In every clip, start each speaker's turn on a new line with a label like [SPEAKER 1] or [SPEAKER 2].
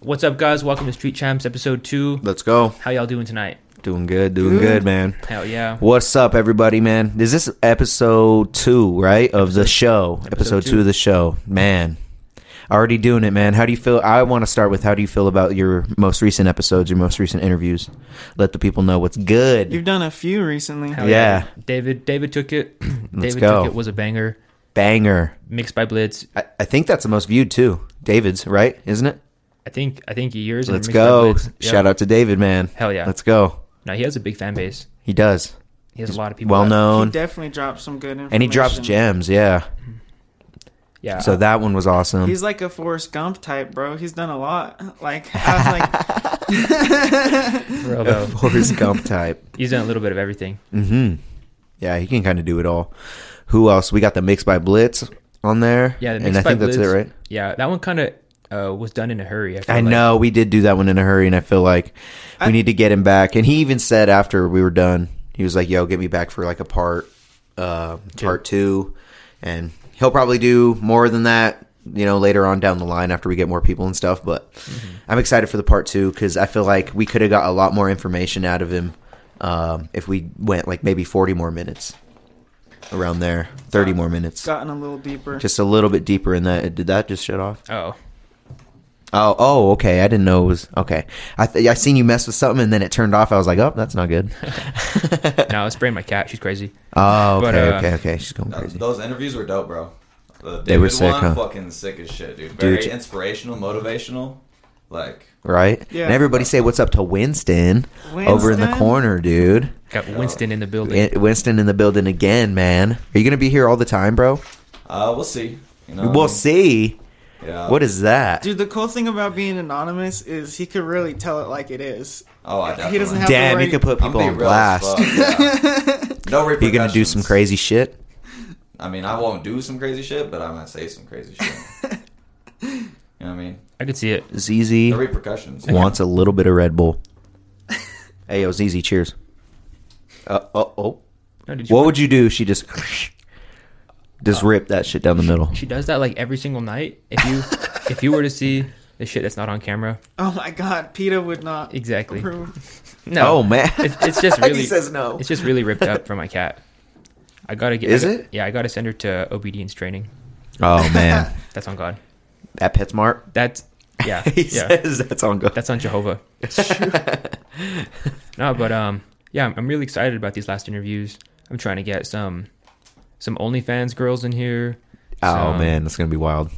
[SPEAKER 1] What's up, guys? Welcome to Street Champs, episode two.
[SPEAKER 2] Let's go.
[SPEAKER 1] How y'all doing tonight?
[SPEAKER 2] Doing good, doing good, man.
[SPEAKER 1] Hell yeah!
[SPEAKER 2] What's up, everybody, man? Is this episode two, right, of the show? Episode, two.
[SPEAKER 1] two.
[SPEAKER 2] of the show, man. Already doing it, man. How do you feel? I want to start with how do you feel about your most recent episodes, your most recent interviews? Let the people know what's good.
[SPEAKER 3] You've done a few recently.
[SPEAKER 1] Hell
[SPEAKER 2] Yeah.
[SPEAKER 1] David. David took it. David
[SPEAKER 2] go.
[SPEAKER 1] took it was a banger.
[SPEAKER 2] Banger.
[SPEAKER 1] Mixed by Blitz.
[SPEAKER 2] I, I think that's the most viewed too. David's right, isn't it?
[SPEAKER 1] I think. I think years.
[SPEAKER 2] Let's go. Shout out to David, man.
[SPEAKER 1] Hell yeah.
[SPEAKER 2] Let's go.
[SPEAKER 1] Now he has a big fan base.
[SPEAKER 2] He does.
[SPEAKER 1] He has a lot of people.
[SPEAKER 2] Well
[SPEAKER 1] that-
[SPEAKER 3] He
[SPEAKER 2] known,
[SPEAKER 3] definitely dropped some good information.
[SPEAKER 2] and he drops gems. Yeah.
[SPEAKER 1] Yeah.
[SPEAKER 2] So that one was awesome.
[SPEAKER 3] He's like a Forrest Gump type, bro. He's done a lot. Like I
[SPEAKER 1] for real, though,
[SPEAKER 2] Forrest Gump type.
[SPEAKER 1] he's done a little bit of everything.
[SPEAKER 2] Hmm. Yeah, he can kind of do it all. Who else? We got the mix by Blitz on there.
[SPEAKER 1] Yeah. the
[SPEAKER 2] and
[SPEAKER 1] Mixed
[SPEAKER 2] I
[SPEAKER 1] by
[SPEAKER 2] think that's
[SPEAKER 1] Blitz,
[SPEAKER 2] it, right?
[SPEAKER 1] Yeah. That one kind of uh, was done in a hurry. feel
[SPEAKER 2] I
[SPEAKER 1] like.
[SPEAKER 2] know we did do that one in a hurry, and I feel like we
[SPEAKER 3] I-
[SPEAKER 2] need to get him back. And he even said after we were done, he was like, "Yo, get me back for like a part, uh, part two, and he'll probably do more than that." You know, later on down the line after we get more people and stuff, but I'm excited for the part two because I feel like we could have got a lot more information out of him um, if we went like maybe 40 more minutes around there, 30 more
[SPEAKER 3] like
[SPEAKER 2] minutes,
[SPEAKER 3] gotten a little deeper.
[SPEAKER 2] just a little bit deeper in that. Did that just shut off?
[SPEAKER 1] Oh.
[SPEAKER 2] Oh, oh, okay. I didn't know it was okay. I th- I seen you mess with something and then it turned off. I was like, oh, that's not good.
[SPEAKER 1] Now I was spraying my cat. She's crazy.
[SPEAKER 2] Oh, okay,
[SPEAKER 1] But, uh,
[SPEAKER 2] okay, okay. She's going
[SPEAKER 4] Th-
[SPEAKER 2] crazy.
[SPEAKER 4] Those interviews were dope, bro. The
[SPEAKER 2] They were
[SPEAKER 4] David
[SPEAKER 2] sick,
[SPEAKER 4] one,
[SPEAKER 2] huh?
[SPEAKER 4] Fucking sick as shit, dude.
[SPEAKER 2] Dude,
[SPEAKER 4] Very
[SPEAKER 2] j-
[SPEAKER 4] inspirational, motivational. Like,
[SPEAKER 2] Right?
[SPEAKER 3] Yeah.
[SPEAKER 2] And everybody say what's up to Winston, over in the
[SPEAKER 3] Winston?
[SPEAKER 2] corner, dude.
[SPEAKER 1] Got Winston in the building.
[SPEAKER 2] Win- Winston in the building again, man. Are you gonna be here all the time, bro?
[SPEAKER 4] uh, we'll see. You know,
[SPEAKER 2] We'll see.
[SPEAKER 4] Yeah.
[SPEAKER 2] What is that?
[SPEAKER 3] Dude, the cool thing about being anonymous is he could really tell it like it is.
[SPEAKER 4] Oh, I definitely.
[SPEAKER 3] He doesn't have
[SPEAKER 2] Damn,
[SPEAKER 3] to
[SPEAKER 2] you could put
[SPEAKER 4] I'm
[SPEAKER 2] people
[SPEAKER 4] be
[SPEAKER 2] on
[SPEAKER 4] real as
[SPEAKER 2] blast.
[SPEAKER 4] fuck, yeah. No
[SPEAKER 2] You're
[SPEAKER 4] repercussions.
[SPEAKER 2] gonna do some crazy shit.
[SPEAKER 4] I mean, I won't do some crazy shit, but I might say some crazy shit. you know what I mean?
[SPEAKER 1] I could see it.
[SPEAKER 2] ZZ
[SPEAKER 4] The repercussions.
[SPEAKER 2] wants a little bit of Red Bull. hey, yo, ZZ, cheers. Uh, oh, oh.
[SPEAKER 1] No, did
[SPEAKER 2] What would you do? if She just just
[SPEAKER 1] Oh.
[SPEAKER 2] ripped that shit down the middle.
[SPEAKER 1] She does that like every single night. If you if you were to see the shit that's not on camera,
[SPEAKER 3] Oh my god, PETA would not
[SPEAKER 1] exactly.
[SPEAKER 3] approve.
[SPEAKER 1] No,
[SPEAKER 2] Oh man,
[SPEAKER 1] it's, it's just
[SPEAKER 2] He
[SPEAKER 1] really
[SPEAKER 2] says no.
[SPEAKER 1] It's just really ripped up for my cat. I gotta get.
[SPEAKER 2] Is
[SPEAKER 1] I gotta-
[SPEAKER 2] it?
[SPEAKER 1] Yeah, I gotta send her to obedience training.
[SPEAKER 2] oh man,
[SPEAKER 1] That's on God.
[SPEAKER 2] that PetSmart.
[SPEAKER 1] That's yeah,
[SPEAKER 2] he
[SPEAKER 1] yeah.
[SPEAKER 2] says that's on go.
[SPEAKER 1] That's on Jehovah. no, but um, yeah, I'm, I'm really excited about these last interviews. I'm trying to get some some OnlyFans girls in here. um,
[SPEAKER 2] oh
[SPEAKER 1] some-
[SPEAKER 2] man, that's gonna be wild.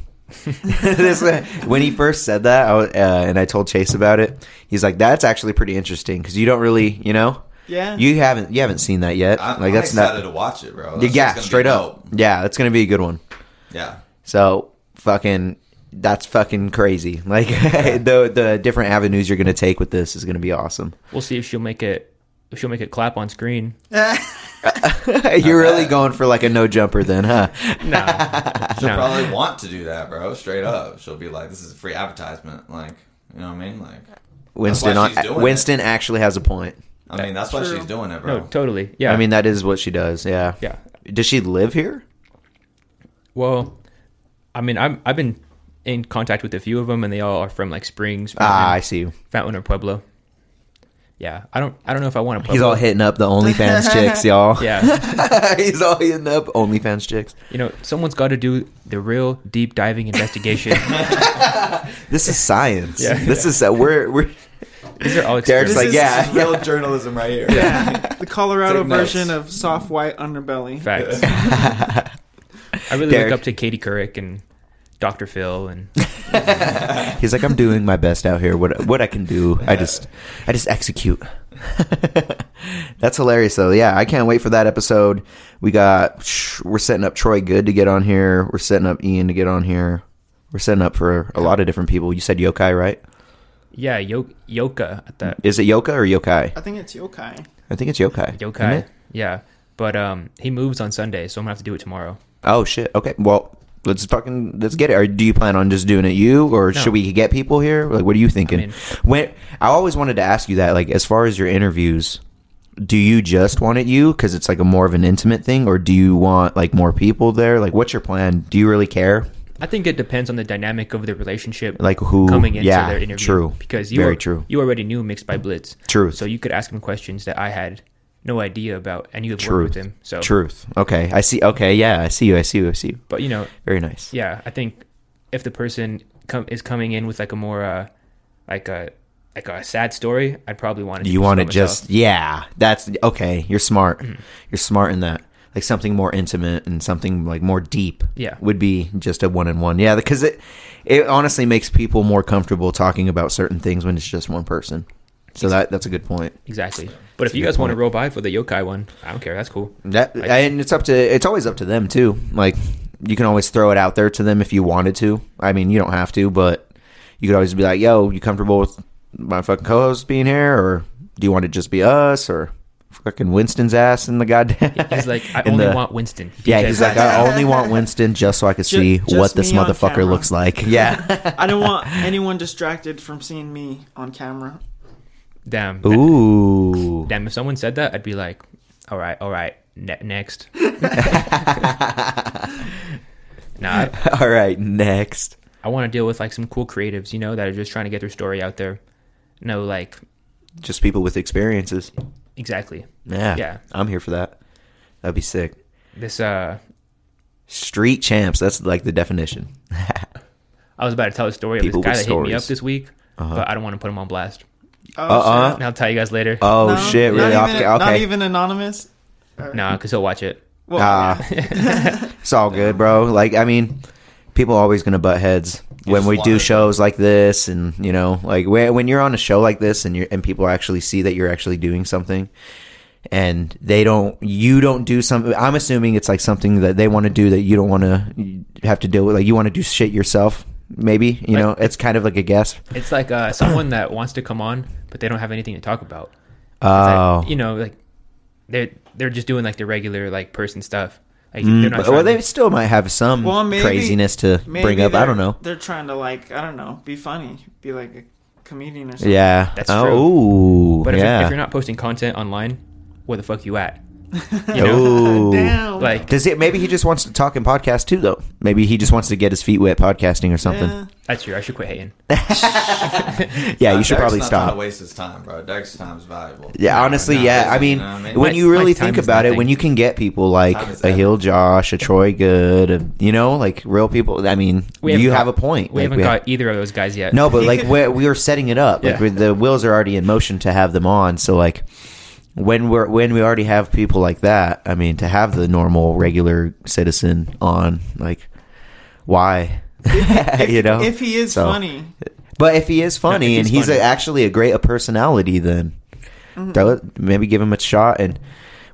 [SPEAKER 2] This- when he first said that, I was, uh, and I told Chase about it, he's like, "That's actually pretty interesting because you don't really, you know,
[SPEAKER 3] Yeah.
[SPEAKER 2] you haven't you haven't seen that yet.
[SPEAKER 4] I'm,
[SPEAKER 2] like
[SPEAKER 4] I'm
[SPEAKER 2] that's
[SPEAKER 4] excited
[SPEAKER 2] not,
[SPEAKER 4] to watch it, bro. That shit's
[SPEAKER 2] yeah,
[SPEAKER 4] gonna be
[SPEAKER 2] straight up,
[SPEAKER 4] dope.
[SPEAKER 2] yeah, that's gonna be a good one."
[SPEAKER 4] Yeah.
[SPEAKER 2] So fucking that's fucking crazy. Like the the different avenues you're gonna take with this is gonna be awesome.
[SPEAKER 1] We'll see if she'll make it. If she'll make it clap on screen.
[SPEAKER 2] You're really
[SPEAKER 4] bad.
[SPEAKER 2] going for like a no jumper then, huh?
[SPEAKER 4] She'll
[SPEAKER 1] No.
[SPEAKER 4] probably want to do that, bro. Straight up, she'll be like, "This is a free advertisement." Like, you know what I mean? Like,
[SPEAKER 2] Winston
[SPEAKER 4] why she's
[SPEAKER 2] uh,
[SPEAKER 4] doing
[SPEAKER 2] Winston actually has a point.
[SPEAKER 4] I mean, that's why
[SPEAKER 3] True.
[SPEAKER 4] she's doing it, bro.
[SPEAKER 1] No, totally. Yeah.
[SPEAKER 2] I mean that is what she does. Yeah.
[SPEAKER 1] yeah.
[SPEAKER 2] Does she live here?
[SPEAKER 1] Well, I mean, I'm I've been in contact with a few of them, and they all are from like Springs,
[SPEAKER 2] Ah,
[SPEAKER 1] Fountain,
[SPEAKER 2] I see.
[SPEAKER 1] Fountain or Pueblo. Yeah, I don't I don't know if I want to. Pueblo.
[SPEAKER 2] He's all hitting up the OnlyFans chicks, y'all.
[SPEAKER 1] Yeah,
[SPEAKER 2] He's all hitting up OnlyFans chicks.
[SPEAKER 1] you know, someone's got to do the real deep diving investigation.
[SPEAKER 2] This is science.
[SPEAKER 1] Yeah.
[SPEAKER 2] This is uh, we're we're
[SPEAKER 1] These are all
[SPEAKER 2] Derek's
[SPEAKER 1] experiments.
[SPEAKER 2] like,
[SPEAKER 4] is-
[SPEAKER 2] yeah,
[SPEAKER 4] is real journalism right here.
[SPEAKER 3] yeah. The Colorado
[SPEAKER 4] Take notes.
[SPEAKER 3] version of soft white underbelly.
[SPEAKER 1] facts. I really
[SPEAKER 2] Derek.
[SPEAKER 1] look up to Katie Couric and Dr. Phil, and
[SPEAKER 2] He's like I'm doing my best out here. What what I can do, I just I just execute. That's hilarious though. Yeah, I can't wait for that episode. We got shh, we're setting up Troy Good to get on here. We're setting up Ian to get on here. We're setting up for a lot of different people. You said Yokai, right?
[SPEAKER 1] yeah, Yo- Yoka at that
[SPEAKER 2] Is it Yoka or Yokai?
[SPEAKER 3] I think it's yokai.
[SPEAKER 2] I think it's Yokai. isn't
[SPEAKER 1] Yokai.
[SPEAKER 2] it?
[SPEAKER 1] Yeah, but um, he moves on Sunday, so I'm gonna have to do it tomorrow.
[SPEAKER 2] Oh shit. Okay. Well, let's fucking let's get it. Or do you plan on just doing it you, or
[SPEAKER 1] No.
[SPEAKER 2] should we get people here? Like, what are you thinking?
[SPEAKER 1] I mean-
[SPEAKER 2] when I always wanted to ask you that, like, as far as your interviews, do you just want it you because it's like a more of an intimate thing, or do you want like more people there? Like, what's your plan? Do you really care?
[SPEAKER 1] I think it depends on the dynamic of the relationship
[SPEAKER 2] Like who?
[SPEAKER 1] coming into
[SPEAKER 2] yeah,
[SPEAKER 1] their interview.
[SPEAKER 2] true.
[SPEAKER 1] Because you
[SPEAKER 2] very
[SPEAKER 1] al-
[SPEAKER 2] true.
[SPEAKER 1] You already knew Mixed by Blitz.
[SPEAKER 2] Truth.
[SPEAKER 1] So you could ask him questions that I had no idea about, and you have worked with
[SPEAKER 2] Truth.
[SPEAKER 1] him. So
[SPEAKER 2] Truth. Okay, I see. Okay, yeah, I see you. I see you. I see you.
[SPEAKER 1] But you know,
[SPEAKER 2] Very nice.
[SPEAKER 1] yeah, I think if the person com- is coming in with like a more uh, like a like a sad story, I'd probably want to.
[SPEAKER 2] You want to just yeah. That's okay. You're smart. You're smart in that. Like something more intimate and something like more deep.
[SPEAKER 1] Yeah.
[SPEAKER 2] would be just a one on one. Yeah, because it it honestly makes people more comfortable talking about certain things when it's just one person. So that that's a good point.
[SPEAKER 1] exactly. But if
[SPEAKER 2] a
[SPEAKER 1] you
[SPEAKER 2] good
[SPEAKER 1] guys want to
[SPEAKER 2] point.
[SPEAKER 1] roll by for the yokai one, I don't care. That's cool.
[SPEAKER 2] That
[SPEAKER 1] Like-
[SPEAKER 2] and it's up to it's always up to them too. Like you can always throw it out there to them if you wanted to. I mean, you don't have to, but you could always be like, "Yo, you comfortable with my fucking co-host being here, or do you want it to just be us, or fucking Winston's ass in the goddamn?"
[SPEAKER 1] He's like, I
[SPEAKER 2] in
[SPEAKER 1] only
[SPEAKER 2] the-
[SPEAKER 1] want Winston.
[SPEAKER 2] Yeah,
[SPEAKER 1] because
[SPEAKER 2] he's like, I only want Winston just so I could
[SPEAKER 3] Ju-
[SPEAKER 2] see
[SPEAKER 3] just
[SPEAKER 2] what this
[SPEAKER 3] me on
[SPEAKER 2] motherfucker
[SPEAKER 3] camera."
[SPEAKER 2] looks like. Yeah.
[SPEAKER 3] I don't want anyone distracted from seeing me on camera.
[SPEAKER 1] damn.
[SPEAKER 2] Ooh.
[SPEAKER 1] Damn, if someone said that, I'd be like, all right, all right, ne- next. nah, I,
[SPEAKER 2] All right, next.
[SPEAKER 1] I want to deal with like some cool creatives, you know, that are just trying to get their story out there. No, like,
[SPEAKER 2] Just people with experiences.
[SPEAKER 1] exactly.
[SPEAKER 2] Yeah.
[SPEAKER 1] Yeah.
[SPEAKER 2] I'm here for that. That'd be sick.
[SPEAKER 1] This, uh,
[SPEAKER 2] Street champs. That's like the definition.
[SPEAKER 1] I was about to tell a story of
[SPEAKER 2] People
[SPEAKER 1] this guy
[SPEAKER 2] with
[SPEAKER 1] that hit me up
[SPEAKER 2] stories. Uh-huh.
[SPEAKER 1] this week, but I don't want to put him on blast.
[SPEAKER 3] Oh,
[SPEAKER 2] Uh-uh.
[SPEAKER 1] And I'll tell you guys later.
[SPEAKER 2] Oh
[SPEAKER 3] No,
[SPEAKER 2] shit! Really? Off,
[SPEAKER 3] Not even,
[SPEAKER 2] okay.
[SPEAKER 3] not even anonymous. Or-
[SPEAKER 1] Nah, because he'll watch it.
[SPEAKER 3] Well,
[SPEAKER 2] Ah. it's all good, bro. Like I mean, people are always gonna butt heads when
[SPEAKER 4] just
[SPEAKER 2] we
[SPEAKER 4] want
[SPEAKER 2] do
[SPEAKER 4] it.
[SPEAKER 2] shows like this, and you know, like when, when you're on a show like this, and you are and people actually see that you're actually doing something, and they don't, you don't do something. I'm assuming it's like something that they want to do that you don't want to have to deal with. Like you want to do shit yourself, maybe. You
[SPEAKER 1] Like-
[SPEAKER 2] know, it's kind of like a guess.
[SPEAKER 1] It's like uh, someone that wants to come on, but they don't have anything to talk about. It's like,
[SPEAKER 2] Oh,
[SPEAKER 1] you know, like they're they're just doing like the regular like person stuff. Like they're
[SPEAKER 2] Mm,
[SPEAKER 1] not.
[SPEAKER 2] but- well,
[SPEAKER 1] trying
[SPEAKER 2] they
[SPEAKER 1] to-
[SPEAKER 2] still might have some
[SPEAKER 3] Well, maybe-
[SPEAKER 2] craziness to
[SPEAKER 3] maybe
[SPEAKER 2] bring up. I
[SPEAKER 3] they're-
[SPEAKER 2] don't know.
[SPEAKER 3] They're trying to like I don't know, be funny, be like a comedian or something.
[SPEAKER 2] Yeah.
[SPEAKER 1] That's
[SPEAKER 2] oh,
[SPEAKER 1] true.
[SPEAKER 2] Ooh,
[SPEAKER 1] but if,
[SPEAKER 2] yeah.
[SPEAKER 1] you're, if you're not posting content online, where the fuck you at? You know,
[SPEAKER 2] Ooh.
[SPEAKER 3] Damn.
[SPEAKER 1] like
[SPEAKER 2] Does it? Maybe he just wants to talk in podcast too, though. Maybe he just wants to get his feet wet podcasting or
[SPEAKER 3] Yeah.
[SPEAKER 2] something.
[SPEAKER 1] that's true. I should quit hating.
[SPEAKER 2] Yeah,
[SPEAKER 4] Uh,
[SPEAKER 2] you should
[SPEAKER 4] Derek's
[SPEAKER 2] probably
[SPEAKER 4] not
[SPEAKER 2] stop.
[SPEAKER 4] Trying to waste his time, bro. Derek's time is valuable.
[SPEAKER 2] Yeah, honestly,
[SPEAKER 4] no,
[SPEAKER 2] yeah.
[SPEAKER 4] it's-
[SPEAKER 2] I mean,
[SPEAKER 4] no, I mean,
[SPEAKER 2] when
[SPEAKER 4] my-
[SPEAKER 2] you really
[SPEAKER 1] my
[SPEAKER 2] think
[SPEAKER 1] time is
[SPEAKER 2] about it,
[SPEAKER 1] nothing.
[SPEAKER 2] when you can get people
[SPEAKER 4] Time
[SPEAKER 2] like
[SPEAKER 4] is
[SPEAKER 2] a Hill Josh, a Troy Good, a, you know, like real people. I mean,
[SPEAKER 1] haven't
[SPEAKER 2] you
[SPEAKER 1] got-
[SPEAKER 2] have a point.
[SPEAKER 1] We
[SPEAKER 2] Like,
[SPEAKER 1] haven't
[SPEAKER 2] we-
[SPEAKER 1] got either of those guys yet.
[SPEAKER 2] No, but
[SPEAKER 3] He
[SPEAKER 2] like
[SPEAKER 3] could-
[SPEAKER 2] we're, we are setting it up. Like
[SPEAKER 1] Yeah.
[SPEAKER 2] we the wheels are already in motion to have them on. So like when we're when we already have people like that, I mean, to have the normal regular citizen on, like why? you know,
[SPEAKER 3] if he is
[SPEAKER 2] So-
[SPEAKER 3] funny,
[SPEAKER 2] But if he is funny
[SPEAKER 1] if
[SPEAKER 2] and
[SPEAKER 1] he's
[SPEAKER 2] he's
[SPEAKER 1] funny.
[SPEAKER 2] A, actually a great a personality, then
[SPEAKER 3] Mm-hmm.
[SPEAKER 2] throw it- maybe give him a shot and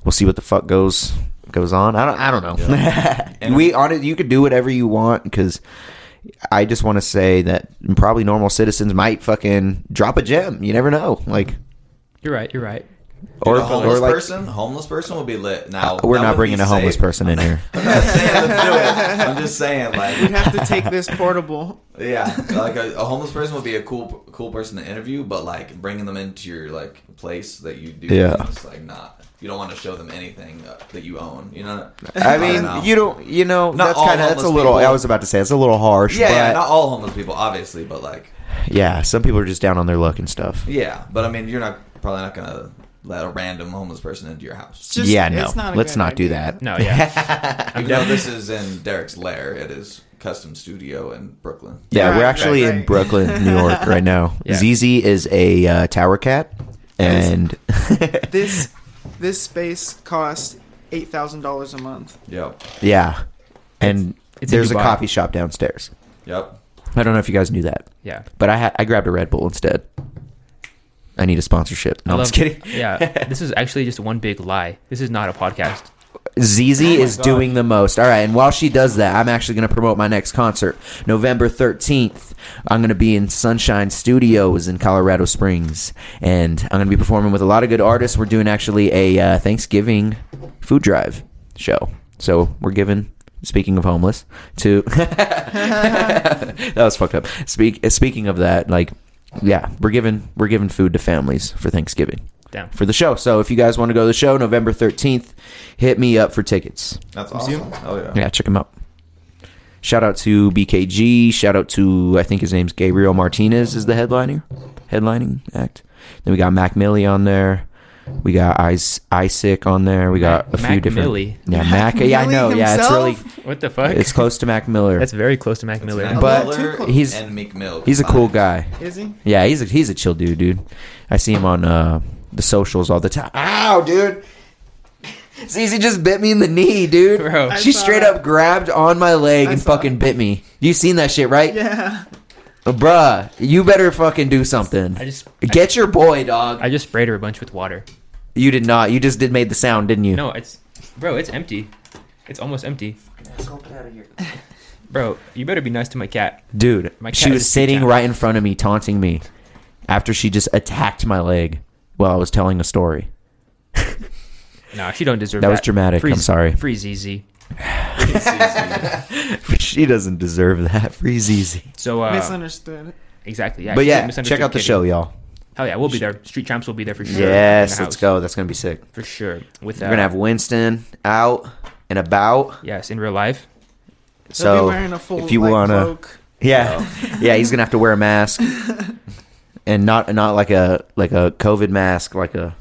[SPEAKER 2] we'll see what the fuck goes goes on. I don't I don't know.
[SPEAKER 4] And-
[SPEAKER 2] we on it. You could do whatever you want because I just want to say that probably normal citizens might fucking drop a gem. You never know, like
[SPEAKER 1] you're right. You're right.
[SPEAKER 2] or
[SPEAKER 4] a homeless
[SPEAKER 2] or like. Uh,
[SPEAKER 4] person, homeless person would be lit. Now
[SPEAKER 2] We're
[SPEAKER 4] that
[SPEAKER 2] not
[SPEAKER 4] would
[SPEAKER 2] bringing
[SPEAKER 4] be
[SPEAKER 2] a homeless
[SPEAKER 4] safe.
[SPEAKER 2] person in here.
[SPEAKER 4] I'm not saying let's do it. I'm just saying, like,
[SPEAKER 3] we'd have to take this portable.
[SPEAKER 4] yeah, like a, a homeless person would be a cool, cool person to interview, but like bringing them into your like place that you do,
[SPEAKER 2] Yeah.
[SPEAKER 4] it's like not. You don't want to show them anything uh, that you own. You know.
[SPEAKER 2] I
[SPEAKER 4] don't
[SPEAKER 2] mean,
[SPEAKER 4] know.
[SPEAKER 2] you don't, you know,
[SPEAKER 4] Not
[SPEAKER 2] that's
[SPEAKER 4] all
[SPEAKER 2] kind of that's a
[SPEAKER 4] homeless
[SPEAKER 2] little. I
[SPEAKER 4] people.
[SPEAKER 2] was about to say it's a little harsh,
[SPEAKER 4] Yeah, yeah,
[SPEAKER 2] but
[SPEAKER 4] not all homeless people, obviously, but like,
[SPEAKER 2] yeah, some people are just down on their luck and stuff.
[SPEAKER 4] yeah, but I mean, you're not probably not gonna let a random homeless person into your house.
[SPEAKER 3] It's just-
[SPEAKER 2] yeah,
[SPEAKER 3] it's
[SPEAKER 2] no,
[SPEAKER 3] not a
[SPEAKER 2] let's
[SPEAKER 3] good
[SPEAKER 2] not do
[SPEAKER 3] idea.
[SPEAKER 2] that.
[SPEAKER 1] No, yeah.
[SPEAKER 4] Even though this is in Derek's lair, it is custom studio in Brooklyn.
[SPEAKER 2] Yeah,
[SPEAKER 3] Right,
[SPEAKER 2] we're actually
[SPEAKER 3] right,
[SPEAKER 2] in
[SPEAKER 3] right.
[SPEAKER 2] Brooklyn, New York right now.
[SPEAKER 1] Yeah.
[SPEAKER 2] ZZ is a uh, tower cat, and
[SPEAKER 3] This this space costs eight thousand dollars a month.
[SPEAKER 4] Yep.
[SPEAKER 2] yeah, and
[SPEAKER 1] it's in
[SPEAKER 2] there's a
[SPEAKER 1] Dubai.
[SPEAKER 2] coffee shop downstairs.
[SPEAKER 4] Yep.
[SPEAKER 2] I don't know if you guys knew that,
[SPEAKER 1] yeah.
[SPEAKER 2] but I ha- I grabbed a Red Bull instead. I need a sponsorship. No,
[SPEAKER 1] I
[SPEAKER 2] I'm
[SPEAKER 1] love-
[SPEAKER 2] just kidding.
[SPEAKER 1] yeah. This is actually just one big lie. This is not a podcast.
[SPEAKER 2] ZZ is doing the most. All right, and while she does that, I'm actually going to promote my next concert, November 13th. I'm going to be in Sunshine Studios in Colorado Springs, and I'm going to be performing with a lot of good artists. We're doing actually a uh, Thanksgiving food drive show, so we're giving. Speaking of homeless, to that was fucked up. Speak uh, speaking of that, like yeah, we're giving we're giving food to families for Thanksgiving
[SPEAKER 1] Damn.
[SPEAKER 2] for the show. So if you guys want to go to the show, November 13th, hit me up for tickets.
[SPEAKER 4] That's awesome. Oh yeah.
[SPEAKER 2] Yeah, check them out. Shout out to BKG. Shout out to I think his name's Gabriel Martinez is the headliner, headlining act. Then we got Mac Millie on there. We got Ice Isaac on there. We got a
[SPEAKER 1] Mac
[SPEAKER 2] few different.
[SPEAKER 1] Millie?
[SPEAKER 2] Yeah, Mac. yeah, I
[SPEAKER 3] Millie
[SPEAKER 2] know. Yeah, it's really
[SPEAKER 3] himself?
[SPEAKER 1] What the fuck?
[SPEAKER 2] it's close to Mac Miller.
[SPEAKER 1] That's very close to Mac Miller.
[SPEAKER 4] Mac
[SPEAKER 2] But
[SPEAKER 4] Miller
[SPEAKER 2] he's-
[SPEAKER 4] and Meek Mill.
[SPEAKER 2] He's a cool
[SPEAKER 4] combined.
[SPEAKER 2] guy.
[SPEAKER 3] Is he?
[SPEAKER 2] Yeah, he's a, he's a chill dude, dude. I see him on uh, the socials all the time. Ow, dude. Zizi just bit me in the knee, dude.
[SPEAKER 1] Bro. I
[SPEAKER 2] she
[SPEAKER 3] saw
[SPEAKER 2] straight
[SPEAKER 3] it.
[SPEAKER 2] up grabbed on my leg
[SPEAKER 3] I
[SPEAKER 2] and
[SPEAKER 3] saw
[SPEAKER 2] fucking bit me. You seen that shit, right?
[SPEAKER 3] Yeah.
[SPEAKER 2] Bruh, you better fucking do something.
[SPEAKER 1] I just
[SPEAKER 2] Get your boy, dog.
[SPEAKER 1] I just sprayed her a bunch with water.
[SPEAKER 2] you did not. You just did made the sound, didn't you?
[SPEAKER 1] No, it's bro, it's empty. It's almost empty. Bro, you better be nice to my cat.
[SPEAKER 2] Dude,
[SPEAKER 1] My
[SPEAKER 2] she
[SPEAKER 1] cat
[SPEAKER 2] was
[SPEAKER 1] is too
[SPEAKER 2] sitting
[SPEAKER 1] talented.
[SPEAKER 2] right in front of me, taunting me after she just attacked my leg while I was telling a story.
[SPEAKER 1] Nah, she don't deserve
[SPEAKER 2] That
[SPEAKER 1] that.
[SPEAKER 2] was dramatic. I'm
[SPEAKER 1] Z-
[SPEAKER 2] sorry.
[SPEAKER 1] Free ZZ.
[SPEAKER 2] she doesn't deserve that. Free Zizi.
[SPEAKER 1] So uh,
[SPEAKER 3] Misunderstood.
[SPEAKER 1] exactly. Yeah,
[SPEAKER 2] But
[SPEAKER 1] she's a
[SPEAKER 2] yeah,
[SPEAKER 1] misunderstood
[SPEAKER 2] check out the
[SPEAKER 1] kitty.
[SPEAKER 2] show, y'all.
[SPEAKER 1] Hell yeah, we'll be there. Street Champs will be there for sure. In
[SPEAKER 2] Yes,
[SPEAKER 1] the
[SPEAKER 2] let's
[SPEAKER 1] house,
[SPEAKER 2] go. That's gonna be sick.
[SPEAKER 1] for sure. With uh,
[SPEAKER 2] We're gonna have Winston out and about.
[SPEAKER 1] yes in real life.
[SPEAKER 3] They'll be
[SPEAKER 2] So
[SPEAKER 3] wearing a full,
[SPEAKER 2] if you
[SPEAKER 3] like,
[SPEAKER 2] wanna,
[SPEAKER 3] cloak. Oh.
[SPEAKER 2] yeah, yeah, he's gonna have to wear a mask, and not not like a like a COVID mask, like a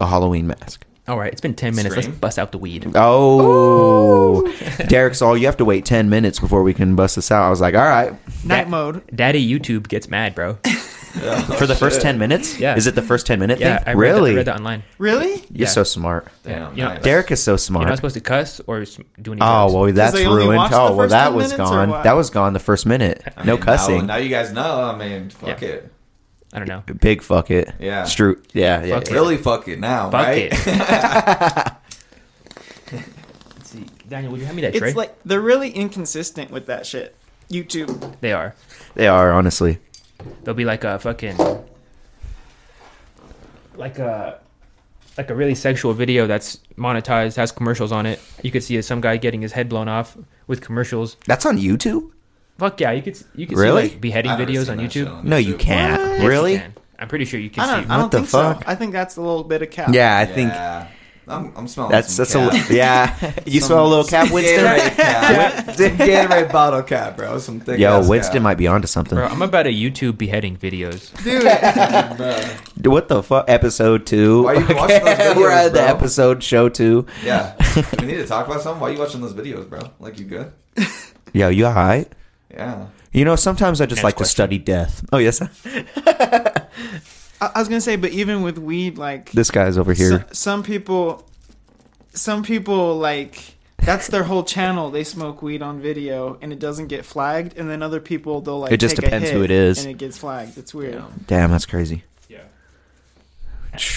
[SPEAKER 2] a Halloween mask.
[SPEAKER 1] All right, it's been ten minutes.
[SPEAKER 4] Scream.
[SPEAKER 1] Let's bust out the weed.
[SPEAKER 2] Oh, Derek's all. You have to wait ten minutes before we can bust this out. I was like, all right,
[SPEAKER 3] night mode.
[SPEAKER 1] Daddy YouTube gets mad, bro.
[SPEAKER 4] Oh,
[SPEAKER 3] Oh,
[SPEAKER 2] for the first ten minutes.
[SPEAKER 1] Yeah.
[SPEAKER 2] is it the first ten minute
[SPEAKER 1] Yeah,
[SPEAKER 2] thing?
[SPEAKER 1] I read
[SPEAKER 2] really?
[SPEAKER 1] That, I read that online.
[SPEAKER 3] Really?
[SPEAKER 2] You're so smart.
[SPEAKER 4] Damn,
[SPEAKER 1] You know,
[SPEAKER 4] nice.
[SPEAKER 2] Derek is so smart.
[SPEAKER 1] You're not supposed to cuss or s- do anything.
[SPEAKER 2] Oh well, that's
[SPEAKER 3] they only
[SPEAKER 2] ruined.
[SPEAKER 3] watched the
[SPEAKER 2] Oh well,
[SPEAKER 3] first
[SPEAKER 2] that
[SPEAKER 3] 10
[SPEAKER 2] was
[SPEAKER 3] minutes or
[SPEAKER 2] gone.
[SPEAKER 3] what?
[SPEAKER 2] That was gone the first minute.
[SPEAKER 4] I
[SPEAKER 2] No
[SPEAKER 4] mean,
[SPEAKER 2] cussing.
[SPEAKER 4] Now, now you guys know. I mean, fuck
[SPEAKER 1] Yeah.
[SPEAKER 4] it.
[SPEAKER 1] I don't know.
[SPEAKER 2] Big fuck it.
[SPEAKER 4] Yeah.
[SPEAKER 2] Stru- yeah. Yeah.
[SPEAKER 1] Fuck
[SPEAKER 2] yeah.
[SPEAKER 4] Really, fuck it now,
[SPEAKER 1] Fuck
[SPEAKER 4] right?
[SPEAKER 1] Let's see. Daniel, would you hand me that tray?
[SPEAKER 3] It's like they're really inconsistent with that shit. YouTube.
[SPEAKER 1] they are.
[SPEAKER 2] They are honestly.
[SPEAKER 1] They'll be like a fucking like a like a really sexual video that's monetized, has commercials on it. You could see some guy getting his head blown off with commercials.
[SPEAKER 2] That's on YouTube.
[SPEAKER 1] Fuck yeah, you could s- you could
[SPEAKER 2] Really?
[SPEAKER 1] see like beheading
[SPEAKER 4] I've never
[SPEAKER 1] videos
[SPEAKER 4] seen
[SPEAKER 1] on
[SPEAKER 4] that shit
[SPEAKER 1] YouTube.
[SPEAKER 4] on
[SPEAKER 2] No, you
[SPEAKER 4] YouTube.
[SPEAKER 2] can't.
[SPEAKER 3] What?
[SPEAKER 2] Really?
[SPEAKER 1] You can. I'm pretty sure you can
[SPEAKER 3] I
[SPEAKER 1] see.
[SPEAKER 3] don't. I don't
[SPEAKER 2] the
[SPEAKER 3] think
[SPEAKER 2] fuck?
[SPEAKER 3] so. I think that's a little bit of cap.
[SPEAKER 2] Yeah, I think
[SPEAKER 4] Yeah. I'm, I'm smelling.
[SPEAKER 2] that's
[SPEAKER 4] some
[SPEAKER 2] that's
[SPEAKER 4] cat.
[SPEAKER 2] a li- yeah. you
[SPEAKER 4] Some-
[SPEAKER 2] smell a little cat,
[SPEAKER 4] some
[SPEAKER 2] Winston.
[SPEAKER 4] Gatorade cat.
[SPEAKER 2] Winston.
[SPEAKER 4] Gatorade bottle cap, bro. Some thick
[SPEAKER 2] Yo,
[SPEAKER 4] ass
[SPEAKER 2] Winston
[SPEAKER 4] cat.
[SPEAKER 2] might be onto something.
[SPEAKER 1] Bro, I'm about a YouTube beheading videos.
[SPEAKER 3] dude.
[SPEAKER 4] Bruh.
[SPEAKER 2] What the fuck? Episode two.
[SPEAKER 4] Why you watching those videos,
[SPEAKER 2] We're at the
[SPEAKER 4] bro?
[SPEAKER 2] episode show two.
[SPEAKER 4] Yeah. we need to talk about something. Why are you watching those videos, bro? Like, you good?
[SPEAKER 2] Yo, you alright?
[SPEAKER 4] Yeah.
[SPEAKER 2] You know, sometimes I just
[SPEAKER 1] Next
[SPEAKER 2] like to
[SPEAKER 1] question.
[SPEAKER 2] study death. Oh yes,
[SPEAKER 3] I, I was gonna say, but even with weed, like
[SPEAKER 2] this guy's over
[SPEAKER 3] so-
[SPEAKER 2] here.
[SPEAKER 3] some people, some people like that's their whole channel. They smoke weed on video, and it doesn't get flagged. And then other people, they'll like
[SPEAKER 2] It just
[SPEAKER 3] take
[SPEAKER 2] depends
[SPEAKER 3] a hit
[SPEAKER 2] who it is.
[SPEAKER 3] and it gets flagged. It's weird.
[SPEAKER 4] Yeah.
[SPEAKER 2] Damn, that's crazy.
[SPEAKER 1] Yeah.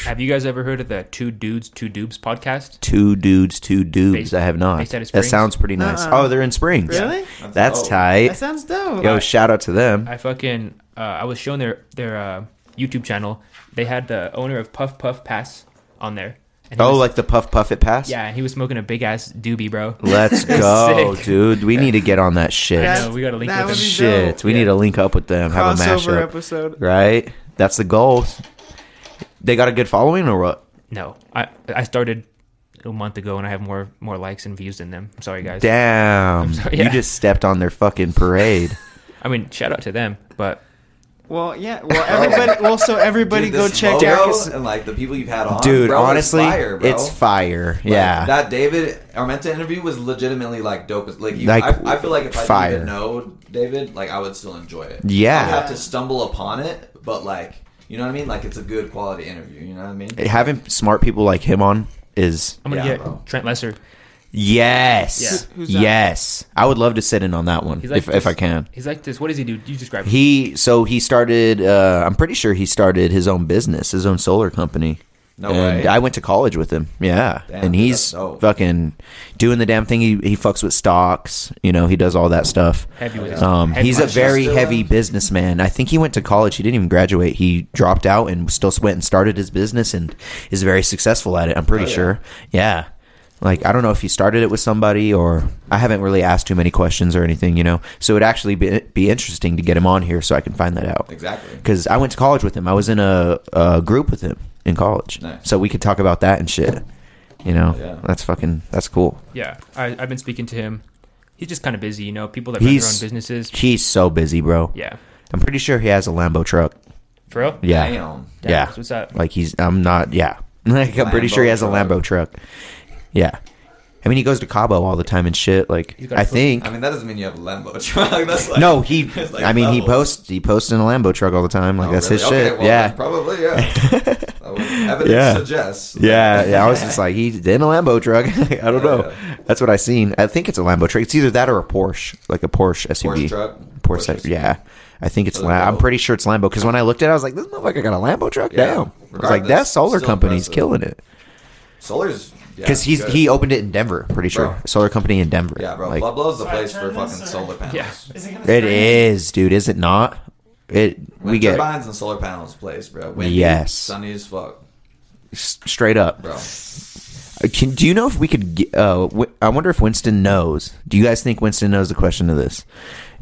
[SPEAKER 1] Have you guys ever heard of the Two Dudes, Two Dubes podcast?
[SPEAKER 2] Two dudes, two dudes.
[SPEAKER 1] They-
[SPEAKER 2] I have not.
[SPEAKER 1] they said it's
[SPEAKER 2] That
[SPEAKER 1] Springs?
[SPEAKER 2] sounds pretty nice.
[SPEAKER 3] Uh-uh.
[SPEAKER 2] Oh, they're in Springs.
[SPEAKER 3] Really?
[SPEAKER 2] That's
[SPEAKER 4] Oh.
[SPEAKER 3] That
[SPEAKER 2] tight.
[SPEAKER 3] sounds dope.
[SPEAKER 2] Yo, shout out to them.
[SPEAKER 1] I fucking uh, I was showing their their uh, YouTube channel. They had the owner of Puff Puff Pass on there. And he
[SPEAKER 2] Oh,
[SPEAKER 1] was-
[SPEAKER 2] like the puff puff it pass.
[SPEAKER 1] yeah, and he was smoking a big ass doobie, bro.
[SPEAKER 2] Let's go,
[SPEAKER 1] Sick.
[SPEAKER 2] dude. We need to get on that
[SPEAKER 1] I
[SPEAKER 2] shit.
[SPEAKER 1] know, we gotta link
[SPEAKER 3] that
[SPEAKER 1] with
[SPEAKER 3] would
[SPEAKER 1] them.
[SPEAKER 3] be
[SPEAKER 2] Shit,
[SPEAKER 3] dope.
[SPEAKER 2] we
[SPEAKER 1] Yeah.
[SPEAKER 2] need to link up with them. Have a
[SPEAKER 3] crossover
[SPEAKER 2] mashup,
[SPEAKER 3] episode.
[SPEAKER 2] right? That's the goal. They got a good following or what?
[SPEAKER 1] No, I I started a month ago and I have more more likes and views than them. I'm sorry, guys.
[SPEAKER 2] Damn,
[SPEAKER 1] sorry,
[SPEAKER 2] you
[SPEAKER 1] yeah.
[SPEAKER 2] just stepped on their fucking parade.
[SPEAKER 1] I mean, shout out to them, but
[SPEAKER 3] Well, yeah. Well, everybody. well, so everybody
[SPEAKER 4] Dude,
[SPEAKER 3] go
[SPEAKER 4] this
[SPEAKER 3] check
[SPEAKER 4] logo
[SPEAKER 3] out.
[SPEAKER 4] and like the people you've had on,
[SPEAKER 2] Dude,
[SPEAKER 4] bro, it's
[SPEAKER 2] honestly,
[SPEAKER 4] fire, bro.
[SPEAKER 2] it's fire.
[SPEAKER 4] Like,
[SPEAKER 2] yeah,
[SPEAKER 4] that David Armenta interview was legitimately like dope. as- Like, you,
[SPEAKER 2] Like,
[SPEAKER 4] I, I feel like if I
[SPEAKER 2] fire.
[SPEAKER 4] didn't even know David, like I would still enjoy it.
[SPEAKER 2] Yeah.
[SPEAKER 4] I'd have to stumble upon it, but like, you know what I mean? Like, it's a good quality interview. You know what I mean?
[SPEAKER 2] having smart people like him on is
[SPEAKER 1] I'm gonna
[SPEAKER 4] Yeah,
[SPEAKER 1] get
[SPEAKER 4] bro.
[SPEAKER 1] Trent Lesser.
[SPEAKER 2] yes,
[SPEAKER 3] Yeah. Who's that?
[SPEAKER 2] yes. I would love to sit in on that one
[SPEAKER 1] He's like
[SPEAKER 2] if, if
[SPEAKER 1] this-
[SPEAKER 2] I can.
[SPEAKER 1] He's like this. What does he do? You describe. him.
[SPEAKER 2] He so he started. Uh, I'm pretty sure he started his own business, his own solar company.
[SPEAKER 4] No
[SPEAKER 2] and
[SPEAKER 4] way.
[SPEAKER 2] I went to college with him. Yeah,
[SPEAKER 4] Damn,
[SPEAKER 2] and
[SPEAKER 4] dude,
[SPEAKER 2] he's
[SPEAKER 4] that's dope.
[SPEAKER 2] fucking doing the damn thing. He he fucks with stocks. You know, he does all that stuff.
[SPEAKER 1] Heavy with his-
[SPEAKER 2] Um,
[SPEAKER 1] heavy
[SPEAKER 2] he's
[SPEAKER 1] with
[SPEAKER 2] a
[SPEAKER 1] his-
[SPEAKER 2] very
[SPEAKER 4] Still
[SPEAKER 2] heavy
[SPEAKER 4] in?
[SPEAKER 2] businessman. I think he went to college. He didn't even graduate. He dropped out and still went and started his business and is very successful at it. I'm pretty
[SPEAKER 4] Oh, yeah.
[SPEAKER 2] sure. Yeah. Like I don't know if he started it with somebody or I haven't really asked too many questions or anything, you know. So it'd actually be, be interesting to get him on here so I can find that out.
[SPEAKER 4] Exactly.
[SPEAKER 2] Because I went to college with him. I was in a, a group with him in college,
[SPEAKER 4] Nice.
[SPEAKER 2] so we could talk about that and shit. You know,
[SPEAKER 4] Yeah.
[SPEAKER 2] that's fucking that's cool.
[SPEAKER 1] Yeah, I, I've been speaking to him he's just kind of busy, you know. People that run their
[SPEAKER 2] He's-
[SPEAKER 1] own businesses.
[SPEAKER 2] He's so busy, bro.
[SPEAKER 1] Yeah,
[SPEAKER 2] I'm pretty sure he has a Lambo truck.
[SPEAKER 1] for real.
[SPEAKER 2] Yeah.
[SPEAKER 4] Damn.
[SPEAKER 1] Damn,
[SPEAKER 2] Yeah.
[SPEAKER 1] that's What's up?
[SPEAKER 2] Like he's I'm not yeah. Like I'm pretty
[SPEAKER 4] Lambo
[SPEAKER 2] sure he has a
[SPEAKER 4] truck.
[SPEAKER 2] Lambo truck. Yeah. I mean he goes to Cabo all the time and shit. Like
[SPEAKER 1] He's got a
[SPEAKER 2] I
[SPEAKER 1] foot-
[SPEAKER 2] think
[SPEAKER 4] I mean, that doesn't mean you have a Lambo truck. That's like
[SPEAKER 2] No, he
[SPEAKER 4] it's like
[SPEAKER 2] I mean he
[SPEAKER 4] levels.
[SPEAKER 2] posts he posts in a Lambo truck all the time. Like
[SPEAKER 4] Oh,
[SPEAKER 2] that's his
[SPEAKER 4] really? Okay,
[SPEAKER 2] shit.
[SPEAKER 4] well,
[SPEAKER 2] yeah.
[SPEAKER 4] then Probably, yeah. That would- Evidence
[SPEAKER 2] Yeah.
[SPEAKER 4] suggests.
[SPEAKER 2] Yeah, yeah. I was just like, he's in a Lambo truck. I don't know.
[SPEAKER 4] Oh, Yeah.
[SPEAKER 2] That's what I seen. I think it's a Lambo truck. It's either that or a Porsche, like a Porsche SUV.
[SPEAKER 4] Porsche truck.
[SPEAKER 2] Porsche,
[SPEAKER 4] Porsche
[SPEAKER 2] yeah. I think it's.
[SPEAKER 4] Those are
[SPEAKER 2] La- I'm
[SPEAKER 4] dope.
[SPEAKER 2] pretty sure it's Lambo because when I looked at, it, I was like, this motherfucker got a Lambo truck.
[SPEAKER 4] Yeah.
[SPEAKER 2] Damn. I was like,
[SPEAKER 4] Regardless,
[SPEAKER 2] that solar
[SPEAKER 4] still
[SPEAKER 2] company's
[SPEAKER 4] impressive.
[SPEAKER 2] killing it
[SPEAKER 4] Solar's yeah,
[SPEAKER 2] because he's
[SPEAKER 4] good.
[SPEAKER 2] he opened it in Denver. Pretty sure
[SPEAKER 4] Bro.
[SPEAKER 2] solar company in Denver.
[SPEAKER 4] yeah, bro.
[SPEAKER 2] Like,
[SPEAKER 4] Pueblo's the
[SPEAKER 3] Sorry,
[SPEAKER 4] place for
[SPEAKER 3] turn
[SPEAKER 4] fucking
[SPEAKER 3] this, or-
[SPEAKER 4] solar panels.
[SPEAKER 1] Yeah.
[SPEAKER 3] Is it gonna
[SPEAKER 2] it
[SPEAKER 3] rain?
[SPEAKER 2] is, dude. Is it not? It
[SPEAKER 4] Wind
[SPEAKER 2] we get
[SPEAKER 4] turbines and solar panels place, bro. Windy,
[SPEAKER 2] Yes.
[SPEAKER 4] sunny as fuck,
[SPEAKER 2] s- straight up.
[SPEAKER 4] bro.
[SPEAKER 2] Uh, Can, do you know if we could? ge- Uh, w- I wonder if Winston knows. Do you guys think Winston knows the question to this?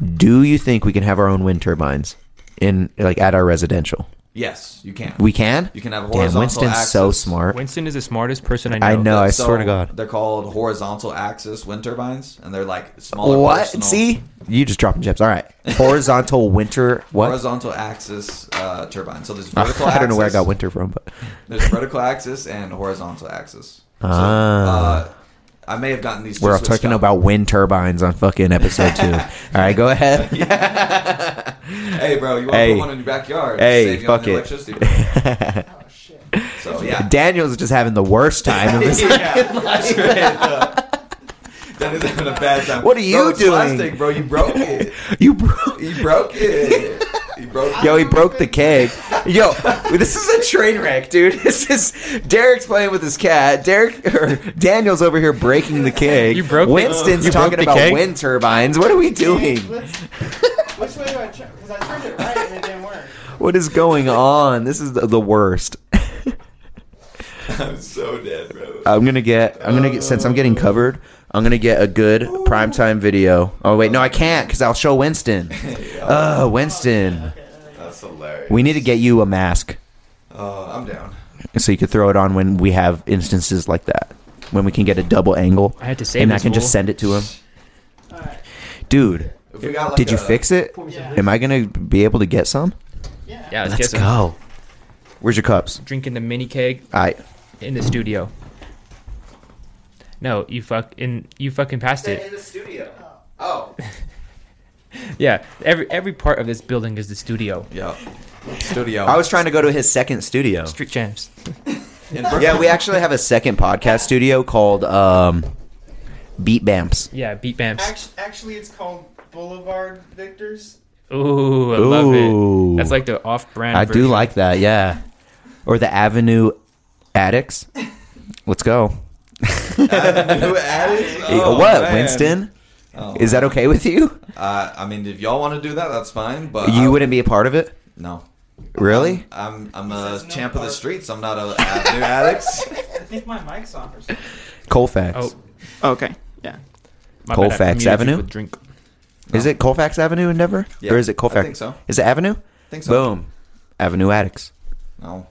[SPEAKER 2] Do you think we can have our own wind turbines in like at our residential?
[SPEAKER 4] Yes, you can.
[SPEAKER 2] We can.
[SPEAKER 4] You can have
[SPEAKER 2] Damn,
[SPEAKER 4] horizontal
[SPEAKER 2] Winston's so
[SPEAKER 4] axis.
[SPEAKER 2] smart.
[SPEAKER 1] Winston is the smartest person I know.
[SPEAKER 2] I know. I
[SPEAKER 4] That's
[SPEAKER 2] swear to God.
[SPEAKER 4] They're called horizontal axis wind turbines, and they're like smaller.
[SPEAKER 2] What?
[SPEAKER 4] personal-
[SPEAKER 2] See, you just dropping gems. All right, horizontal winter. What? Ah,
[SPEAKER 4] Horizontal axis uh, turbine. So there's vertical.
[SPEAKER 2] I don't know where I
[SPEAKER 4] axis.
[SPEAKER 2] got winter from, but
[SPEAKER 4] There's vertical axis and horizontal axis. So,
[SPEAKER 2] Ah.
[SPEAKER 4] uh, I may have gotten these. two
[SPEAKER 2] we're all
[SPEAKER 4] switched
[SPEAKER 2] talking
[SPEAKER 4] up.
[SPEAKER 2] about wind turbines on fucking episode two. All right, go ahead.
[SPEAKER 4] Hey, bro, you want to
[SPEAKER 2] Hey.
[SPEAKER 4] put one in your backyard?
[SPEAKER 2] Hey,
[SPEAKER 4] save you on
[SPEAKER 2] fuck
[SPEAKER 4] the
[SPEAKER 2] it.
[SPEAKER 4] electricity bill.
[SPEAKER 3] Oh, shit.
[SPEAKER 4] So yeah,
[SPEAKER 2] Daniel's just having the worst time of his
[SPEAKER 4] I sure is, uh, That is having a bad time.
[SPEAKER 2] What are you
[SPEAKER 4] bro, it's
[SPEAKER 2] doing?
[SPEAKER 4] Plastic, bro, you broke it.
[SPEAKER 2] You broke.
[SPEAKER 4] You broke it. You broke.
[SPEAKER 2] Yo, he broke the keg. Yo, this is a train wreck, dude. This is Derek's playing with his cat. Derek or Daniel's over here breaking the keg.
[SPEAKER 1] You broke the-
[SPEAKER 2] Winston's
[SPEAKER 1] you broke
[SPEAKER 2] talking
[SPEAKER 1] the
[SPEAKER 2] about
[SPEAKER 1] keg?
[SPEAKER 2] wind turbines. What are we doing?
[SPEAKER 3] Let's- Which way do I turn? Because I turned it right and it didn't work.
[SPEAKER 2] What is going on? This is the, the worst.
[SPEAKER 4] I'm so dead, bro.
[SPEAKER 2] I'm gonna get. I'm gonna get. Since I'm getting covered, I'm gonna get a good primetime video. Oh wait, no, I can't because I'll show Winston. Oh, Winston,
[SPEAKER 4] That's hilarious.
[SPEAKER 2] we need to get you a mask
[SPEAKER 4] Uh, I'm down.
[SPEAKER 2] so you could throw it on when we have instances like that. When we can get a double angle.
[SPEAKER 1] I had to save
[SPEAKER 2] and I
[SPEAKER 1] this
[SPEAKER 2] can just
[SPEAKER 1] fool.
[SPEAKER 2] send it to him.
[SPEAKER 3] All right.
[SPEAKER 2] Dude,
[SPEAKER 4] If we got, like,
[SPEAKER 2] did you
[SPEAKER 4] a-
[SPEAKER 2] fix it?
[SPEAKER 3] Yeah.
[SPEAKER 2] Am I gonna be able to get some?
[SPEAKER 3] Yeah.
[SPEAKER 1] Yeah, let's,
[SPEAKER 2] Let's
[SPEAKER 1] get some.
[SPEAKER 2] go. Where's your cups?
[SPEAKER 1] Drinking the mini keg
[SPEAKER 2] I
[SPEAKER 1] in the studio. No, you fuck in you fucking passed it.
[SPEAKER 2] the studio. Oh,
[SPEAKER 1] Yeah, every every part of this building is the studio.
[SPEAKER 4] Yep. Studio.
[SPEAKER 2] I was trying to go to his second studio.
[SPEAKER 1] Street champs.
[SPEAKER 4] in Brooklyn.
[SPEAKER 2] Yeah, we actually have a second podcast studio called um, Beat Bamps.
[SPEAKER 1] Yeah, beat bamps.
[SPEAKER 3] Actually, actually, it's called Boulevard Victors.
[SPEAKER 1] Ooh, I love
[SPEAKER 2] Ooh.
[SPEAKER 1] it. That's like the off-brand.
[SPEAKER 2] I do
[SPEAKER 1] version.
[SPEAKER 2] like that. Yeah, or the Avenue Addicts. Let's go.
[SPEAKER 4] New addicts?
[SPEAKER 2] Hey,
[SPEAKER 4] Oh,
[SPEAKER 2] what,
[SPEAKER 4] man.
[SPEAKER 2] Winston?
[SPEAKER 4] Oh,
[SPEAKER 2] Is that okay with you?
[SPEAKER 4] Uh, I mean, if y'all want to do that, that's fine. But I-
[SPEAKER 2] You wouldn't be a part of it,
[SPEAKER 4] No.
[SPEAKER 2] really?
[SPEAKER 4] I'm I'm
[SPEAKER 3] says
[SPEAKER 4] a
[SPEAKER 3] no
[SPEAKER 4] champ of the
[SPEAKER 3] part.
[SPEAKER 4] streets. I'm not a a new addicts.
[SPEAKER 3] I think my mic's off or something.
[SPEAKER 4] Um,
[SPEAKER 2] Colfax.
[SPEAKER 1] Oh,
[SPEAKER 3] Okay. Yeah.
[SPEAKER 1] my bad, I
[SPEAKER 2] Colfax
[SPEAKER 1] muted you
[SPEAKER 2] Avenue?
[SPEAKER 1] with Drink.
[SPEAKER 2] Is it Colfax Avenue in Denver,
[SPEAKER 4] Yeah,
[SPEAKER 2] or is it Colfax?
[SPEAKER 4] I think so.
[SPEAKER 2] Is it Avenue?
[SPEAKER 4] Think so.
[SPEAKER 2] Boom, Avenue Addicts.
[SPEAKER 4] No.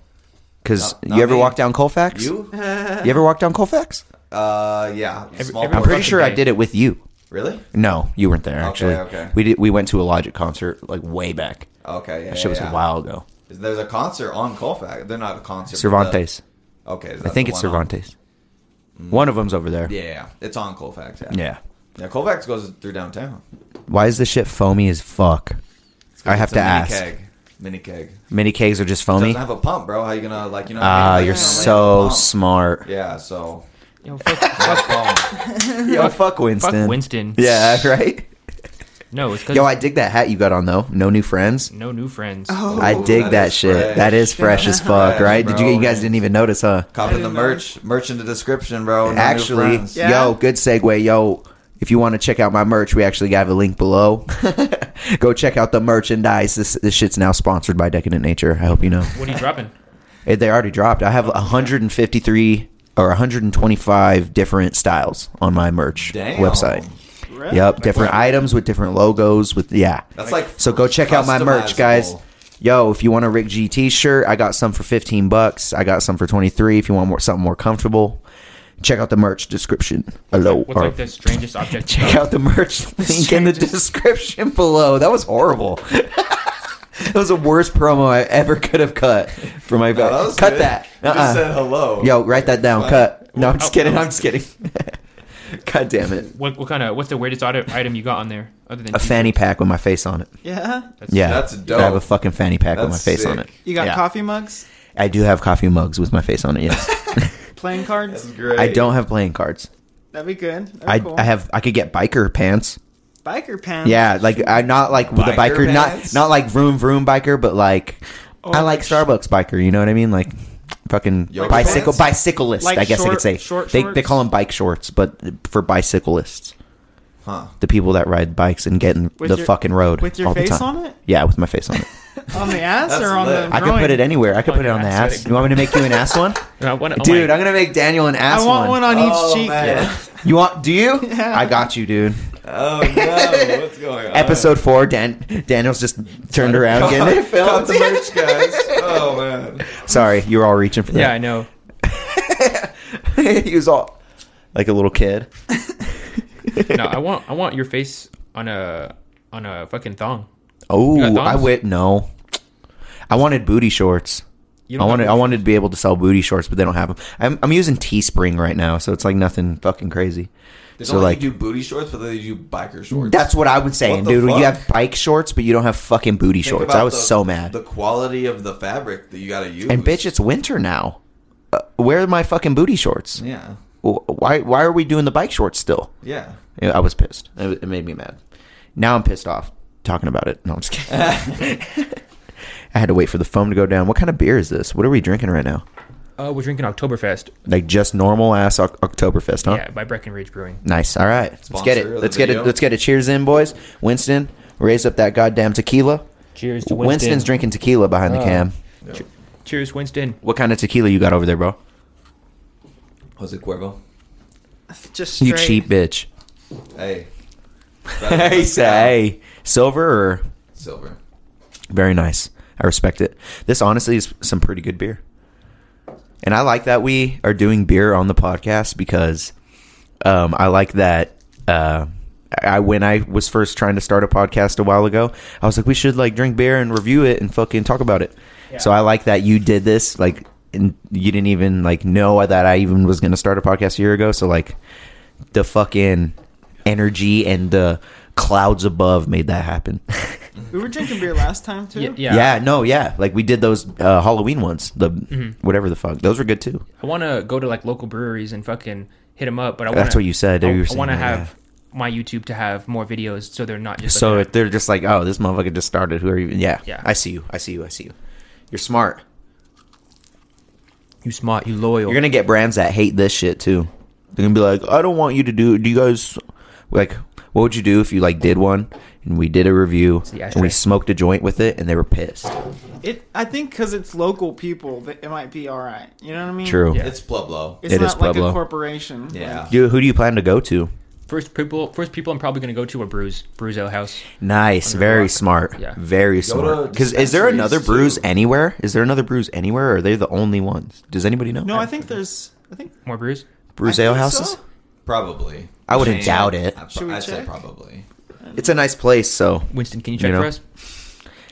[SPEAKER 2] Because
[SPEAKER 4] No, not
[SPEAKER 2] you ever
[SPEAKER 4] me.
[SPEAKER 2] walk down Colfax?
[SPEAKER 4] You?
[SPEAKER 2] You ever walk down Colfax?
[SPEAKER 4] Uh, yeah.
[SPEAKER 1] Every-
[SPEAKER 4] Small
[SPEAKER 1] every-
[SPEAKER 2] I'm
[SPEAKER 4] portion.
[SPEAKER 2] pretty sure I
[SPEAKER 1] day.
[SPEAKER 2] did it with you.
[SPEAKER 4] Really?
[SPEAKER 2] No, you weren't there. Actually,
[SPEAKER 4] okay.
[SPEAKER 2] we did. We went to a Logic concert like way back.
[SPEAKER 4] Okay. Yeah.
[SPEAKER 2] That shit was
[SPEAKER 4] yeah.
[SPEAKER 2] a while ago.
[SPEAKER 4] There's a concert on Colfax. They're not a concert. but the-
[SPEAKER 2] Cervantes.
[SPEAKER 4] okay. is
[SPEAKER 2] I
[SPEAKER 4] that
[SPEAKER 2] think
[SPEAKER 4] the
[SPEAKER 2] it's
[SPEAKER 4] one on- Mm.
[SPEAKER 2] Cervantes. One of them's over there.
[SPEAKER 4] Yeah, yeah, yeah. It's on Colfax. Yeah.
[SPEAKER 2] Yeah.
[SPEAKER 4] Yeah, Colfax goes through downtown.
[SPEAKER 2] Why is this shit foamy as fuck? I have
[SPEAKER 4] It's a
[SPEAKER 2] to
[SPEAKER 4] mini
[SPEAKER 2] ask.
[SPEAKER 4] Keg. Mini keg.
[SPEAKER 2] Mini kegs are just
[SPEAKER 4] Doesn't
[SPEAKER 2] foamy.
[SPEAKER 4] have a pump, bro. How you gonna like you know? what I mean?
[SPEAKER 2] Ah,
[SPEAKER 4] Like,
[SPEAKER 2] you're
[SPEAKER 4] you don't
[SPEAKER 2] so
[SPEAKER 4] have a
[SPEAKER 2] smart.
[SPEAKER 4] pump. Yeah. So.
[SPEAKER 1] Yo, fuck, fuck,
[SPEAKER 4] Fuck.
[SPEAKER 2] Yo, fuck Winston.
[SPEAKER 1] fuck Winston.
[SPEAKER 2] Yeah, right.
[SPEAKER 1] No, it's because
[SPEAKER 2] Yo, I Oh. dig that hat you got on though. No new friends.
[SPEAKER 1] no new friends.
[SPEAKER 2] I
[SPEAKER 4] Ooh,
[SPEAKER 2] dig
[SPEAKER 4] Oh, that
[SPEAKER 2] that,
[SPEAKER 4] is
[SPEAKER 2] shit.
[SPEAKER 4] fresh.
[SPEAKER 2] That is fresh as fuck,
[SPEAKER 4] Fresh,
[SPEAKER 2] right? Did you
[SPEAKER 4] bro.
[SPEAKER 2] you guys didn't even notice, huh?
[SPEAKER 4] Copying the
[SPEAKER 3] didn't know.
[SPEAKER 4] merch, merch in the description, bro. No new
[SPEAKER 2] actually,
[SPEAKER 4] friends.
[SPEAKER 3] Yeah.
[SPEAKER 2] yo, good segue, yo. If you want to check out my merch, we actually have a link below. Go check out the merchandise. This this shit's now sponsored by Decadent Nature. I hope you know.
[SPEAKER 1] What are you dropping?
[SPEAKER 2] Eh, They already dropped. I have 153 or 125 different styles on my merch
[SPEAKER 4] Damn.
[SPEAKER 2] website.
[SPEAKER 3] Really?
[SPEAKER 2] Yep, different items with different logos. With yeah,
[SPEAKER 4] That's like
[SPEAKER 2] so go check out my merch, guys.
[SPEAKER 4] customizable.
[SPEAKER 2] Yo, if you want a Rick G T-shirt, I got some for fifteen bucks. I got some for twenty three. If you want more, something more comfortable, Check out the merch description below.
[SPEAKER 1] What's
[SPEAKER 2] or-
[SPEAKER 1] like the strangest object?
[SPEAKER 2] check out the merch link in the description below. That was horrible. that was the worst promo I ever could have cut for my
[SPEAKER 4] No, Oh, that was
[SPEAKER 2] cut
[SPEAKER 4] good.
[SPEAKER 2] that.
[SPEAKER 4] You
[SPEAKER 2] Uh-uh.
[SPEAKER 4] just said hello.
[SPEAKER 2] Yo, write that down.
[SPEAKER 4] Fine.
[SPEAKER 2] Cut. No, I'm just
[SPEAKER 1] Oh,
[SPEAKER 2] kidding.
[SPEAKER 1] oh.
[SPEAKER 2] I'm just kidding. God damn it.
[SPEAKER 1] What, what kind of? What's the weirdest auto- item you got on there? Other than
[SPEAKER 2] A fanny pack with my face on it.
[SPEAKER 3] Yeah.
[SPEAKER 1] That's-
[SPEAKER 2] Yeah,
[SPEAKER 4] That's dope.
[SPEAKER 2] I have a fucking fanny pack with my
[SPEAKER 4] That's
[SPEAKER 2] face on
[SPEAKER 4] sick.
[SPEAKER 2] it.
[SPEAKER 3] You got
[SPEAKER 2] Yeah.
[SPEAKER 3] coffee mugs,
[SPEAKER 2] I do have coffee mugs with my face on it. Yes,
[SPEAKER 3] playing
[SPEAKER 4] That's
[SPEAKER 3] cards.
[SPEAKER 4] great.
[SPEAKER 2] I don't have playing cards.
[SPEAKER 3] That'd be good. That'd be
[SPEAKER 2] I,
[SPEAKER 3] cool.
[SPEAKER 2] I have I could get biker pants.
[SPEAKER 3] biker pants.
[SPEAKER 2] Yeah, like I not like with the
[SPEAKER 4] Biker
[SPEAKER 2] biker, not
[SPEAKER 4] pants?
[SPEAKER 2] not like vroom vroom biker, but like
[SPEAKER 3] Oh,
[SPEAKER 2] I like
[SPEAKER 3] sh-
[SPEAKER 2] Starbucks biker. You know what I mean? Like fucking
[SPEAKER 4] Yoga
[SPEAKER 2] bicycle
[SPEAKER 4] pants?
[SPEAKER 2] bicyclist.
[SPEAKER 3] Like
[SPEAKER 2] I guess I
[SPEAKER 3] short-
[SPEAKER 2] could say
[SPEAKER 3] short
[SPEAKER 2] they they
[SPEAKER 3] shorts?
[SPEAKER 2] call them bike shorts, but for bicyclists,
[SPEAKER 4] Huh.
[SPEAKER 2] the people that ride bikes and get in
[SPEAKER 3] With
[SPEAKER 2] the
[SPEAKER 3] your-
[SPEAKER 2] fucking road
[SPEAKER 3] with your
[SPEAKER 2] all the
[SPEAKER 3] face
[SPEAKER 2] time.
[SPEAKER 3] on it?
[SPEAKER 2] Yeah, with my face on it.
[SPEAKER 3] On the ass
[SPEAKER 4] That's
[SPEAKER 3] or on
[SPEAKER 4] lit.
[SPEAKER 3] the.
[SPEAKER 2] I could put
[SPEAKER 3] groin?
[SPEAKER 2] it anywhere. I could
[SPEAKER 1] On
[SPEAKER 2] put it
[SPEAKER 1] your
[SPEAKER 2] on the
[SPEAKER 1] ass.
[SPEAKER 2] ass. You want me to make you an ass one?
[SPEAKER 1] I wanna- oh
[SPEAKER 2] Dude,
[SPEAKER 1] my-
[SPEAKER 2] I'm gonna make Daniel an ass
[SPEAKER 3] I want one on
[SPEAKER 4] Oh,
[SPEAKER 3] each cheek.
[SPEAKER 4] man.
[SPEAKER 2] You want? Do you?
[SPEAKER 3] Yeah.
[SPEAKER 2] I got you, dude.
[SPEAKER 4] Oh no! What's going on?
[SPEAKER 2] Episode four. Dan Daniel's just turned around
[SPEAKER 4] Cut-
[SPEAKER 2] getting it filmed.
[SPEAKER 4] cut the merch, guys. Oh man.
[SPEAKER 2] Sorry, you were all reaching for
[SPEAKER 1] Yeah, I
[SPEAKER 2] that.
[SPEAKER 1] know.
[SPEAKER 2] he was all like a little kid.
[SPEAKER 1] No, I want I want your face on a on a fucking thong. You got
[SPEAKER 2] Oh,
[SPEAKER 1] thongs?
[SPEAKER 2] I went no. I wanted booty shorts.
[SPEAKER 1] You
[SPEAKER 2] I
[SPEAKER 1] don't
[SPEAKER 2] wanted
[SPEAKER 1] have-
[SPEAKER 2] I wanted to be able to sell booty shorts, but they don't have them. I'm, I'm using Teespring right now, so it's like nothing fucking crazy.
[SPEAKER 4] They
[SPEAKER 2] So,
[SPEAKER 4] don't
[SPEAKER 2] like-
[SPEAKER 4] like, do booty shorts, but they do biker shorts.
[SPEAKER 2] That's what I was saying,
[SPEAKER 4] What the
[SPEAKER 2] dude. You
[SPEAKER 4] fuck?
[SPEAKER 2] have bike shorts, but you don't have fucking booty
[SPEAKER 4] Think
[SPEAKER 2] shorts.
[SPEAKER 4] about
[SPEAKER 2] I was
[SPEAKER 4] the-
[SPEAKER 2] so mad.
[SPEAKER 4] The quality of the fabric that you got to use.
[SPEAKER 2] and bitch, it's winter now. Uh, where are my fucking booty shorts?
[SPEAKER 4] Yeah.
[SPEAKER 2] Wh- Why why are we doing the bike shorts still?
[SPEAKER 4] Yeah.
[SPEAKER 2] Yeah, I was pissed. It, it made me mad. Now I'm pissed off talking about it. No, I'm just kidding. I had to wait for the phone to go down. What kind of beer is this? What are we drinking right now?
[SPEAKER 1] Uh, we're drinking Oktoberfest.
[SPEAKER 2] Like just normal ass Oc- Oktoberfest, huh?
[SPEAKER 1] Yeah, by Breckenridge Brewing.
[SPEAKER 2] Nice. All right, let's get it.
[SPEAKER 4] Sponsor of the
[SPEAKER 2] Let's get it.
[SPEAKER 4] video.
[SPEAKER 2] Let's get it. Cheers in, boys. Winston, raise up that goddamn tequila.
[SPEAKER 1] Cheers to Winston.
[SPEAKER 2] Winston's drinking tequila behind the
[SPEAKER 1] Oh.
[SPEAKER 2] cam.
[SPEAKER 1] Cheers, Winston.
[SPEAKER 2] What kind of tequila you got over there, bro?
[SPEAKER 4] Was it Cuervo?
[SPEAKER 3] Just straight.
[SPEAKER 2] You cheap bitch.
[SPEAKER 4] Hey.
[SPEAKER 2] hey, say silver or
[SPEAKER 4] Silver.
[SPEAKER 2] Very nice. I respect it. This honestly is some pretty good beer. And I like that we are doing beer on the podcast because um, I like that. Uh, I when I was first trying to start a podcast a while ago, I was like, we should like drink beer and review it and fucking talk about it. So I like that you did this. Like, and you didn't even like know that I even was going to start a podcast a year ago. So like, the fucking energy and the clouds above made that happen.
[SPEAKER 3] We were drinking beer last time too.
[SPEAKER 1] Yeah, yeah.
[SPEAKER 2] Yeah. no, yeah. Like we did those uh, Halloween ones, the
[SPEAKER 1] Mm-hmm.
[SPEAKER 2] whatever the fuck. Those were good too.
[SPEAKER 1] I want to go to like local breweries and fucking hit them up. But I wanna,
[SPEAKER 2] That's what you said,
[SPEAKER 1] I,
[SPEAKER 2] you were saying
[SPEAKER 1] want to
[SPEAKER 2] that,
[SPEAKER 1] have my YouTube to have more videos, so they're not just
[SPEAKER 2] So
[SPEAKER 1] Like,
[SPEAKER 2] they're just like, oh, this motherfucker just started. Who are you? Yeah,
[SPEAKER 1] Yeah.
[SPEAKER 2] I see you. I see you. I see you. You're smart.
[SPEAKER 1] you smart, you loyal.
[SPEAKER 2] You're gonna get brands that hate this shit too. They're gonna be like, I don't want you to do. Do you guys like? What would you do if you like did one and we did a review
[SPEAKER 1] the
[SPEAKER 2] and we
[SPEAKER 1] ashtray.
[SPEAKER 2] smoked a joint with it and they were pissed?
[SPEAKER 1] Mm-hmm.
[SPEAKER 3] It. I think because it's local people that it might be all right. You know what I mean?
[SPEAKER 2] True.
[SPEAKER 1] Yeah.
[SPEAKER 4] It's Pueblo.
[SPEAKER 3] It's
[SPEAKER 2] It
[SPEAKER 3] not
[SPEAKER 2] is
[SPEAKER 3] like
[SPEAKER 2] Pueblo.
[SPEAKER 3] a corporation.
[SPEAKER 4] yeah.
[SPEAKER 2] You, who do you plan to go to?
[SPEAKER 1] first people, first people I'm probably gonna go to a brews, brews ale house.
[SPEAKER 2] Nice, very smart,
[SPEAKER 1] Yeah.
[SPEAKER 2] very
[SPEAKER 4] Go to
[SPEAKER 2] smart. Because is there
[SPEAKER 4] dispensaries,
[SPEAKER 2] another brews
[SPEAKER 4] too.
[SPEAKER 2] anywhere? Is there another brews anywhere? Or are they the only ones? Does anybody know?
[SPEAKER 3] No, I think there's. I think
[SPEAKER 1] More brews.
[SPEAKER 2] brews
[SPEAKER 3] I
[SPEAKER 2] ale
[SPEAKER 3] think
[SPEAKER 2] houses.
[SPEAKER 3] so.
[SPEAKER 4] Probably.
[SPEAKER 2] I wouldn't doubt it.
[SPEAKER 4] I,
[SPEAKER 3] Should we
[SPEAKER 4] would say
[SPEAKER 3] check?
[SPEAKER 4] probably.
[SPEAKER 2] It's a nice place. So
[SPEAKER 1] Winston, can you check
[SPEAKER 2] You know,
[SPEAKER 1] for us?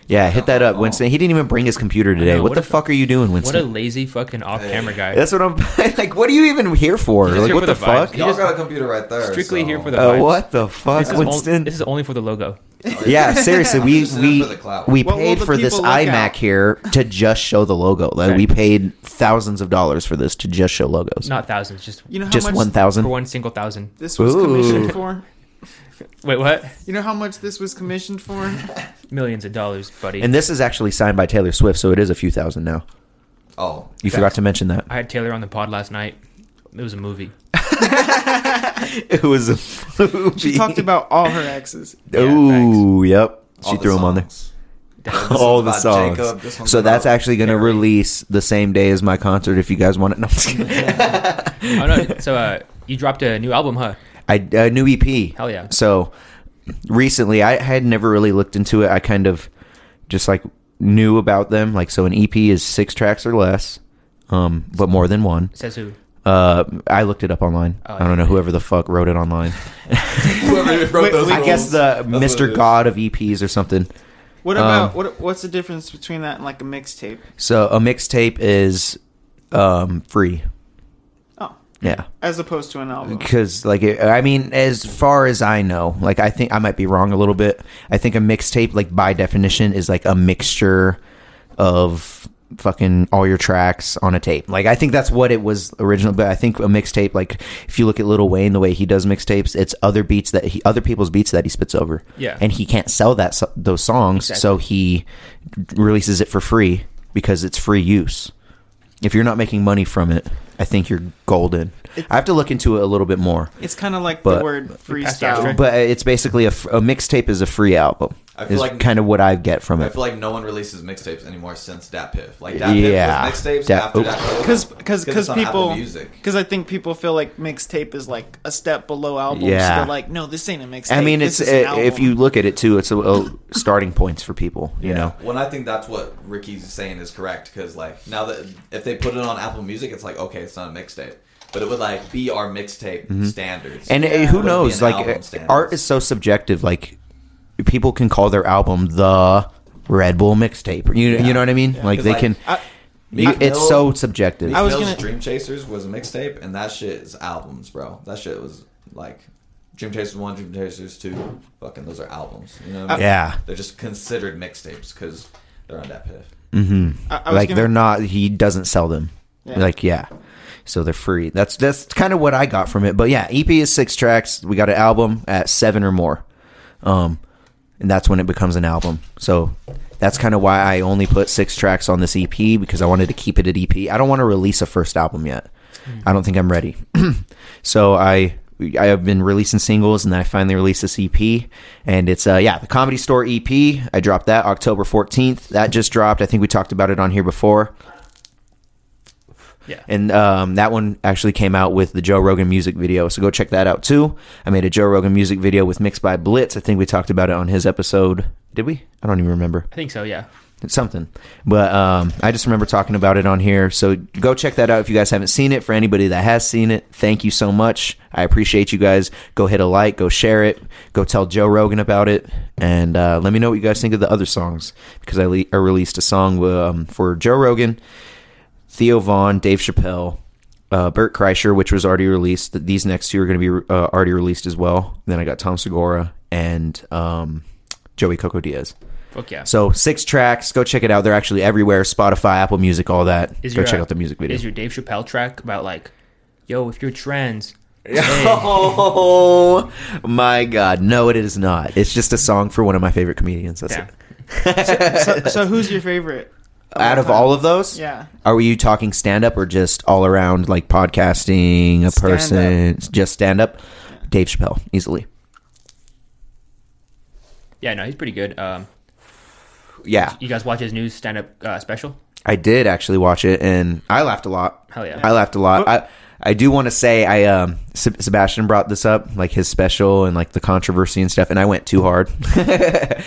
[SPEAKER 2] yeah, hit that up,
[SPEAKER 4] Oh.
[SPEAKER 2] Winston. He didn't even bring his computer today.
[SPEAKER 1] know,
[SPEAKER 2] what,
[SPEAKER 1] what
[SPEAKER 2] the
[SPEAKER 1] a-
[SPEAKER 2] fuck are you doing,
[SPEAKER 1] What a
[SPEAKER 2] Winston?
[SPEAKER 1] lazy fucking off-camera guy.
[SPEAKER 2] That's what I'm like. What are you even here for?
[SPEAKER 1] He's
[SPEAKER 2] like
[SPEAKER 1] here
[SPEAKER 2] what
[SPEAKER 1] for
[SPEAKER 2] the,
[SPEAKER 1] the vibes.
[SPEAKER 2] fuck?
[SPEAKER 1] You
[SPEAKER 4] Y'all
[SPEAKER 1] just-
[SPEAKER 4] got a computer right there.
[SPEAKER 1] strictly
[SPEAKER 4] so-
[SPEAKER 1] here for the
[SPEAKER 2] Uh,
[SPEAKER 1] vibes.
[SPEAKER 2] what the fuck,
[SPEAKER 1] This is, only,
[SPEAKER 2] Winston?
[SPEAKER 1] this is only for the logo.
[SPEAKER 2] yeah, seriously, we
[SPEAKER 4] Just in
[SPEAKER 2] we
[SPEAKER 4] for the clout.
[SPEAKER 2] we
[SPEAKER 3] What will
[SPEAKER 2] paid
[SPEAKER 3] the
[SPEAKER 2] for this
[SPEAKER 3] people look
[SPEAKER 2] iMac
[SPEAKER 3] at?
[SPEAKER 2] here to just show the logo. Like
[SPEAKER 1] Okay.
[SPEAKER 2] we paid thousands of dollars for this to just show logos.
[SPEAKER 1] Not thousands, just
[SPEAKER 3] You know how
[SPEAKER 2] just
[SPEAKER 3] much
[SPEAKER 2] one thousand.
[SPEAKER 1] for one single thousand.
[SPEAKER 3] this was
[SPEAKER 2] Ooh.
[SPEAKER 3] commissioned for.
[SPEAKER 1] Wait, what?
[SPEAKER 3] You know how much this was commissioned for?
[SPEAKER 1] Millions of dollars, buddy.
[SPEAKER 2] And this is actually signed by Taylor Swift, so it is a few thousand now.
[SPEAKER 4] Oh,
[SPEAKER 2] You forgot to mention that.
[SPEAKER 1] I had Taylor on the pod last night. It was a movie.
[SPEAKER 2] It was a movie.
[SPEAKER 3] She talked about all her exes.
[SPEAKER 1] Yeah,
[SPEAKER 2] Ooh, yep.
[SPEAKER 4] all
[SPEAKER 2] She
[SPEAKER 4] the
[SPEAKER 2] threw him on there.
[SPEAKER 4] songs.
[SPEAKER 1] That's-
[SPEAKER 4] one's
[SPEAKER 2] All the
[SPEAKER 4] about
[SPEAKER 2] songs.
[SPEAKER 4] Jacob, this one's
[SPEAKER 2] so that's
[SPEAKER 4] about
[SPEAKER 2] actually going to
[SPEAKER 1] Harry.
[SPEAKER 2] release the same day as my concert if you guys want it. No, I'm just kidding.
[SPEAKER 1] oh no! So uh, you dropped a new album, huh?
[SPEAKER 2] I a new EP.
[SPEAKER 1] Hell yeah.
[SPEAKER 2] So recently, I had never really looked into it. I kind of just like E knew about them. Like, so an EP is six tracks or less, um, but more than one.
[SPEAKER 1] Says who?
[SPEAKER 2] Uh, I looked it up online.
[SPEAKER 1] Oh,
[SPEAKER 2] I don't know whoever the fuck wrote it online.
[SPEAKER 4] Whoever wrote
[SPEAKER 3] Wait,
[SPEAKER 4] those
[SPEAKER 2] I guess
[SPEAKER 4] rules,
[SPEAKER 2] the
[SPEAKER 4] that's what it
[SPEAKER 2] Mr.
[SPEAKER 4] is.
[SPEAKER 2] God of EPs or something.
[SPEAKER 3] What about
[SPEAKER 2] Um,
[SPEAKER 3] what? What's the difference between that and like a mixtape?
[SPEAKER 2] So a mixtape is um, free.
[SPEAKER 3] Oh,
[SPEAKER 2] Yeah.
[SPEAKER 3] as opposed to an album.
[SPEAKER 2] Because, like, it, I mean, as far as I know, like, I think I might be wrong a little bit. I think a mixtape, like, by definition, is like a mixture of fucking all your tracks on a tape. Like, I think that's what it was original. But I think a mixtape, like, if you look at Lil Wayne, the way he does mixtapes, it's other beats that he, other people's beats that he spits over.
[SPEAKER 1] Yeah.
[SPEAKER 2] And he can't sell that so- those songs, so he releases it for free because it's free use if you're not making money from it, I think you're golden. I have to look into it a little bit more,
[SPEAKER 3] It's kind of like
[SPEAKER 2] But-
[SPEAKER 3] the word
[SPEAKER 1] pass the asterisk.
[SPEAKER 3] freestyle.
[SPEAKER 2] but it's basically a, f- a mixtape is a free album.
[SPEAKER 4] I feel
[SPEAKER 2] Is
[SPEAKER 4] like-
[SPEAKER 2] kind of what I get from
[SPEAKER 4] I
[SPEAKER 2] it.
[SPEAKER 4] feel like no one releases mixtapes anymore since Dat Piff. Like Dat Piff
[SPEAKER 2] Yeah.
[SPEAKER 4] was mixtapes
[SPEAKER 2] Dat-
[SPEAKER 4] after
[SPEAKER 2] Oop.
[SPEAKER 4] Dat Piff.
[SPEAKER 3] Because because
[SPEAKER 4] it's
[SPEAKER 3] because
[SPEAKER 4] on Apple
[SPEAKER 3] people
[SPEAKER 4] Music.
[SPEAKER 3] because I think people feel like mixtape is like a step below album.
[SPEAKER 2] Yeah.
[SPEAKER 3] So they're like, no, this ain't a mixtape.
[SPEAKER 2] I mean,
[SPEAKER 3] this
[SPEAKER 2] it's
[SPEAKER 3] is an
[SPEAKER 2] i if
[SPEAKER 3] album."
[SPEAKER 2] you look at it too, it's a, a starting points for people. You know,
[SPEAKER 4] Well, and I think that's what Ricky's saying is correct because like now that if they put it on Apple Music, it's like okay, it's not a mixtape, but it would like be our mixtape standards.
[SPEAKER 2] and uh,
[SPEAKER 4] It
[SPEAKER 2] who
[SPEAKER 4] would be
[SPEAKER 2] knows?
[SPEAKER 4] an album
[SPEAKER 2] Like, uh,
[SPEAKER 4] standards.
[SPEAKER 2] art is so subjective. Like, people can call their album the Red Bull mixtape. You you know what I mean? Like
[SPEAKER 4] 'Cause,
[SPEAKER 2] they
[SPEAKER 4] like,
[SPEAKER 2] can.
[SPEAKER 3] I-
[SPEAKER 2] you-
[SPEAKER 4] Meek
[SPEAKER 2] it's
[SPEAKER 4] Mill-
[SPEAKER 2] so subjective.
[SPEAKER 4] I
[SPEAKER 3] I
[SPEAKER 4] was
[SPEAKER 3] was
[SPEAKER 4] Mill's
[SPEAKER 3] gonna-
[SPEAKER 4] Dream Chasers was a mixtape, and that shit is albums, bro. That shit was like Dream Chasers one, Dream Chasers two. Fucking those are albums. You know? What I mean?
[SPEAKER 2] yeah.
[SPEAKER 4] They're just considered mixtapes because they're on that piff.
[SPEAKER 3] I, I was
[SPEAKER 2] like
[SPEAKER 3] gonna-
[SPEAKER 2] they're not he doesn't sell them
[SPEAKER 3] Yeah.
[SPEAKER 2] like yeah so they're free that's that's kind of what i got from it but yeah ep is six tracks we got an album at seven or more um and that's when it becomes an album so that's kind of why i only put six tracks on this ep because i wanted to keep it at ep i don't want to release a first album yet i don't think i'm ready so i I have been releasing singles, and then I finally released this EP, and it's uh yeah the Comedy Store EP. I dropped that October fourteenth. That just dropped. I think we talked about it on here before.
[SPEAKER 1] Yeah.
[SPEAKER 2] And um, that one actually came out with the Joe Rogan music video. So go check that out too. I made a Joe Rogan music video with Mixed by Blitz. I think we talked about it on his episode. Did we? I don't even remember.
[SPEAKER 1] I think so. Yeah.
[SPEAKER 2] It's something. But um, I just remember talking about it on here. So go check that out if you guys haven't seen it. For anybody that has seen it, thank you so much. I appreciate you guys. Go hit a like, go share it, go tell Joe Rogan about it, and uh, let me know what you guys think of the other songs because I, le- I released a song um, for Joe Rogan, Theo Vaughn, Dave Chappelle. Uh, Bert Kreischer, which was already released. Th- These next two are going to be uh, already released as well. Then I got Tom Segura and um, Joey Coco Diaz.
[SPEAKER 1] Fuck yeah.
[SPEAKER 2] So six tracks. Go check it out. They're actually everywhere: Spotify, Apple Music, all that.
[SPEAKER 1] Is
[SPEAKER 2] go
[SPEAKER 1] your,
[SPEAKER 2] check
[SPEAKER 1] uh,
[SPEAKER 2] out the music video.
[SPEAKER 1] Is your Dave Chappelle track about like, yo, if you're trans, hey,
[SPEAKER 2] oh my god! No, it is not. It's just a song for one of my favorite comedians. That's
[SPEAKER 1] Yeah.
[SPEAKER 2] it.
[SPEAKER 3] so, so who's your favorite?
[SPEAKER 2] Out of
[SPEAKER 3] uh,
[SPEAKER 2] all of those,
[SPEAKER 3] Yeah.
[SPEAKER 2] Are you talking stand up or just all around like podcasting, a
[SPEAKER 3] Stand-up.
[SPEAKER 2] person, just stand up? Dave Chappelle, easily.
[SPEAKER 1] yeah, no, he's pretty good. Um,
[SPEAKER 2] Yeah,
[SPEAKER 1] you guys watch his new stand-up uh, special?
[SPEAKER 2] I did actually watch it, and I laughed a lot.
[SPEAKER 1] Hell yeah.
[SPEAKER 2] I laughed a lot. I I do want to say I um Seb- Sebastian brought this up, like his special and like the controversy and stuff, and I went too hard.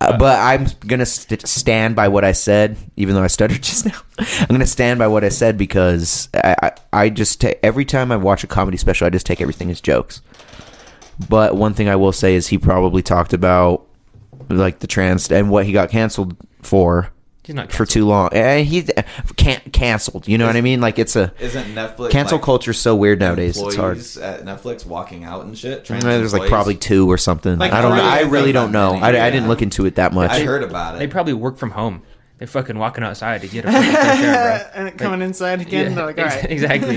[SPEAKER 2] Uh, but I'm gonna st- stand by what I said, even though I stuttered just now. I'm gonna stand by what I said because I I, I just ta- every time I watch a comedy special, I just take everything as jokes. But one thing I will say is he probably talked about like the trans and what he got canceled for
[SPEAKER 1] He's not
[SPEAKER 2] for too long. And he can canceled. You know what I mean? Like it's a
[SPEAKER 4] Isn't Netflix
[SPEAKER 2] cancel
[SPEAKER 4] like,
[SPEAKER 2] culture's so weird nowadays. It's hard.
[SPEAKER 4] employees at Netflix walking out and shit?
[SPEAKER 2] I
[SPEAKER 4] trans
[SPEAKER 2] don't know, there's like
[SPEAKER 4] employees?
[SPEAKER 2] probably two or something.
[SPEAKER 3] Like
[SPEAKER 2] I don't. know.
[SPEAKER 3] three,
[SPEAKER 2] I
[SPEAKER 3] I
[SPEAKER 2] really
[SPEAKER 4] think,
[SPEAKER 2] don't know.
[SPEAKER 4] many,
[SPEAKER 2] I, I
[SPEAKER 4] yeah.
[SPEAKER 2] didn't look into it that much.
[SPEAKER 4] I heard about it.
[SPEAKER 1] They probably work from home. They're fucking walking outside to get a fresh air, bro.
[SPEAKER 3] Uh, And coming inside again, they're like, all right.
[SPEAKER 1] exactly.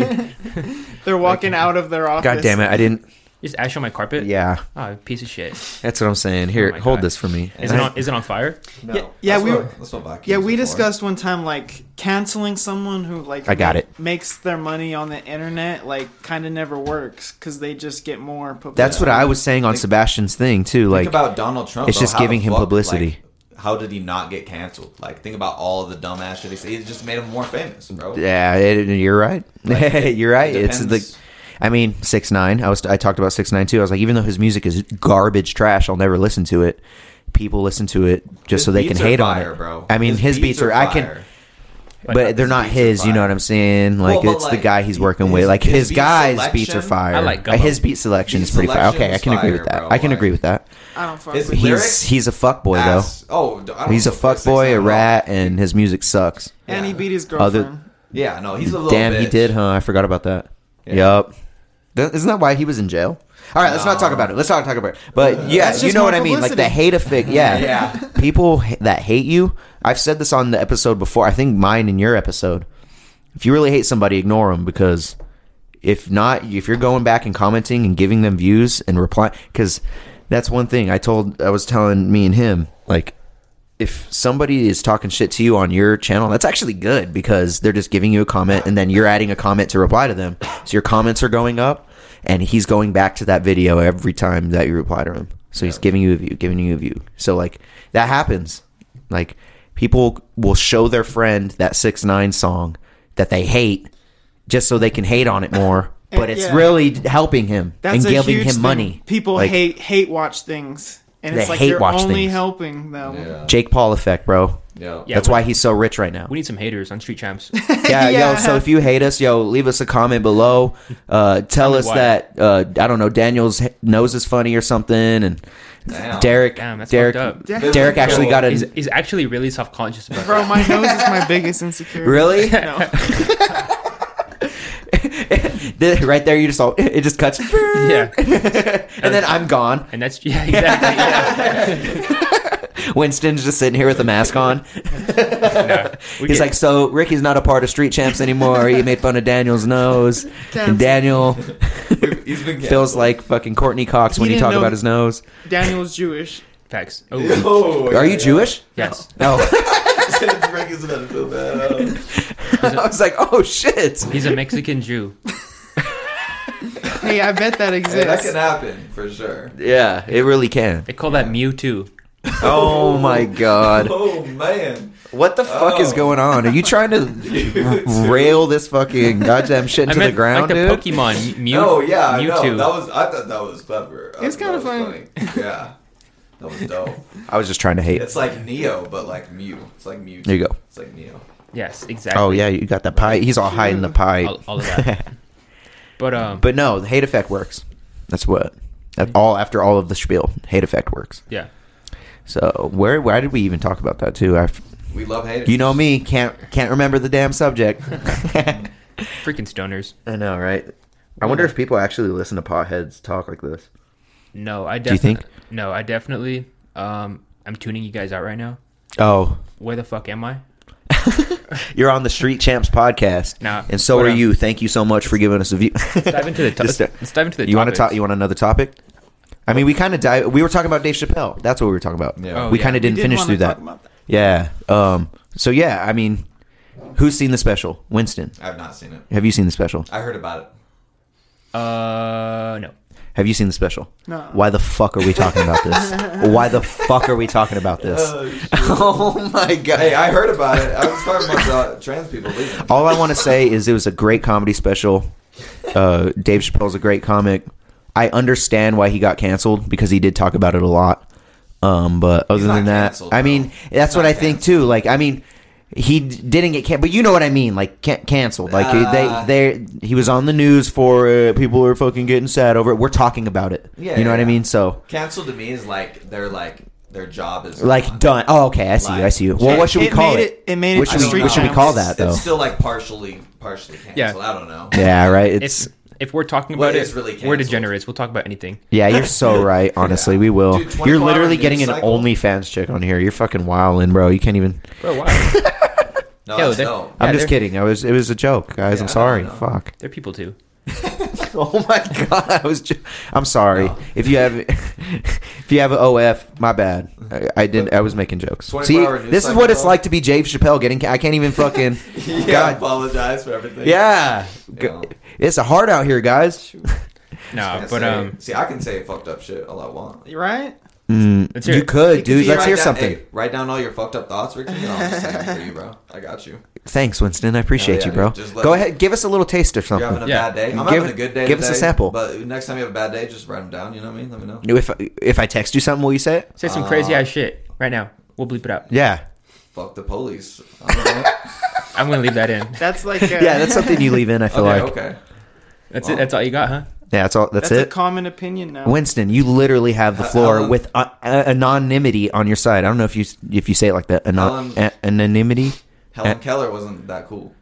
[SPEAKER 3] They're walking out of their office.
[SPEAKER 2] God damn it! I didn't.
[SPEAKER 1] Is ash on my carpet?
[SPEAKER 2] Yeah,
[SPEAKER 1] Oh, piece of shit. Is
[SPEAKER 2] that's what I'm saying.
[SPEAKER 4] Oh
[SPEAKER 2] Here,
[SPEAKER 1] my
[SPEAKER 2] hold
[SPEAKER 1] God.
[SPEAKER 2] this for me.
[SPEAKER 1] it on? Is it on fire?
[SPEAKER 4] No.
[SPEAKER 3] Yeah, yeah,
[SPEAKER 4] That's
[SPEAKER 3] we
[SPEAKER 4] what-
[SPEAKER 3] were-
[SPEAKER 4] that's what vacuums
[SPEAKER 3] Yeah, we
[SPEAKER 4] are for.
[SPEAKER 3] discussed one time like canceling someone who like
[SPEAKER 2] I got it.
[SPEAKER 3] makes their money on the internet like kind of never works because they just get more. Publicity.
[SPEAKER 2] That's what I was saying on Sebastian's thing too.
[SPEAKER 4] Think
[SPEAKER 2] Like
[SPEAKER 4] about Donald Trump.
[SPEAKER 2] it's
[SPEAKER 4] though.
[SPEAKER 2] just
[SPEAKER 4] How the
[SPEAKER 2] giving him
[SPEAKER 4] fuck,
[SPEAKER 2] publicity.
[SPEAKER 4] like, how did he not get canceled? Like, think about all the dumbass shit he said. It just made him more famous, bro.
[SPEAKER 2] Yeah, it, you're right. you're right. It's the.
[SPEAKER 4] depends.
[SPEAKER 2] I mean, six nine. I was I talked about six nine too. I was like, even though his music is garbage trash, I'll never listen to it. People listen to it just
[SPEAKER 4] His
[SPEAKER 2] so they can
[SPEAKER 4] beats are
[SPEAKER 2] hate
[SPEAKER 4] fire,
[SPEAKER 2] on it.
[SPEAKER 4] bro.
[SPEAKER 2] I mean, his, beats, are. I can.
[SPEAKER 4] fire.
[SPEAKER 1] Like,
[SPEAKER 2] but they're not
[SPEAKER 4] beats are
[SPEAKER 2] his. You know
[SPEAKER 4] fire.
[SPEAKER 2] what I'm saying? Like
[SPEAKER 4] Well, but,
[SPEAKER 2] it's the
[SPEAKER 4] like,
[SPEAKER 2] guy he's working with.
[SPEAKER 4] his-
[SPEAKER 2] Like his,
[SPEAKER 4] his beat
[SPEAKER 2] guy's beats are
[SPEAKER 4] selection-
[SPEAKER 2] fire.
[SPEAKER 1] I like
[SPEAKER 2] Uh, his
[SPEAKER 1] Gumbo.
[SPEAKER 2] beat selection
[SPEAKER 4] Beat
[SPEAKER 2] is pretty fire. Okay, I
[SPEAKER 4] selection's
[SPEAKER 2] can agree with
[SPEAKER 4] fire,
[SPEAKER 2] that.
[SPEAKER 4] bro,
[SPEAKER 2] I can
[SPEAKER 4] like-
[SPEAKER 2] agree with that.
[SPEAKER 3] I don't fuck
[SPEAKER 4] It's
[SPEAKER 3] with
[SPEAKER 2] He's
[SPEAKER 4] lyrics
[SPEAKER 2] he's a fuck boy though.
[SPEAKER 4] Ass- Oh, I don't
[SPEAKER 2] He's a
[SPEAKER 4] know,
[SPEAKER 2] fuck
[SPEAKER 4] six, nine,
[SPEAKER 2] boy,
[SPEAKER 4] I
[SPEAKER 2] a
[SPEAKER 4] don't know.
[SPEAKER 2] rat, and his music sucks.
[SPEAKER 3] And he
[SPEAKER 4] Yeah.
[SPEAKER 3] beat his
[SPEAKER 2] Other-
[SPEAKER 3] girlfriend.
[SPEAKER 4] Yeah, no, he's a little.
[SPEAKER 2] Damn, he
[SPEAKER 4] bitch.
[SPEAKER 2] did, huh? I forgot about that.
[SPEAKER 4] Yeah.
[SPEAKER 2] Yup. That- Isn't that why he was in jail? All right, let's not talk
[SPEAKER 4] No.
[SPEAKER 2] about it. Let's not talk about it. But yeah,
[SPEAKER 3] That's
[SPEAKER 2] you
[SPEAKER 3] just
[SPEAKER 2] know
[SPEAKER 3] more
[SPEAKER 2] what I mean. Like the
[SPEAKER 3] publicity.
[SPEAKER 2] hate of fic. Yeah,
[SPEAKER 4] Yeah.
[SPEAKER 2] People h- that hate you. I've said this on the episode before. I think mine and your episode. If you really hate somebody, ignore them because if not, if you're going back and commenting and giving them views and replying, because that's one thing I told. I was telling me and him like if somebody is talking shit to you on your channel, that's actually good because they're just giving you a comment and then you're adding a comment to reply to them. So your comments are going up and he's going back to that video every time that you reply to him. So he's giving you a view, giving you a view. So like that happens. Like people will show their friend that 6 9 song that they hate just so they can hate on it more, but it's
[SPEAKER 3] Yeah.
[SPEAKER 2] really helping him and
[SPEAKER 3] That's a
[SPEAKER 2] giving
[SPEAKER 3] huge
[SPEAKER 2] him
[SPEAKER 3] thing.
[SPEAKER 2] money.
[SPEAKER 3] People
[SPEAKER 2] Like,
[SPEAKER 3] hate hate watch things, and
[SPEAKER 2] They
[SPEAKER 3] it's like
[SPEAKER 2] hate
[SPEAKER 3] you're
[SPEAKER 2] watch
[SPEAKER 3] only
[SPEAKER 2] things.
[SPEAKER 3] helping them.
[SPEAKER 4] Yeah.
[SPEAKER 2] Jake Paul effect, bro.
[SPEAKER 4] Yeah.
[SPEAKER 1] Yeah.
[SPEAKER 2] That's
[SPEAKER 1] we-
[SPEAKER 2] why he's so rich right now.
[SPEAKER 1] We need some haters on Street Champs.
[SPEAKER 2] yeah, yo.
[SPEAKER 3] Yeah.
[SPEAKER 2] So if you hate us, yo, leave us a comment below. Uh, tell
[SPEAKER 1] me
[SPEAKER 2] us
[SPEAKER 1] why.
[SPEAKER 2] that uh, I don't know Daniel's h- nose is funny or something, and
[SPEAKER 4] Damn.
[SPEAKER 2] Derek,
[SPEAKER 1] Damn, that's
[SPEAKER 2] Derek,
[SPEAKER 1] fucked
[SPEAKER 3] up.
[SPEAKER 2] Derek actually got
[SPEAKER 1] He's,
[SPEAKER 2] a
[SPEAKER 1] he's actually really self conscious about
[SPEAKER 3] Bro,
[SPEAKER 1] that.
[SPEAKER 3] my nose is my biggest insecurity.
[SPEAKER 2] really.
[SPEAKER 3] No.
[SPEAKER 2] right there, you just all it just cuts,
[SPEAKER 1] Yeah.
[SPEAKER 2] and then I'm gone.
[SPEAKER 1] And that's, yeah, exactly. Yeah.
[SPEAKER 2] Winston's just sitting here with a mask on.
[SPEAKER 1] Nah, we
[SPEAKER 2] He's
[SPEAKER 1] get-
[SPEAKER 2] like, so Ricky's not a part of Street Champs anymore. He made fun of Daniel's nose, and
[SPEAKER 3] Cancel.
[SPEAKER 2] Daniel
[SPEAKER 4] He's been
[SPEAKER 2] feels like fucking Courtney Cox
[SPEAKER 3] He
[SPEAKER 2] when you
[SPEAKER 3] didn't
[SPEAKER 2] talk
[SPEAKER 3] know-
[SPEAKER 2] about his nose.
[SPEAKER 3] Daniel's Jewish.
[SPEAKER 1] facts. Oh,
[SPEAKER 2] Are you Jewish?
[SPEAKER 1] yes.
[SPEAKER 2] No.
[SPEAKER 4] Drake is about to feel bad.
[SPEAKER 2] I was like, oh shit.
[SPEAKER 1] He's a Mexican Jew.
[SPEAKER 3] Hey, I bet that
[SPEAKER 4] Hey, that can
[SPEAKER 3] exists.
[SPEAKER 4] happen for sure.
[SPEAKER 2] Yeah, it really can.
[SPEAKER 1] They call that Mew too.
[SPEAKER 2] Oh my god.
[SPEAKER 4] Oh man.
[SPEAKER 2] What the fuck is
[SPEAKER 4] Oh.
[SPEAKER 2] going on? Are you trying
[SPEAKER 4] You
[SPEAKER 2] to
[SPEAKER 4] too.
[SPEAKER 2] rail this fucking goddamn shit into the ground,
[SPEAKER 1] like
[SPEAKER 2] dude?
[SPEAKER 1] the Pokemon Mew.
[SPEAKER 4] oh yeah, I know.
[SPEAKER 1] Mewtwo.
[SPEAKER 4] That was. I thought that was clever. I
[SPEAKER 3] It's
[SPEAKER 4] thought that
[SPEAKER 3] kinda
[SPEAKER 4] was Yeah. That was dope.
[SPEAKER 2] I was just trying to hate.
[SPEAKER 4] It's like Neo, but like Mew. It's like Mew.
[SPEAKER 2] There you go.
[SPEAKER 4] It's like Neo.
[SPEAKER 1] yes, exactly.
[SPEAKER 2] Oh yeah, you got the pie. He's all hiding the pie.
[SPEAKER 1] All, all of that. but um,
[SPEAKER 2] But no, the hate effect works. That's what. That all after all of the spiel, hate effect works.
[SPEAKER 1] yeah,
[SPEAKER 2] So where why did we even talk about that too? I,
[SPEAKER 4] We love haters.
[SPEAKER 2] you know me, can't can't remember the damn subject.
[SPEAKER 1] freaking stoners.
[SPEAKER 2] I know, right? I wonder if people actually listen to potheads talk like this.
[SPEAKER 1] No, I
[SPEAKER 2] you
[SPEAKER 1] definitely.
[SPEAKER 2] think?
[SPEAKER 1] No, I definitely. Um, I'm tuning you guys out right now.
[SPEAKER 2] Oh,
[SPEAKER 1] Where the fuck am I?
[SPEAKER 2] You're on the Street Champs podcast,
[SPEAKER 1] Nah,
[SPEAKER 2] and so
[SPEAKER 1] but,
[SPEAKER 2] are
[SPEAKER 1] um,
[SPEAKER 2] you. Thank you so much for giving us a view. Let's
[SPEAKER 1] dive into the to- let's dive into the
[SPEAKER 2] You want to
[SPEAKER 1] topics.
[SPEAKER 2] talk? You want another topic? I mean, we kind of dive. We were talking about Dave Chappelle. That's what we were talking about.
[SPEAKER 4] Yeah. Oh,
[SPEAKER 2] we
[SPEAKER 1] yeah.
[SPEAKER 2] kind
[SPEAKER 1] We
[SPEAKER 2] of didn't
[SPEAKER 3] did
[SPEAKER 2] finish
[SPEAKER 3] wanna
[SPEAKER 2] through
[SPEAKER 3] talk
[SPEAKER 2] that.
[SPEAKER 3] about that.
[SPEAKER 2] Yeah. Um. So yeah, I mean, who's seen the special? Winston,
[SPEAKER 4] I've not seen it.
[SPEAKER 2] have you seen the special?
[SPEAKER 4] I heard about it.
[SPEAKER 1] Uh, no.
[SPEAKER 2] Have you seen the special?
[SPEAKER 3] No.
[SPEAKER 2] Why the fuck are we talking about this? Why the fuck are we talking about this? oh my god!
[SPEAKER 4] Hey, I heard about it. I was talking about uh, trans people leaving.
[SPEAKER 2] All I want to say is it was a great comedy special. Uh, Dave Chappelle's a great comic. I understand why he got canceled because he did talk about it a lot. Um, but other
[SPEAKER 4] He's not
[SPEAKER 2] than that,
[SPEAKER 4] canceled,
[SPEAKER 2] I
[SPEAKER 4] though.
[SPEAKER 2] mean, that's
[SPEAKER 4] He's
[SPEAKER 2] what
[SPEAKER 4] not
[SPEAKER 2] I think too. Like, I mean, he d- didn't get canceled, but you know what I mean? Like, can- canceled. Like,
[SPEAKER 4] Uh.
[SPEAKER 2] they, they, he was on the news for it. People are fucking getting sad over it. We're talking about it.
[SPEAKER 4] Yeah,
[SPEAKER 2] you know what I
[SPEAKER 4] yeah.
[SPEAKER 2] mean? So,
[SPEAKER 4] Cancel to me is like they're like their job is
[SPEAKER 2] like,
[SPEAKER 4] gone.
[SPEAKER 2] done. Oh, okay. I see you. I see you. Well,
[SPEAKER 3] It-
[SPEAKER 2] what should we
[SPEAKER 3] it
[SPEAKER 2] call
[SPEAKER 3] made
[SPEAKER 2] it?
[SPEAKER 3] it- it made it
[SPEAKER 2] What
[SPEAKER 3] to
[SPEAKER 2] should, we,
[SPEAKER 4] don't
[SPEAKER 2] what
[SPEAKER 4] know.
[SPEAKER 2] should we call
[SPEAKER 4] It's-
[SPEAKER 2] that though?
[SPEAKER 4] It's still like partially, partially canceled. I don't know.
[SPEAKER 2] Yeah, right.
[SPEAKER 1] It's
[SPEAKER 2] It's
[SPEAKER 1] if we're talking
[SPEAKER 4] Well,
[SPEAKER 1] about
[SPEAKER 4] it's
[SPEAKER 1] it,
[SPEAKER 4] really
[SPEAKER 1] we're
[SPEAKER 4] canceled.
[SPEAKER 1] degenerates. We'll talk about anything.
[SPEAKER 2] Yeah, you're so right. Honestly, we will.
[SPEAKER 4] Dude, 24
[SPEAKER 2] you're literally
[SPEAKER 4] hour
[SPEAKER 2] getting an
[SPEAKER 4] news cycle.
[SPEAKER 2] OnlyFans chick on here. You're fucking wildin', bro. You can't even.
[SPEAKER 1] Bro, wow.
[SPEAKER 4] No,
[SPEAKER 1] Yo,
[SPEAKER 4] that's
[SPEAKER 1] they-
[SPEAKER 4] dope.
[SPEAKER 1] Yeah,
[SPEAKER 2] I'm just
[SPEAKER 1] they're-
[SPEAKER 2] kidding. I was. It was a joke, guys.
[SPEAKER 4] Yeah,
[SPEAKER 2] I'm sorry.
[SPEAKER 4] no, no.
[SPEAKER 2] Fuck.
[SPEAKER 1] They're people too.
[SPEAKER 2] Oh my god. I was. Ju- I'm sorry.
[SPEAKER 4] No.
[SPEAKER 2] If you have, if you have an OF, my bad. I, I didn't. I was making jokes.
[SPEAKER 4] 24
[SPEAKER 2] See,
[SPEAKER 4] hour news
[SPEAKER 2] this is what it's
[SPEAKER 4] cycle.
[SPEAKER 2] like to be Dave Chappelle. Getting. ca- I can't even fucking.
[SPEAKER 4] Yeah,
[SPEAKER 2] God.
[SPEAKER 4] apologize for everything.
[SPEAKER 2] Yeah. G-
[SPEAKER 4] Yeah.
[SPEAKER 2] It's a hard out here, guys.
[SPEAKER 1] No,
[SPEAKER 4] Can't
[SPEAKER 1] but
[SPEAKER 4] say-
[SPEAKER 1] um,
[SPEAKER 4] see, I can say fucked up shit all I want.
[SPEAKER 3] Right?
[SPEAKER 1] let's hear
[SPEAKER 2] You
[SPEAKER 1] it.
[SPEAKER 2] could,
[SPEAKER 4] See,
[SPEAKER 2] dude. Let's
[SPEAKER 4] write
[SPEAKER 2] hear
[SPEAKER 4] down-
[SPEAKER 2] something.
[SPEAKER 4] hey, write down all your fucked up thoughts, Ricky. and I'll just sing it for you, bro. I got you.
[SPEAKER 2] Thanks, Winston. I appreciate
[SPEAKER 4] yeah,
[SPEAKER 2] you, bro.
[SPEAKER 4] dude. Just let
[SPEAKER 2] Go
[SPEAKER 4] me-
[SPEAKER 2] ahead. Give us a little taste of
[SPEAKER 4] You're
[SPEAKER 2] something.
[SPEAKER 4] having a
[SPEAKER 1] Yeah.
[SPEAKER 4] bad day. I'm
[SPEAKER 2] Give
[SPEAKER 4] having
[SPEAKER 2] it-
[SPEAKER 4] a good day.
[SPEAKER 2] give us a
[SPEAKER 4] today,
[SPEAKER 2] sample.
[SPEAKER 4] But next time you have a bad day, just write them down. You know what I mean? Let me know.
[SPEAKER 2] If if I text you something, will you say it?
[SPEAKER 1] say some crazy ass shit right now. We'll bleep it out.
[SPEAKER 2] Yeah.
[SPEAKER 4] Fuck the police. I don't know.
[SPEAKER 1] I I'm gonna leave that in.
[SPEAKER 3] That's like a,
[SPEAKER 2] yeah, that's something you leave in. I feel
[SPEAKER 4] Okay,
[SPEAKER 2] like.
[SPEAKER 4] okay.
[SPEAKER 1] That's
[SPEAKER 4] Wow.
[SPEAKER 1] it. That's all you got, huh?
[SPEAKER 2] Yeah, that's all. That's,
[SPEAKER 3] that's a um,
[SPEAKER 2] it.
[SPEAKER 3] common opinion now.
[SPEAKER 2] Winston, you literally have the
[SPEAKER 4] How-
[SPEAKER 2] floor
[SPEAKER 4] how long-
[SPEAKER 2] with uh, uh, anonymity on your side. I don't know if you if you say it like that. Ano-
[SPEAKER 4] How
[SPEAKER 3] Um,
[SPEAKER 4] long-
[SPEAKER 2] a- anonymity.
[SPEAKER 4] Helen
[SPEAKER 2] Eh.
[SPEAKER 4] Keller wasn't that cool.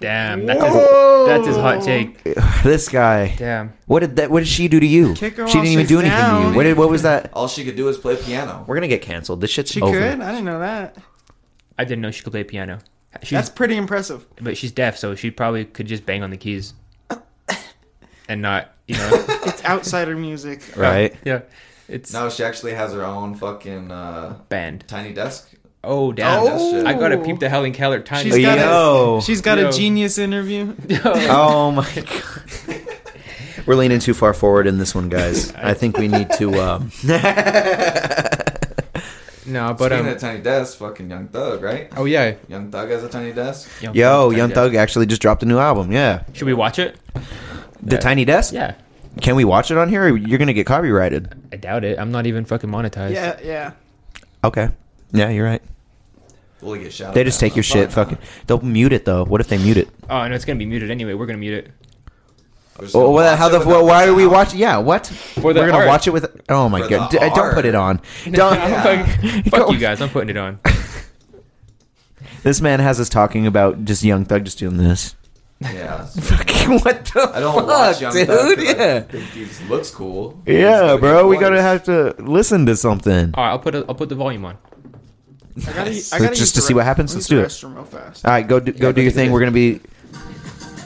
[SPEAKER 1] Damn, that's his, that's his hot take.
[SPEAKER 2] This guy.
[SPEAKER 1] Damn.
[SPEAKER 2] What did that? What did she do to you?
[SPEAKER 3] Kick her
[SPEAKER 2] she
[SPEAKER 3] while
[SPEAKER 2] didn't even
[SPEAKER 3] she's
[SPEAKER 2] do anything to
[SPEAKER 3] down.
[SPEAKER 2] you. What did? What was that?
[SPEAKER 4] All she could do is play piano.
[SPEAKER 2] We're gonna get canceled. This shit's
[SPEAKER 3] She
[SPEAKER 2] over.
[SPEAKER 3] could. I didn't know that.
[SPEAKER 1] I didn't know she could play piano. She's,
[SPEAKER 3] That's pretty impressive.
[SPEAKER 1] but she's deaf, so she probably could just bang on the keys, and not, you know,
[SPEAKER 3] It's outsider music.
[SPEAKER 2] Right.
[SPEAKER 1] yeah, it's
[SPEAKER 4] Now she actually has her own fucking uh,
[SPEAKER 1] banned.
[SPEAKER 4] tiny desk.
[SPEAKER 1] Oh damn!
[SPEAKER 4] that shit.
[SPEAKER 1] I gotta peep the Helen Keller time.
[SPEAKER 3] She's got
[SPEAKER 2] Yo.
[SPEAKER 3] a she's got
[SPEAKER 1] Yo.
[SPEAKER 3] a genius interview.
[SPEAKER 2] Oh my god. We're leaning too far forward in this one, guys. I think we need to. Um,
[SPEAKER 1] no, but um,
[SPEAKER 4] Speaking of tiny desk, fucking Young Thug, right?
[SPEAKER 1] oh yeah,
[SPEAKER 4] Young Thug has a tiny desk.
[SPEAKER 2] yo, Young
[SPEAKER 1] Death.
[SPEAKER 2] Thug actually just dropped a new album. Yeah,
[SPEAKER 1] Should we watch it?
[SPEAKER 2] The
[SPEAKER 1] Yeah.
[SPEAKER 2] Tiny Desk.
[SPEAKER 1] Yeah,
[SPEAKER 2] Can we watch it on here? Or you're gonna get copyrighted.
[SPEAKER 1] I doubt it. I'm not even fucking monetized.
[SPEAKER 3] yeah, yeah.
[SPEAKER 2] Okay. Yeah, you're right.
[SPEAKER 4] We'll get shouted.
[SPEAKER 2] They just
[SPEAKER 4] at.
[SPEAKER 2] take your shit.
[SPEAKER 4] Fuck.
[SPEAKER 2] Fucking. They'll mute it though. What if they mute it?
[SPEAKER 1] Oh no, it's gonna be muted anyway. We're gonna mute it.
[SPEAKER 4] We're just
[SPEAKER 2] Well,
[SPEAKER 4] gonna
[SPEAKER 2] well,
[SPEAKER 4] watch
[SPEAKER 2] how
[SPEAKER 4] it
[SPEAKER 2] the
[SPEAKER 4] without
[SPEAKER 2] well, why are we
[SPEAKER 4] sound.
[SPEAKER 2] watching? Yeah, what?
[SPEAKER 1] the
[SPEAKER 2] We're gonna
[SPEAKER 1] art.
[SPEAKER 2] watch it with. Oh my
[SPEAKER 4] For
[SPEAKER 2] god!
[SPEAKER 4] the
[SPEAKER 2] D- don't put
[SPEAKER 4] art.
[SPEAKER 2] it on. Don't.
[SPEAKER 1] I'm fucking- fuck you guys. I'm putting it on.
[SPEAKER 2] This man has us talking about just Young Thug just doing this.
[SPEAKER 4] Yeah.
[SPEAKER 2] what the
[SPEAKER 4] I don't
[SPEAKER 2] fuck,
[SPEAKER 4] watch Young
[SPEAKER 2] dude?
[SPEAKER 4] Thug 'cause I
[SPEAKER 2] yeah.
[SPEAKER 4] think he looks cool.
[SPEAKER 2] Yeah,
[SPEAKER 4] He's
[SPEAKER 2] bro. We
[SPEAKER 4] voice.
[SPEAKER 2] gotta have to listen to something.
[SPEAKER 1] All right, I'll put a, I'll put the volume on.
[SPEAKER 3] I gotta,
[SPEAKER 4] Nice.
[SPEAKER 3] I gotta
[SPEAKER 2] Just
[SPEAKER 3] use
[SPEAKER 2] to
[SPEAKER 3] the
[SPEAKER 2] see
[SPEAKER 3] re-
[SPEAKER 2] what happens.
[SPEAKER 3] use
[SPEAKER 2] Let's do
[SPEAKER 3] the
[SPEAKER 2] it. Ah.
[SPEAKER 3] Restroom real fast.
[SPEAKER 2] All right, go do, go
[SPEAKER 1] Yeah,
[SPEAKER 2] do your
[SPEAKER 1] look at
[SPEAKER 2] thing.
[SPEAKER 1] this.
[SPEAKER 2] We're gonna be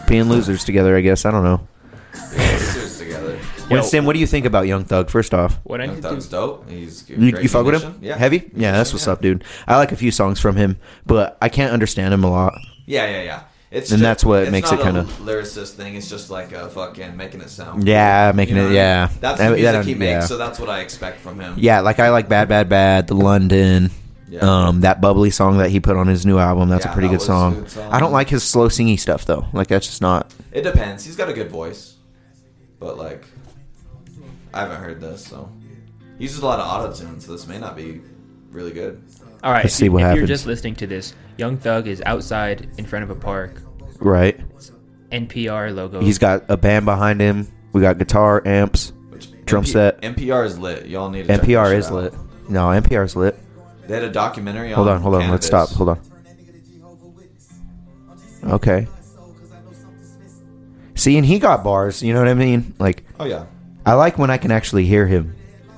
[SPEAKER 2] peeing losers together, I guess. I don't know.
[SPEAKER 4] Sisters together.
[SPEAKER 2] Winston, what do you think about Young Thug? First off,
[SPEAKER 1] What I
[SPEAKER 4] Young
[SPEAKER 1] need to do?
[SPEAKER 4] Thug's dope. He's good-
[SPEAKER 2] you,
[SPEAKER 4] great
[SPEAKER 2] you fuck with him?
[SPEAKER 4] musician. Yeah.
[SPEAKER 2] Heavy? Yeah, that's what's up, dude. I like a few songs from him, but I can't understand him a lot.
[SPEAKER 4] Yeah, yeah, yeah. It's
[SPEAKER 2] And
[SPEAKER 4] ju-
[SPEAKER 2] that's what
[SPEAKER 4] it's
[SPEAKER 2] makes
[SPEAKER 4] not
[SPEAKER 2] it kinda-
[SPEAKER 4] a lyricist thing. It's just like a fucking making it sound.
[SPEAKER 2] Yeah,
[SPEAKER 4] You
[SPEAKER 2] making
[SPEAKER 4] know
[SPEAKER 2] it.
[SPEAKER 4] what I mean?
[SPEAKER 2] Yeah,
[SPEAKER 4] That's
[SPEAKER 2] I-
[SPEAKER 4] the music
[SPEAKER 2] that-
[SPEAKER 4] he makes,
[SPEAKER 2] yeah.
[SPEAKER 4] so that's what I expect from him.
[SPEAKER 2] Yeah, like I like Bad Bad Bad, The London.
[SPEAKER 4] Yeah.
[SPEAKER 2] Um, that bubbly song that he put on his new album, that's a
[SPEAKER 4] Yeah,
[SPEAKER 2] pretty
[SPEAKER 4] that
[SPEAKER 2] good
[SPEAKER 4] was a
[SPEAKER 2] song.
[SPEAKER 4] good song.
[SPEAKER 2] I don't like his slow singy stuff though. Like that's just not
[SPEAKER 4] It depends. He's got a good voice, but like, I haven't heard this, so he uses a lot of auto tune, so this may not be really good.
[SPEAKER 1] All right,
[SPEAKER 2] Let's
[SPEAKER 1] if
[SPEAKER 2] see
[SPEAKER 1] you-
[SPEAKER 2] what
[SPEAKER 1] if
[SPEAKER 2] happens.
[SPEAKER 1] you're just listening to this, Young Thug is outside in front of a park.
[SPEAKER 2] right.
[SPEAKER 1] NPR logo.
[SPEAKER 2] He's got a band behind him. We got guitar, amps, drum
[SPEAKER 4] MP-
[SPEAKER 2] set.
[SPEAKER 4] NPR is lit. Y'all need to check
[SPEAKER 2] NPR
[SPEAKER 4] that
[SPEAKER 2] is
[SPEAKER 4] shit out.
[SPEAKER 2] lit. No, NPR is lit.
[SPEAKER 4] They had a documentary.
[SPEAKER 2] Hold
[SPEAKER 4] on,
[SPEAKER 2] on, hold on. Let's stop.
[SPEAKER 4] cannabis.
[SPEAKER 2] Hold on. Okay. See, and he got bars. You know what I mean? Like,
[SPEAKER 4] Oh yeah.
[SPEAKER 2] I like when I can actually hear him.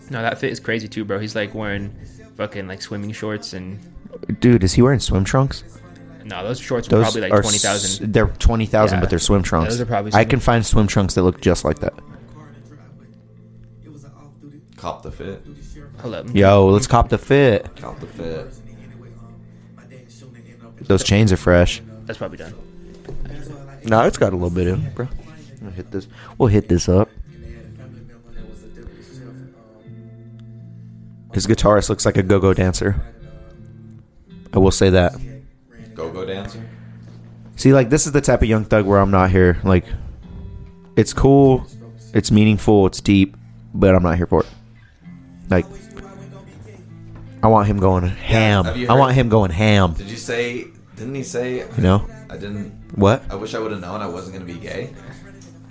[SPEAKER 1] no, that fit is crazy too, bro. He's like wearing fucking like swimming shorts and
[SPEAKER 2] Dude, is he wearing swim trunks?
[SPEAKER 1] no, those shorts were
[SPEAKER 2] Those
[SPEAKER 1] probably like
[SPEAKER 2] are
[SPEAKER 1] twenty thousand.
[SPEAKER 2] s- They're twenty thousand,
[SPEAKER 1] Yeah.
[SPEAKER 2] but they're swim trunks.
[SPEAKER 1] Those are probably
[SPEAKER 2] I
[SPEAKER 1] swim-
[SPEAKER 2] can find swim trunks that look just like that.
[SPEAKER 4] Cop the fit.
[SPEAKER 1] Hold up.
[SPEAKER 2] Yo, let's cop the fit.
[SPEAKER 4] Cop the fit.
[SPEAKER 2] Those chains are fresh.
[SPEAKER 1] That's probably done.
[SPEAKER 2] No, it's got a little bit in, it, bro. We'll hit this. We'll hit this up. His guitarist looks like a go-go dancer. I will say that.
[SPEAKER 4] Go go dancer.
[SPEAKER 2] See, like this is the type of young thug where I'm not here. Like, it's cool, it's meaningful, it's deep, but I'm not here for it. Like, I want him going ham.
[SPEAKER 4] have you
[SPEAKER 2] I want
[SPEAKER 4] heard-
[SPEAKER 2] him going ham.
[SPEAKER 4] Did you say? Didn't he say?
[SPEAKER 2] You know
[SPEAKER 4] I didn't.
[SPEAKER 2] what?
[SPEAKER 4] I wish I would have known I wasn't gonna be gay.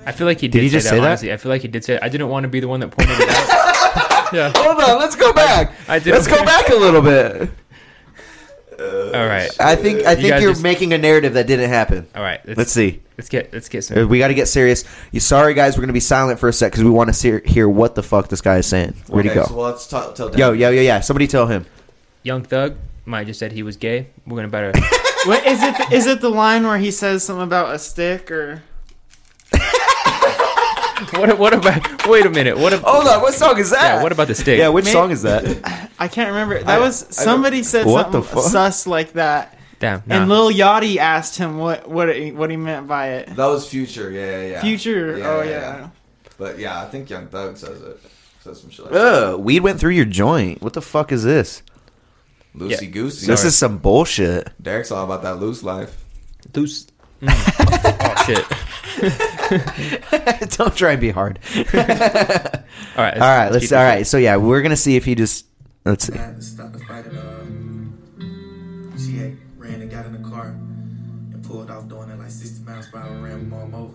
[SPEAKER 1] I feel like he did,
[SPEAKER 2] he
[SPEAKER 1] say
[SPEAKER 2] just
[SPEAKER 1] that,
[SPEAKER 2] say that?
[SPEAKER 1] honestly. I feel like he did say I didn't want to be the one that pointed it out. yeah.
[SPEAKER 2] Hold on, let's go back.
[SPEAKER 1] I did-
[SPEAKER 2] let's go back a little bit.
[SPEAKER 1] All right.
[SPEAKER 2] I think I
[SPEAKER 1] You
[SPEAKER 2] think
[SPEAKER 1] guys
[SPEAKER 2] you're
[SPEAKER 1] just-
[SPEAKER 2] making a narrative that didn't happen.
[SPEAKER 1] All right. Let's,
[SPEAKER 2] Let's see. Uh,
[SPEAKER 1] Let's get let's get some.
[SPEAKER 2] We got to get serious. You sorry guys, we're gonna be silent for a sec because we want to see, hear what the fuck this guy is saying. Where'd he
[SPEAKER 4] okay,
[SPEAKER 2] go?
[SPEAKER 4] So let's talk, tell
[SPEAKER 2] yo,
[SPEAKER 4] Dan-
[SPEAKER 2] yo, yo, yeah. Somebody tell him.
[SPEAKER 1] Young Thug might just said he was gay. We're gonna better.
[SPEAKER 3] What is it? The, is it the line where he says something about a stick or?
[SPEAKER 1] what what about? Wait a minute. What? ab-
[SPEAKER 2] Hold on, what song is that?
[SPEAKER 1] yeah. What about the stick?
[SPEAKER 2] Oh, Yeah, which
[SPEAKER 3] May-
[SPEAKER 2] song is that?
[SPEAKER 3] I can't remember. That
[SPEAKER 4] I-
[SPEAKER 3] was
[SPEAKER 4] I don't-
[SPEAKER 3] somebody said
[SPEAKER 2] What the
[SPEAKER 3] something
[SPEAKER 2] fuck?
[SPEAKER 3] sus like that,
[SPEAKER 1] Damn. Nah.
[SPEAKER 3] and Lil Yachty asked him what what he, what he meant by it.
[SPEAKER 4] That was Future. Yeah, yeah, yeah.
[SPEAKER 3] Future. oh yeah.
[SPEAKER 4] But yeah, I think Young Thug says it. Says some shit like that.
[SPEAKER 2] Ugh, Uh, weed went through your joint. What the fuck is this?
[SPEAKER 4] Loosey
[SPEAKER 1] Yeah.
[SPEAKER 4] Goosey.
[SPEAKER 2] This is some bullshit.
[SPEAKER 4] Derek's all about that loose life.
[SPEAKER 1] Loose. Mm. oh shit.
[SPEAKER 2] Don't try and be hard.
[SPEAKER 1] All right.
[SPEAKER 2] All right, let's.
[SPEAKER 1] keep it
[SPEAKER 2] All right, so yeah, we're gonna see if he just. Let's see.
[SPEAKER 5] I had to stop the fight at uh she had ran and got in the car. pulled off doing it like 60 miles per hour, ran mom over.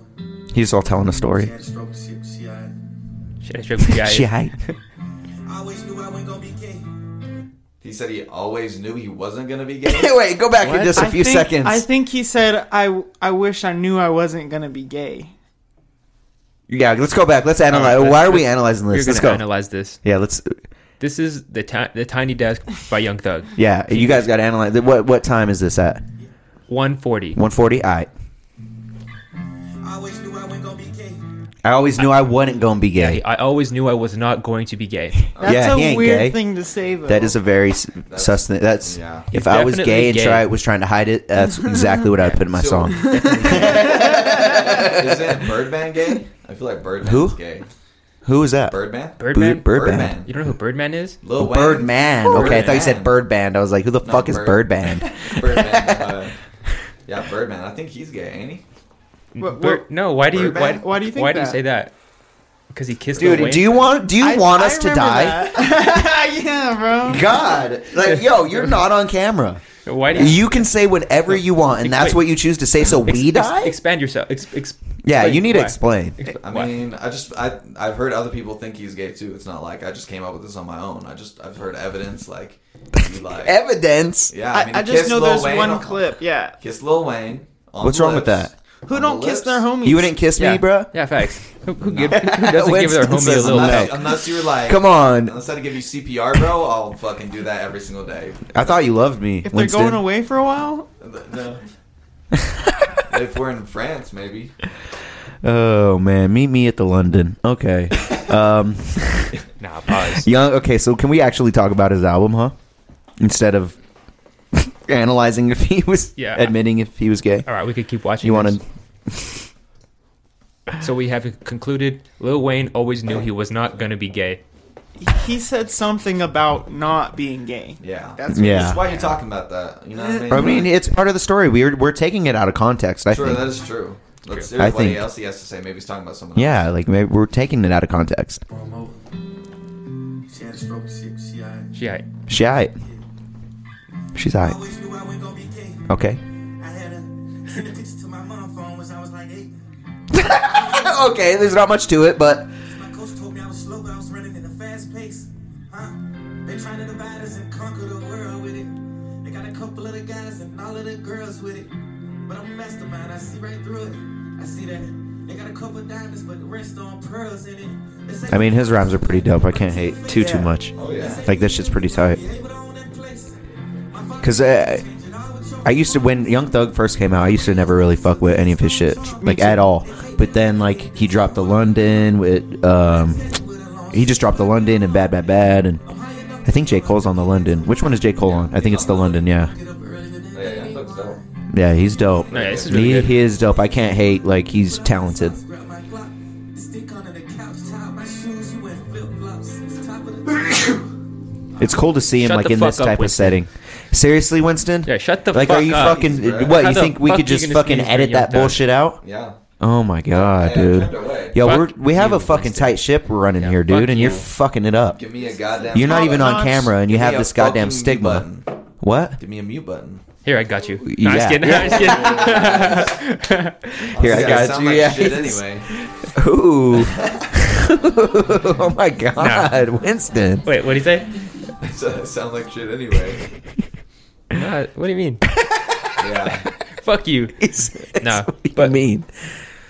[SPEAKER 2] He's all telling a
[SPEAKER 5] She
[SPEAKER 2] story.
[SPEAKER 5] had a stroke and she, she uh, all right.
[SPEAKER 1] Shit, I struggle with
[SPEAKER 2] She
[SPEAKER 1] guys.
[SPEAKER 2] hype.
[SPEAKER 5] I always knew I wasn't gonna be king.
[SPEAKER 4] He said he always knew he wasn't gonna be gay.
[SPEAKER 2] Wait, go back in just a
[SPEAKER 3] I
[SPEAKER 2] few
[SPEAKER 3] think-
[SPEAKER 2] seconds.
[SPEAKER 3] I think he said, "I I wish I knew I wasn't gonna be gay."
[SPEAKER 2] yeah, let's go back. Let's analyze.
[SPEAKER 1] let's-
[SPEAKER 2] Why are we analyzing
[SPEAKER 1] We're
[SPEAKER 2] this? Let's
[SPEAKER 1] gonna
[SPEAKER 2] go.
[SPEAKER 1] analyze this.
[SPEAKER 2] yeah, let's.
[SPEAKER 1] This is the ti- the tiny desk by Young Thug.
[SPEAKER 2] Yeah, you guys got to analyze. What what time is this at?
[SPEAKER 1] 140.
[SPEAKER 2] 140. All right.
[SPEAKER 5] I always knew I wasn't gonna be king.
[SPEAKER 2] I always knew I, wasn't gonna be gay.
[SPEAKER 1] I always knew I was not going to be gay.
[SPEAKER 3] That's
[SPEAKER 2] Yeah,
[SPEAKER 3] a
[SPEAKER 2] he ain't
[SPEAKER 3] weird
[SPEAKER 2] gay.
[SPEAKER 3] thing to say, though.
[SPEAKER 2] that is a very s- sus. That's
[SPEAKER 4] yeah.
[SPEAKER 2] if
[SPEAKER 1] He's
[SPEAKER 2] I was gay
[SPEAKER 1] definitely
[SPEAKER 2] and
[SPEAKER 1] gay.
[SPEAKER 2] try was trying to hide it. That's exactly what I'd put in my
[SPEAKER 4] So-
[SPEAKER 2] song.
[SPEAKER 4] Isn't Birdman gay? I feel like Birdman's
[SPEAKER 2] Who?
[SPEAKER 4] gay.
[SPEAKER 2] Who is that?
[SPEAKER 4] Birdman?
[SPEAKER 1] Birdman.
[SPEAKER 2] Bird- Birdman. Oh,
[SPEAKER 4] Birdman.
[SPEAKER 1] You don't know who Birdman is?
[SPEAKER 4] Lil Wayne?
[SPEAKER 2] Birdman. Okay, I thought you said
[SPEAKER 4] Birdman.
[SPEAKER 2] Bird Band. I was like, who the
[SPEAKER 4] No,
[SPEAKER 2] fuck is
[SPEAKER 4] Bird-
[SPEAKER 2] Birdband?
[SPEAKER 4] Birdman. uh, yeah, Birdman. I think he's gay, ain't he?
[SPEAKER 3] What-
[SPEAKER 1] Bir-
[SPEAKER 3] what-
[SPEAKER 1] no, why do you why,
[SPEAKER 4] Birdman?
[SPEAKER 3] Why do you think
[SPEAKER 1] why do you
[SPEAKER 3] that?
[SPEAKER 1] say that? Because he kissed Lil
[SPEAKER 2] Dude,
[SPEAKER 1] Wayne?
[SPEAKER 2] do you want do you
[SPEAKER 3] I-
[SPEAKER 2] want
[SPEAKER 3] I
[SPEAKER 2] us to
[SPEAKER 3] remember
[SPEAKER 2] die?
[SPEAKER 3] that. yeah, bro.
[SPEAKER 2] God, like yo, you're not on camera.
[SPEAKER 1] Why do you,
[SPEAKER 2] You can say whatever you want, and
[SPEAKER 1] Wait.
[SPEAKER 2] that's what you choose to say. So we
[SPEAKER 1] Ex- ex-
[SPEAKER 2] die.
[SPEAKER 1] expand yourself. Ex- ex-
[SPEAKER 2] Yeah, you need to
[SPEAKER 1] why.
[SPEAKER 2] explain.
[SPEAKER 4] I
[SPEAKER 1] Why?
[SPEAKER 4] mean, I just I I've heard other people think he's gay too. It's not like I just came up with this on my own. I just I've heard evidence like you like
[SPEAKER 2] Evidence.
[SPEAKER 4] yeah.
[SPEAKER 3] I,
[SPEAKER 4] I, mean,
[SPEAKER 3] I
[SPEAKER 4] he
[SPEAKER 3] just
[SPEAKER 4] kissed
[SPEAKER 3] know
[SPEAKER 4] Lil
[SPEAKER 3] there's
[SPEAKER 4] Wayne
[SPEAKER 3] one
[SPEAKER 4] on-
[SPEAKER 3] clip. Yeah,
[SPEAKER 4] Kiss Lil Wayne. on
[SPEAKER 2] What's
[SPEAKER 4] the
[SPEAKER 2] wrong with
[SPEAKER 4] lips.
[SPEAKER 2] that?
[SPEAKER 3] who
[SPEAKER 4] On the
[SPEAKER 3] don't kiss
[SPEAKER 4] lips.
[SPEAKER 3] their homies?
[SPEAKER 2] You wouldn't kiss
[SPEAKER 1] yeah.
[SPEAKER 2] me, bruh.
[SPEAKER 1] Yeah, facts. Who, who, give, who doesn't give their
[SPEAKER 2] Winston
[SPEAKER 1] homie a
[SPEAKER 2] says
[SPEAKER 1] little
[SPEAKER 2] no.
[SPEAKER 1] peck?
[SPEAKER 4] Unless, unless you're like
[SPEAKER 2] Come on.
[SPEAKER 4] Unless I give you CPR, bro, I'll fucking do that every single day.
[SPEAKER 2] I thought you loved me,
[SPEAKER 3] If they're
[SPEAKER 2] Winston.
[SPEAKER 3] going away for a while,
[SPEAKER 4] No. if we're in France, maybe.
[SPEAKER 2] Oh man, meet me at the London. Okay. Um
[SPEAKER 1] Nah, pause.
[SPEAKER 2] Young okay, so can we actually talk about his album, huh? Instead of analyzing if he was
[SPEAKER 1] Yeah.
[SPEAKER 2] admitting if he was gay.
[SPEAKER 1] All right, we could keep watching.
[SPEAKER 2] You want
[SPEAKER 1] this.
[SPEAKER 2] to
[SPEAKER 1] So we have concluded Lil Wayne always knew he was not going to be gay.
[SPEAKER 3] he said something about not being gay.
[SPEAKER 4] Yeah.
[SPEAKER 3] That's
[SPEAKER 2] Yeah.
[SPEAKER 4] That's why you're talking about that. You know what I mean?
[SPEAKER 2] I mean, it's part of the story. We're we're taking it out of context, I
[SPEAKER 4] Sure,
[SPEAKER 2] think.
[SPEAKER 4] that is true. That's
[SPEAKER 2] I
[SPEAKER 4] there's what
[SPEAKER 2] think-
[SPEAKER 4] else he has to say. Maybe he's talking about someone
[SPEAKER 2] yeah, like maybe we're taking it out of context.
[SPEAKER 5] Mom over. She had a stroke and she, uh, she all right.
[SPEAKER 1] She, I,
[SPEAKER 2] She aight. She's
[SPEAKER 5] I
[SPEAKER 2] aight.
[SPEAKER 5] always knew I wasn't gonna be king.
[SPEAKER 2] Okay.
[SPEAKER 5] I had a send a picture to my mom phone when I was like eight.
[SPEAKER 2] okay, there's not much to it, but
[SPEAKER 5] My coach told me I was slow, but I was running at a fast pace. Huh? They trying to divide us and conquer the world with it. They got a couple of the guys and all of the girls with it. But I'm a mastermind, I see right through it. I see that. They got a couple diamonds, but the rest on pearls in it. They say-
[SPEAKER 2] I mean, his rhymes are pretty dope. I can't hate too too much.
[SPEAKER 4] Oh, yeah.
[SPEAKER 2] Like this shit's pretty tight.
[SPEAKER 5] Yeah, but I own that place. My father-
[SPEAKER 2] Cause uh,
[SPEAKER 5] Change it all with your-
[SPEAKER 2] I used to when Young Thug first came out, I used to never really fuck with any of his shit, like at all. But then like he dropped the London with um, he just dropped the London and Bad Bad Bad, and I think J Cole's on the London. Which one is J Cole on? I think it's the London. Yeah,
[SPEAKER 4] else. Yeah, yeah, looks dope.
[SPEAKER 2] yeah, he's dope.
[SPEAKER 1] No, yeah, this is really
[SPEAKER 2] he,
[SPEAKER 1] good.
[SPEAKER 2] he is dope. I can't hate. Like he's talented.
[SPEAKER 5] Grab my Glock, stick under the couch, tie my shoes, you went flip flops. Top of the
[SPEAKER 2] It's cool to see him
[SPEAKER 1] Shut
[SPEAKER 2] like
[SPEAKER 1] the
[SPEAKER 2] in this
[SPEAKER 1] fuck up,
[SPEAKER 2] type of
[SPEAKER 1] Winston.
[SPEAKER 2] setting. Seriously, Winston?
[SPEAKER 1] Yeah, shut the
[SPEAKER 2] like,
[SPEAKER 1] fuck
[SPEAKER 2] are you
[SPEAKER 1] up.
[SPEAKER 2] fucking
[SPEAKER 4] Jesus, bro.
[SPEAKER 2] what?
[SPEAKER 1] How
[SPEAKER 2] You
[SPEAKER 1] the
[SPEAKER 2] think we
[SPEAKER 1] fuck
[SPEAKER 2] could
[SPEAKER 1] you
[SPEAKER 2] just
[SPEAKER 1] gonna
[SPEAKER 2] fucking
[SPEAKER 1] speak for
[SPEAKER 2] edit
[SPEAKER 1] Young
[SPEAKER 2] that
[SPEAKER 1] Thug?
[SPEAKER 2] bullshit out?
[SPEAKER 4] Yeah.
[SPEAKER 2] Oh my god,
[SPEAKER 4] Yeah,
[SPEAKER 2] dude.
[SPEAKER 4] turned away.
[SPEAKER 2] Yo,
[SPEAKER 1] Fuck
[SPEAKER 2] we're, we have
[SPEAKER 1] you,
[SPEAKER 2] a fucking tight ship we're running
[SPEAKER 1] Yeah,
[SPEAKER 2] here, dude,
[SPEAKER 1] fuck
[SPEAKER 2] and you're
[SPEAKER 1] you.
[SPEAKER 2] fucking it up.
[SPEAKER 4] Give me a goddamn.
[SPEAKER 2] You're not
[SPEAKER 3] Top
[SPEAKER 2] even on
[SPEAKER 3] notch.
[SPEAKER 2] camera, and you
[SPEAKER 4] Give
[SPEAKER 2] have
[SPEAKER 4] me a
[SPEAKER 2] this goddamn
[SPEAKER 4] fucking mute
[SPEAKER 2] stigma.
[SPEAKER 4] button.
[SPEAKER 2] What?
[SPEAKER 4] Give me a mute button.
[SPEAKER 1] Here, I got you. No, I'm
[SPEAKER 2] Yeah.
[SPEAKER 1] just kidding. I'm just kidding.
[SPEAKER 2] Here, I
[SPEAKER 4] Honestly,
[SPEAKER 2] got
[SPEAKER 4] sound
[SPEAKER 2] you,
[SPEAKER 4] Like
[SPEAKER 2] yeah.
[SPEAKER 4] Shit anyway.
[SPEAKER 2] Ooh. oh my god, Winston.
[SPEAKER 1] Wait, what do you say?
[SPEAKER 4] So I sound like shit anyway.
[SPEAKER 1] Nah, what do you mean?
[SPEAKER 4] Yeah.
[SPEAKER 1] fuck you. No,
[SPEAKER 2] what do you
[SPEAKER 1] but-
[SPEAKER 2] mean?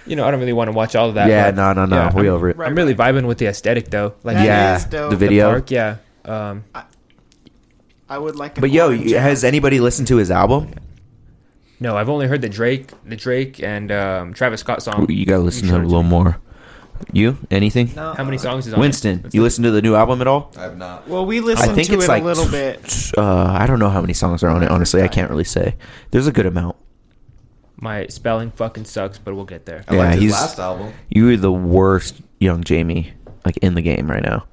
[SPEAKER 1] You know, I don't really want to watch all of that.
[SPEAKER 2] Yeah,
[SPEAKER 1] but-
[SPEAKER 2] no, no, no.
[SPEAKER 1] Yeah,
[SPEAKER 2] we
[SPEAKER 1] I'm-
[SPEAKER 2] over it.
[SPEAKER 3] Right,
[SPEAKER 1] I'm really vibing with the aesthetic though. Like
[SPEAKER 3] That
[SPEAKER 2] yeah,
[SPEAKER 3] is dope.
[SPEAKER 2] the
[SPEAKER 3] The
[SPEAKER 1] the
[SPEAKER 2] video.
[SPEAKER 1] park, yeah. Um,
[SPEAKER 3] I would like. An
[SPEAKER 2] But yo,
[SPEAKER 3] orange.
[SPEAKER 2] has anybody listened to his album?
[SPEAKER 1] no, I've only heard the Drake, the Drake and um, Travis Scott song.
[SPEAKER 2] You gotta listen to
[SPEAKER 1] sure
[SPEAKER 2] him a
[SPEAKER 1] it's-
[SPEAKER 2] little more. You? Anything?
[SPEAKER 3] No.
[SPEAKER 1] How many songs is on? it?
[SPEAKER 2] Winston,
[SPEAKER 1] Let's
[SPEAKER 2] you
[SPEAKER 1] look.
[SPEAKER 2] listen to the new album at all?
[SPEAKER 4] I have not.
[SPEAKER 3] Well, we listened
[SPEAKER 2] I think
[SPEAKER 3] to
[SPEAKER 2] it's
[SPEAKER 3] it
[SPEAKER 2] like
[SPEAKER 3] a little bit.
[SPEAKER 2] Uh, I don't know how many songs are on it. Honestly, I can't really say. There's a good amount.
[SPEAKER 1] My spelling fucking sucks, but we'll get there.
[SPEAKER 4] I
[SPEAKER 2] Yeah,
[SPEAKER 4] liked his
[SPEAKER 2] he's-
[SPEAKER 4] last album.
[SPEAKER 2] You are the worst young Jamie, like in the game right now.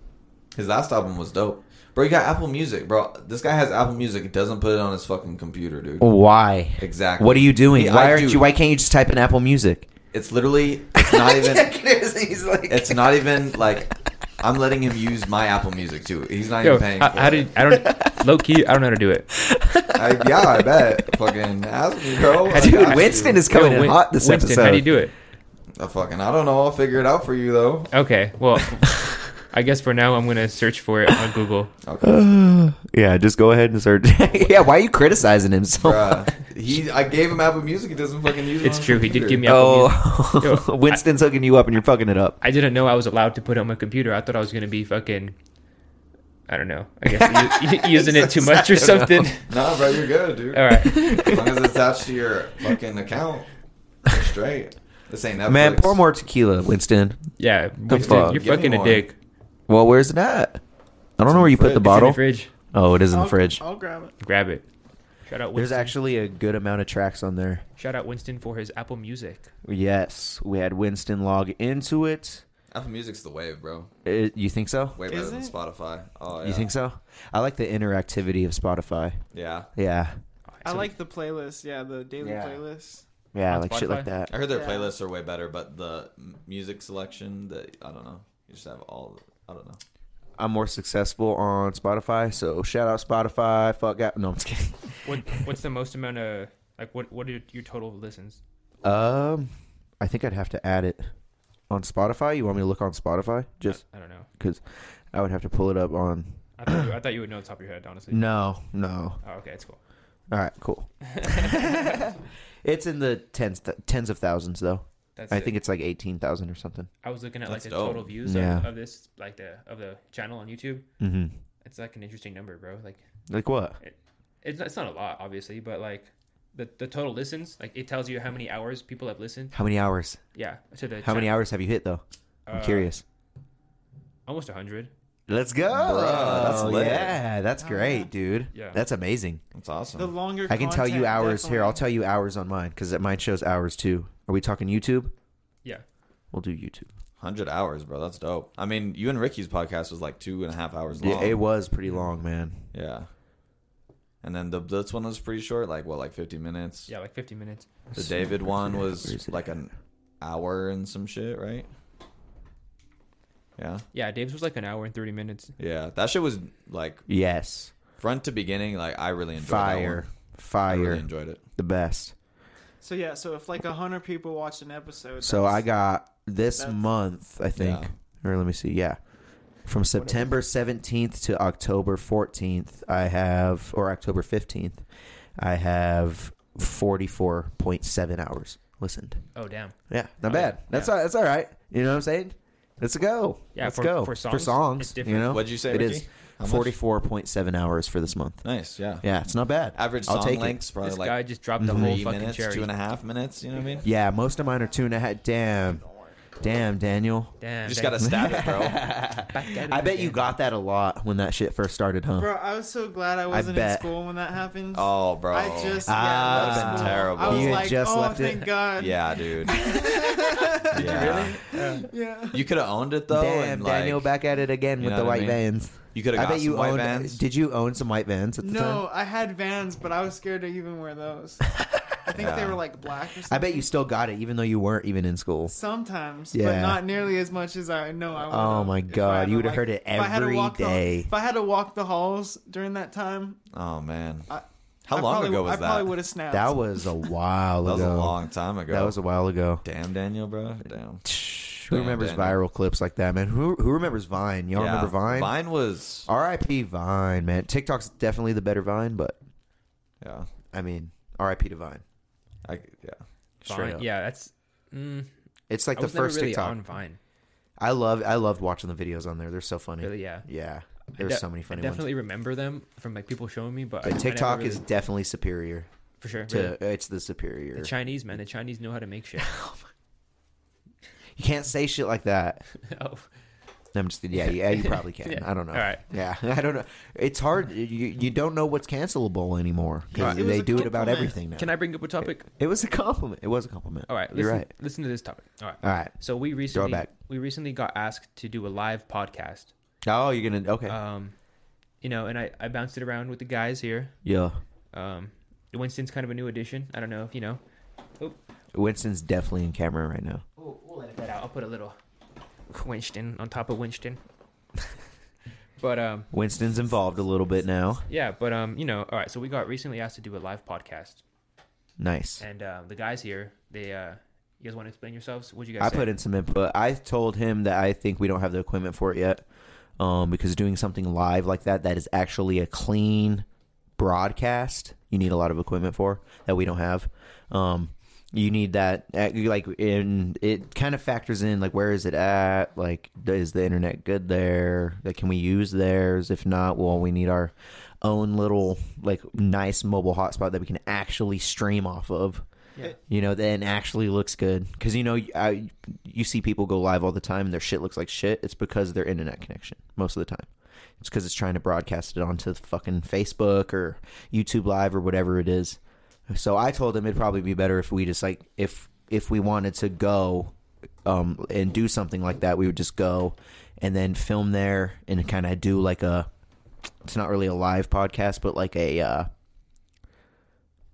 [SPEAKER 4] His last album was dope. Bro, you got Apple Music, bro. This guy has Apple Music. He doesn't put it on his fucking computer,
[SPEAKER 2] Oh.
[SPEAKER 4] dude.
[SPEAKER 2] Why?
[SPEAKER 4] Exactly.
[SPEAKER 2] What are you doing?
[SPEAKER 4] Yeah, I
[SPEAKER 2] why aren't
[SPEAKER 4] do.
[SPEAKER 2] you? Why can't you just type in Apple Music?
[SPEAKER 4] It's literally. It's not even.
[SPEAKER 2] He's like,
[SPEAKER 4] it's not even like I'm letting him use my Apple Music too. He's not
[SPEAKER 1] Yo,
[SPEAKER 4] even paying.
[SPEAKER 1] how,
[SPEAKER 4] for
[SPEAKER 1] how
[SPEAKER 4] it.
[SPEAKER 1] did I don't low key? I don't know how to do it.
[SPEAKER 4] I, yeah, I bet. fucking ask me, bro. I
[SPEAKER 1] Dude,
[SPEAKER 4] got
[SPEAKER 2] Winston
[SPEAKER 4] you.
[SPEAKER 2] is coming
[SPEAKER 1] Yo,
[SPEAKER 2] in
[SPEAKER 1] Win-
[SPEAKER 2] hot this
[SPEAKER 1] Winston,
[SPEAKER 2] episode.
[SPEAKER 1] how do you do it?
[SPEAKER 4] I fucking. I don't know. I'll figure it out for you though.
[SPEAKER 1] Okay, well, I guess for now I'm gonna search for it on Google.
[SPEAKER 4] Okay.
[SPEAKER 2] Yeah, just go ahead and start. yeah, why are you criticizing him so? much?
[SPEAKER 4] Bruh. He. I gave him Apple Music. He doesn't fucking use it.
[SPEAKER 1] Oh It's
[SPEAKER 4] on his
[SPEAKER 1] true, he did
[SPEAKER 4] computer.
[SPEAKER 1] give me Apple
[SPEAKER 2] Oh,
[SPEAKER 1] Yo, I-
[SPEAKER 2] Winston's hooking you up and you're fucking it up.
[SPEAKER 1] I didn't know I was allowed to put it on my computer. I thought I was gonna be fucking. I don't know. I guess u- u- using it too much or something.
[SPEAKER 4] Nah, bro, you're good, dude.
[SPEAKER 1] All right.
[SPEAKER 4] As long as it's attached to your fucking account, you're straight. This ain't Netflix.
[SPEAKER 2] Man, pour more tequila, Winston.
[SPEAKER 1] Yeah, Winston,
[SPEAKER 2] fuck?
[SPEAKER 1] you're
[SPEAKER 4] Give me
[SPEAKER 1] fucking a
[SPEAKER 4] more.
[SPEAKER 1] dick. It's
[SPEAKER 2] Well, where's it at? I don't know where you put the
[SPEAKER 4] fridge.
[SPEAKER 1] in
[SPEAKER 4] It's in the
[SPEAKER 2] bottle.
[SPEAKER 1] the fridge.
[SPEAKER 2] Oh, it is in
[SPEAKER 3] I'll-
[SPEAKER 2] the fridge.
[SPEAKER 3] I'll grab it.
[SPEAKER 1] Grab it. Shout out Winston.
[SPEAKER 2] There's actually a good amount of tracks on there.
[SPEAKER 1] Shout out Winston for his Apple Music.
[SPEAKER 2] Yes, we had Winston log into it.
[SPEAKER 4] Apple Music's the wave, bro.
[SPEAKER 2] It- you think so?
[SPEAKER 4] Way better
[SPEAKER 3] Is
[SPEAKER 4] than
[SPEAKER 3] it?
[SPEAKER 4] Spotify. Oh, yeah.
[SPEAKER 2] You think so? I like the interactivity of Spotify.
[SPEAKER 4] Yeah.
[SPEAKER 2] Yeah,
[SPEAKER 3] I
[SPEAKER 1] So-
[SPEAKER 3] like the playlist. Yeah, the daily
[SPEAKER 2] Yeah.
[SPEAKER 3] playlist.
[SPEAKER 2] yeah,
[SPEAKER 1] On
[SPEAKER 2] like shit like
[SPEAKER 1] Spotify?
[SPEAKER 2] that.
[SPEAKER 4] I heard their
[SPEAKER 3] Yeah.
[SPEAKER 4] playlists are way better, but the m- music selection, the I don't know. You just have all. I don't know.
[SPEAKER 2] I'm more successful on Spotify, so shout out Spotify. Fuck out. No, I'm just kidding.
[SPEAKER 1] What What's the most amount of like? What What are your, your total listens?
[SPEAKER 2] Um, I think I'd have to add it on Spotify. You want me to look on Spotify? Just
[SPEAKER 1] I don't know.
[SPEAKER 2] because I would have to pull it up on.
[SPEAKER 1] I thought you, I thought you would know off the top of your head, honestly.
[SPEAKER 2] No, no.
[SPEAKER 1] Oh, okay, that's cool.
[SPEAKER 2] All right, cool. it's in the tens, th- tens of thousands though.
[SPEAKER 1] That's
[SPEAKER 2] I
[SPEAKER 1] it.
[SPEAKER 2] think it's like eighteen thousand or something.
[SPEAKER 1] I was looking at like
[SPEAKER 4] That's
[SPEAKER 1] the
[SPEAKER 4] dope.
[SPEAKER 1] total views
[SPEAKER 2] Yeah.
[SPEAKER 1] of, of this, like the of the channel on YouTube.
[SPEAKER 2] Mm-hmm.
[SPEAKER 1] It's like an interesting number, bro. Like
[SPEAKER 2] Like what?
[SPEAKER 1] it's not, it's not a lot, obviously, but like the the total listens, like it tells you how many hours people have listened.
[SPEAKER 2] How many hours?
[SPEAKER 1] Yeah, to the
[SPEAKER 2] How many hours have you hit though? I'm
[SPEAKER 1] Uh,
[SPEAKER 2] curious.
[SPEAKER 1] Almost hundred.
[SPEAKER 2] Let's go.
[SPEAKER 4] Bruh, that's lit.
[SPEAKER 2] Yeah, that's
[SPEAKER 3] Oh,
[SPEAKER 2] great,
[SPEAKER 3] yeah.
[SPEAKER 2] dude.
[SPEAKER 1] Yeah.
[SPEAKER 2] That's amazing.
[SPEAKER 4] That's awesome.
[SPEAKER 3] The longer
[SPEAKER 2] Mm. I can tell you
[SPEAKER 3] content,
[SPEAKER 2] hours here. I'll
[SPEAKER 3] definitely.
[SPEAKER 2] tell you hours on mine because mine shows hours too. Are we talking YouTube?
[SPEAKER 1] Yeah.
[SPEAKER 2] We'll do YouTube.
[SPEAKER 4] Hundred hours, bro. That's dope. I mean, you and Ricky's podcast was like two and a half hours long.
[SPEAKER 2] Yeah, it was pretty long, man.
[SPEAKER 4] Yeah. And then the Blitz one was pretty short, like what, like fifty minutes.
[SPEAKER 1] Yeah, like fifty minutes.
[SPEAKER 4] The David one
[SPEAKER 2] Where
[SPEAKER 4] was
[SPEAKER 2] is it?
[SPEAKER 4] like an hour and some shit, right? Yeah.
[SPEAKER 1] Yeah, Dave's was like an hour and thirty minutes.
[SPEAKER 4] Yeah. That shit was like
[SPEAKER 2] Yes.
[SPEAKER 4] front to beginning, like I really enjoyed that one.
[SPEAKER 2] Fire.
[SPEAKER 4] I
[SPEAKER 2] Fire.
[SPEAKER 4] really enjoyed it.
[SPEAKER 2] the best.
[SPEAKER 3] So yeah, so if like hundred people watch an episode,
[SPEAKER 2] So I
[SPEAKER 3] that's-
[SPEAKER 2] got this
[SPEAKER 3] that's-
[SPEAKER 2] month, I think.
[SPEAKER 4] Yeah.
[SPEAKER 2] Or let me see. Yeah. From September 17th to October 14th, I have, or October 15th, I have 44.7 hours listened.
[SPEAKER 1] Oh damn.
[SPEAKER 2] Yeah, not
[SPEAKER 1] Oh,
[SPEAKER 2] bad.
[SPEAKER 1] yeah.
[SPEAKER 2] That's
[SPEAKER 1] Yeah.
[SPEAKER 2] all, that's all right. You know what I'm saying? Let's go.
[SPEAKER 1] Yeah,
[SPEAKER 2] Let's
[SPEAKER 1] for-
[SPEAKER 2] go
[SPEAKER 1] for
[SPEAKER 2] For
[SPEAKER 1] songs,
[SPEAKER 2] songs,
[SPEAKER 1] it's different.
[SPEAKER 2] You know?
[SPEAKER 4] What'd you say,
[SPEAKER 2] It
[SPEAKER 4] Ricky?
[SPEAKER 2] is
[SPEAKER 4] How much?
[SPEAKER 2] 44.7 hours for this month.
[SPEAKER 4] Nice, yeah.
[SPEAKER 2] Yeah, it's not bad.
[SPEAKER 4] Average
[SPEAKER 2] I'll
[SPEAKER 4] song
[SPEAKER 2] take it.
[SPEAKER 4] length's probably
[SPEAKER 1] This
[SPEAKER 4] like
[SPEAKER 1] guy just dropped the whole
[SPEAKER 4] three
[SPEAKER 1] fucking
[SPEAKER 4] minutes,
[SPEAKER 1] cherry.
[SPEAKER 4] two and a half minutes, you know what I mean?
[SPEAKER 2] Yeah, most of mine are two and a half. Damn, damn, Daniel.
[SPEAKER 1] Damn.
[SPEAKER 4] You just
[SPEAKER 1] that-
[SPEAKER 4] gotta stab it, bro.
[SPEAKER 1] back at it
[SPEAKER 2] I bet
[SPEAKER 1] again.
[SPEAKER 2] you got that a lot when that shit first started, huh?
[SPEAKER 3] bro, I was so glad I wasn't in
[SPEAKER 2] bet.
[SPEAKER 3] school when that happened.
[SPEAKER 4] Oh bro.
[SPEAKER 3] I just yeah,
[SPEAKER 2] Ah.
[SPEAKER 3] left
[SPEAKER 2] That'd been
[SPEAKER 3] school.
[SPEAKER 4] terrible.
[SPEAKER 3] I was
[SPEAKER 4] You had
[SPEAKER 3] like,
[SPEAKER 2] just
[SPEAKER 3] oh,
[SPEAKER 2] left it?
[SPEAKER 3] thank God.
[SPEAKER 4] Yeah, dude. yeah.
[SPEAKER 3] yeah.
[SPEAKER 4] You could have owned it though.
[SPEAKER 2] Damn,
[SPEAKER 4] and, like,
[SPEAKER 2] Daniel back at it again
[SPEAKER 4] you
[SPEAKER 2] with
[SPEAKER 4] know
[SPEAKER 2] the
[SPEAKER 4] what I
[SPEAKER 2] white
[SPEAKER 4] mean?
[SPEAKER 2] vans.
[SPEAKER 4] You could
[SPEAKER 2] I
[SPEAKER 4] have got
[SPEAKER 2] bet you
[SPEAKER 4] some white
[SPEAKER 2] owned.
[SPEAKER 4] vans.
[SPEAKER 2] Did you own some white vans at the
[SPEAKER 3] No,
[SPEAKER 2] time?
[SPEAKER 3] I had Vans, but I was scared to even wear those. I think they
[SPEAKER 4] Yeah.
[SPEAKER 3] were like black or something.
[SPEAKER 2] I bet you still got it, even though you weren't even in school.
[SPEAKER 3] Sometimes, but
[SPEAKER 2] Yeah.
[SPEAKER 3] not nearly as much as I know I would.
[SPEAKER 2] Oh my God, you would've heard it every day.
[SPEAKER 3] if I had to walk the halls during that time,
[SPEAKER 4] Oh man.
[SPEAKER 3] I-
[SPEAKER 4] How
[SPEAKER 3] I
[SPEAKER 4] long
[SPEAKER 3] probably,
[SPEAKER 4] ago
[SPEAKER 3] w-
[SPEAKER 4] was
[SPEAKER 3] I probably
[SPEAKER 4] that?
[SPEAKER 3] would have snapped.
[SPEAKER 2] That was a while
[SPEAKER 4] That was
[SPEAKER 2] ago.
[SPEAKER 4] a long time ago.
[SPEAKER 2] That was a while ago.
[SPEAKER 4] damn Daniel, bro. Damn.
[SPEAKER 2] Who
[SPEAKER 4] Damn,
[SPEAKER 2] remembers
[SPEAKER 4] Daniel.
[SPEAKER 2] viral clips like that, man? Who who remembers Vine? Y'all
[SPEAKER 4] Yeah.
[SPEAKER 2] remember Vine? Oh.
[SPEAKER 4] Vine was
[SPEAKER 2] R.I.P. Vine, man. TikTok's definitely the better Vine, but
[SPEAKER 4] yeah.
[SPEAKER 2] I mean, R.I.P. to Vine.
[SPEAKER 4] I yeah.
[SPEAKER 2] Straight
[SPEAKER 1] Vine.
[SPEAKER 2] up.
[SPEAKER 1] Yeah, that's. Mm,
[SPEAKER 2] It's like
[SPEAKER 1] I
[SPEAKER 2] the
[SPEAKER 1] was never
[SPEAKER 2] first
[SPEAKER 1] really
[SPEAKER 2] TikTok.
[SPEAKER 1] on Vine.
[SPEAKER 2] I love I loved watching the videos on there. They're so funny.
[SPEAKER 1] Really, yeah.
[SPEAKER 2] Yeah.
[SPEAKER 1] I
[SPEAKER 2] There's
[SPEAKER 1] de-
[SPEAKER 2] so many funny
[SPEAKER 1] I
[SPEAKER 2] ones.
[SPEAKER 1] definitely remember them from like people showing me, but, I- I
[SPEAKER 2] But
[SPEAKER 1] never
[SPEAKER 2] TikTok is
[SPEAKER 1] really-
[SPEAKER 2] definitely superior
[SPEAKER 1] for sure.
[SPEAKER 2] to
[SPEAKER 1] really.
[SPEAKER 2] it's the superior.
[SPEAKER 1] The Chinese man, the Chinese know how to make shit.
[SPEAKER 2] you can't say shit like that.
[SPEAKER 1] oh,
[SPEAKER 2] I'm just yeah, yeah, you probably can.
[SPEAKER 1] Yeah.
[SPEAKER 2] I don't know.
[SPEAKER 1] All right.
[SPEAKER 2] Yeah, I don't know. It's hard you, you don't know what's cancelable anymore
[SPEAKER 3] Yeah,
[SPEAKER 2] cuz
[SPEAKER 3] it was
[SPEAKER 2] they
[SPEAKER 3] a
[SPEAKER 2] do it about
[SPEAKER 3] compliment.
[SPEAKER 2] everything now.
[SPEAKER 1] can I bring up a topic?
[SPEAKER 2] It was a compliment. It was a compliment.
[SPEAKER 1] All right, listen,
[SPEAKER 2] You're right.
[SPEAKER 1] Listen to this topic. All right,
[SPEAKER 2] All right.
[SPEAKER 1] So we recently
[SPEAKER 2] Throwback.
[SPEAKER 1] we recently got asked to do a live podcast.
[SPEAKER 2] Oh, you're going to okay.
[SPEAKER 1] Um, you know, and I I bounced it around with the guys here.
[SPEAKER 2] yeah.
[SPEAKER 1] Um, Winston's kind of a new addition. I don't know if you know.
[SPEAKER 2] Winston's definitely in camera right now.
[SPEAKER 1] We'll, we'll edit that out. I'll put a little Winston on top of Winston. But um,
[SPEAKER 2] Winston's involved a little bit now.
[SPEAKER 1] yeah, but um, you know, all right. So we got recently asked to do a live podcast,
[SPEAKER 2] Nice.
[SPEAKER 1] and um, the guys here, they uh, you guys want to explain yourselves? What you guys?
[SPEAKER 2] I
[SPEAKER 1] say?
[SPEAKER 2] put in some input. I told him that I think we don't have the equipment for it yet, um, because doing something live like that that is actually a clean broadcast, you need a lot of equipment for that we don't have. Um, you need that eh, like in it kind of factors in like where is it at like is the internet good there like can we use theirs if not well we need our own little like nice mobile hotspot that we can actually stream off of
[SPEAKER 1] Yeah.
[SPEAKER 2] you know, then actually looks good because you know I, you see people go live all the time and their shit looks like shit. It's because of their internet connection most of the time. It's because it's trying to broadcast it onto fucking Facebook or YouTube Live or whatever it is. So I told him it'd probably be better if we just like if if we wanted to go um, and do something like that, we would just go and then film there and kind of do like a. It's not really a live podcast, but like a. Uh,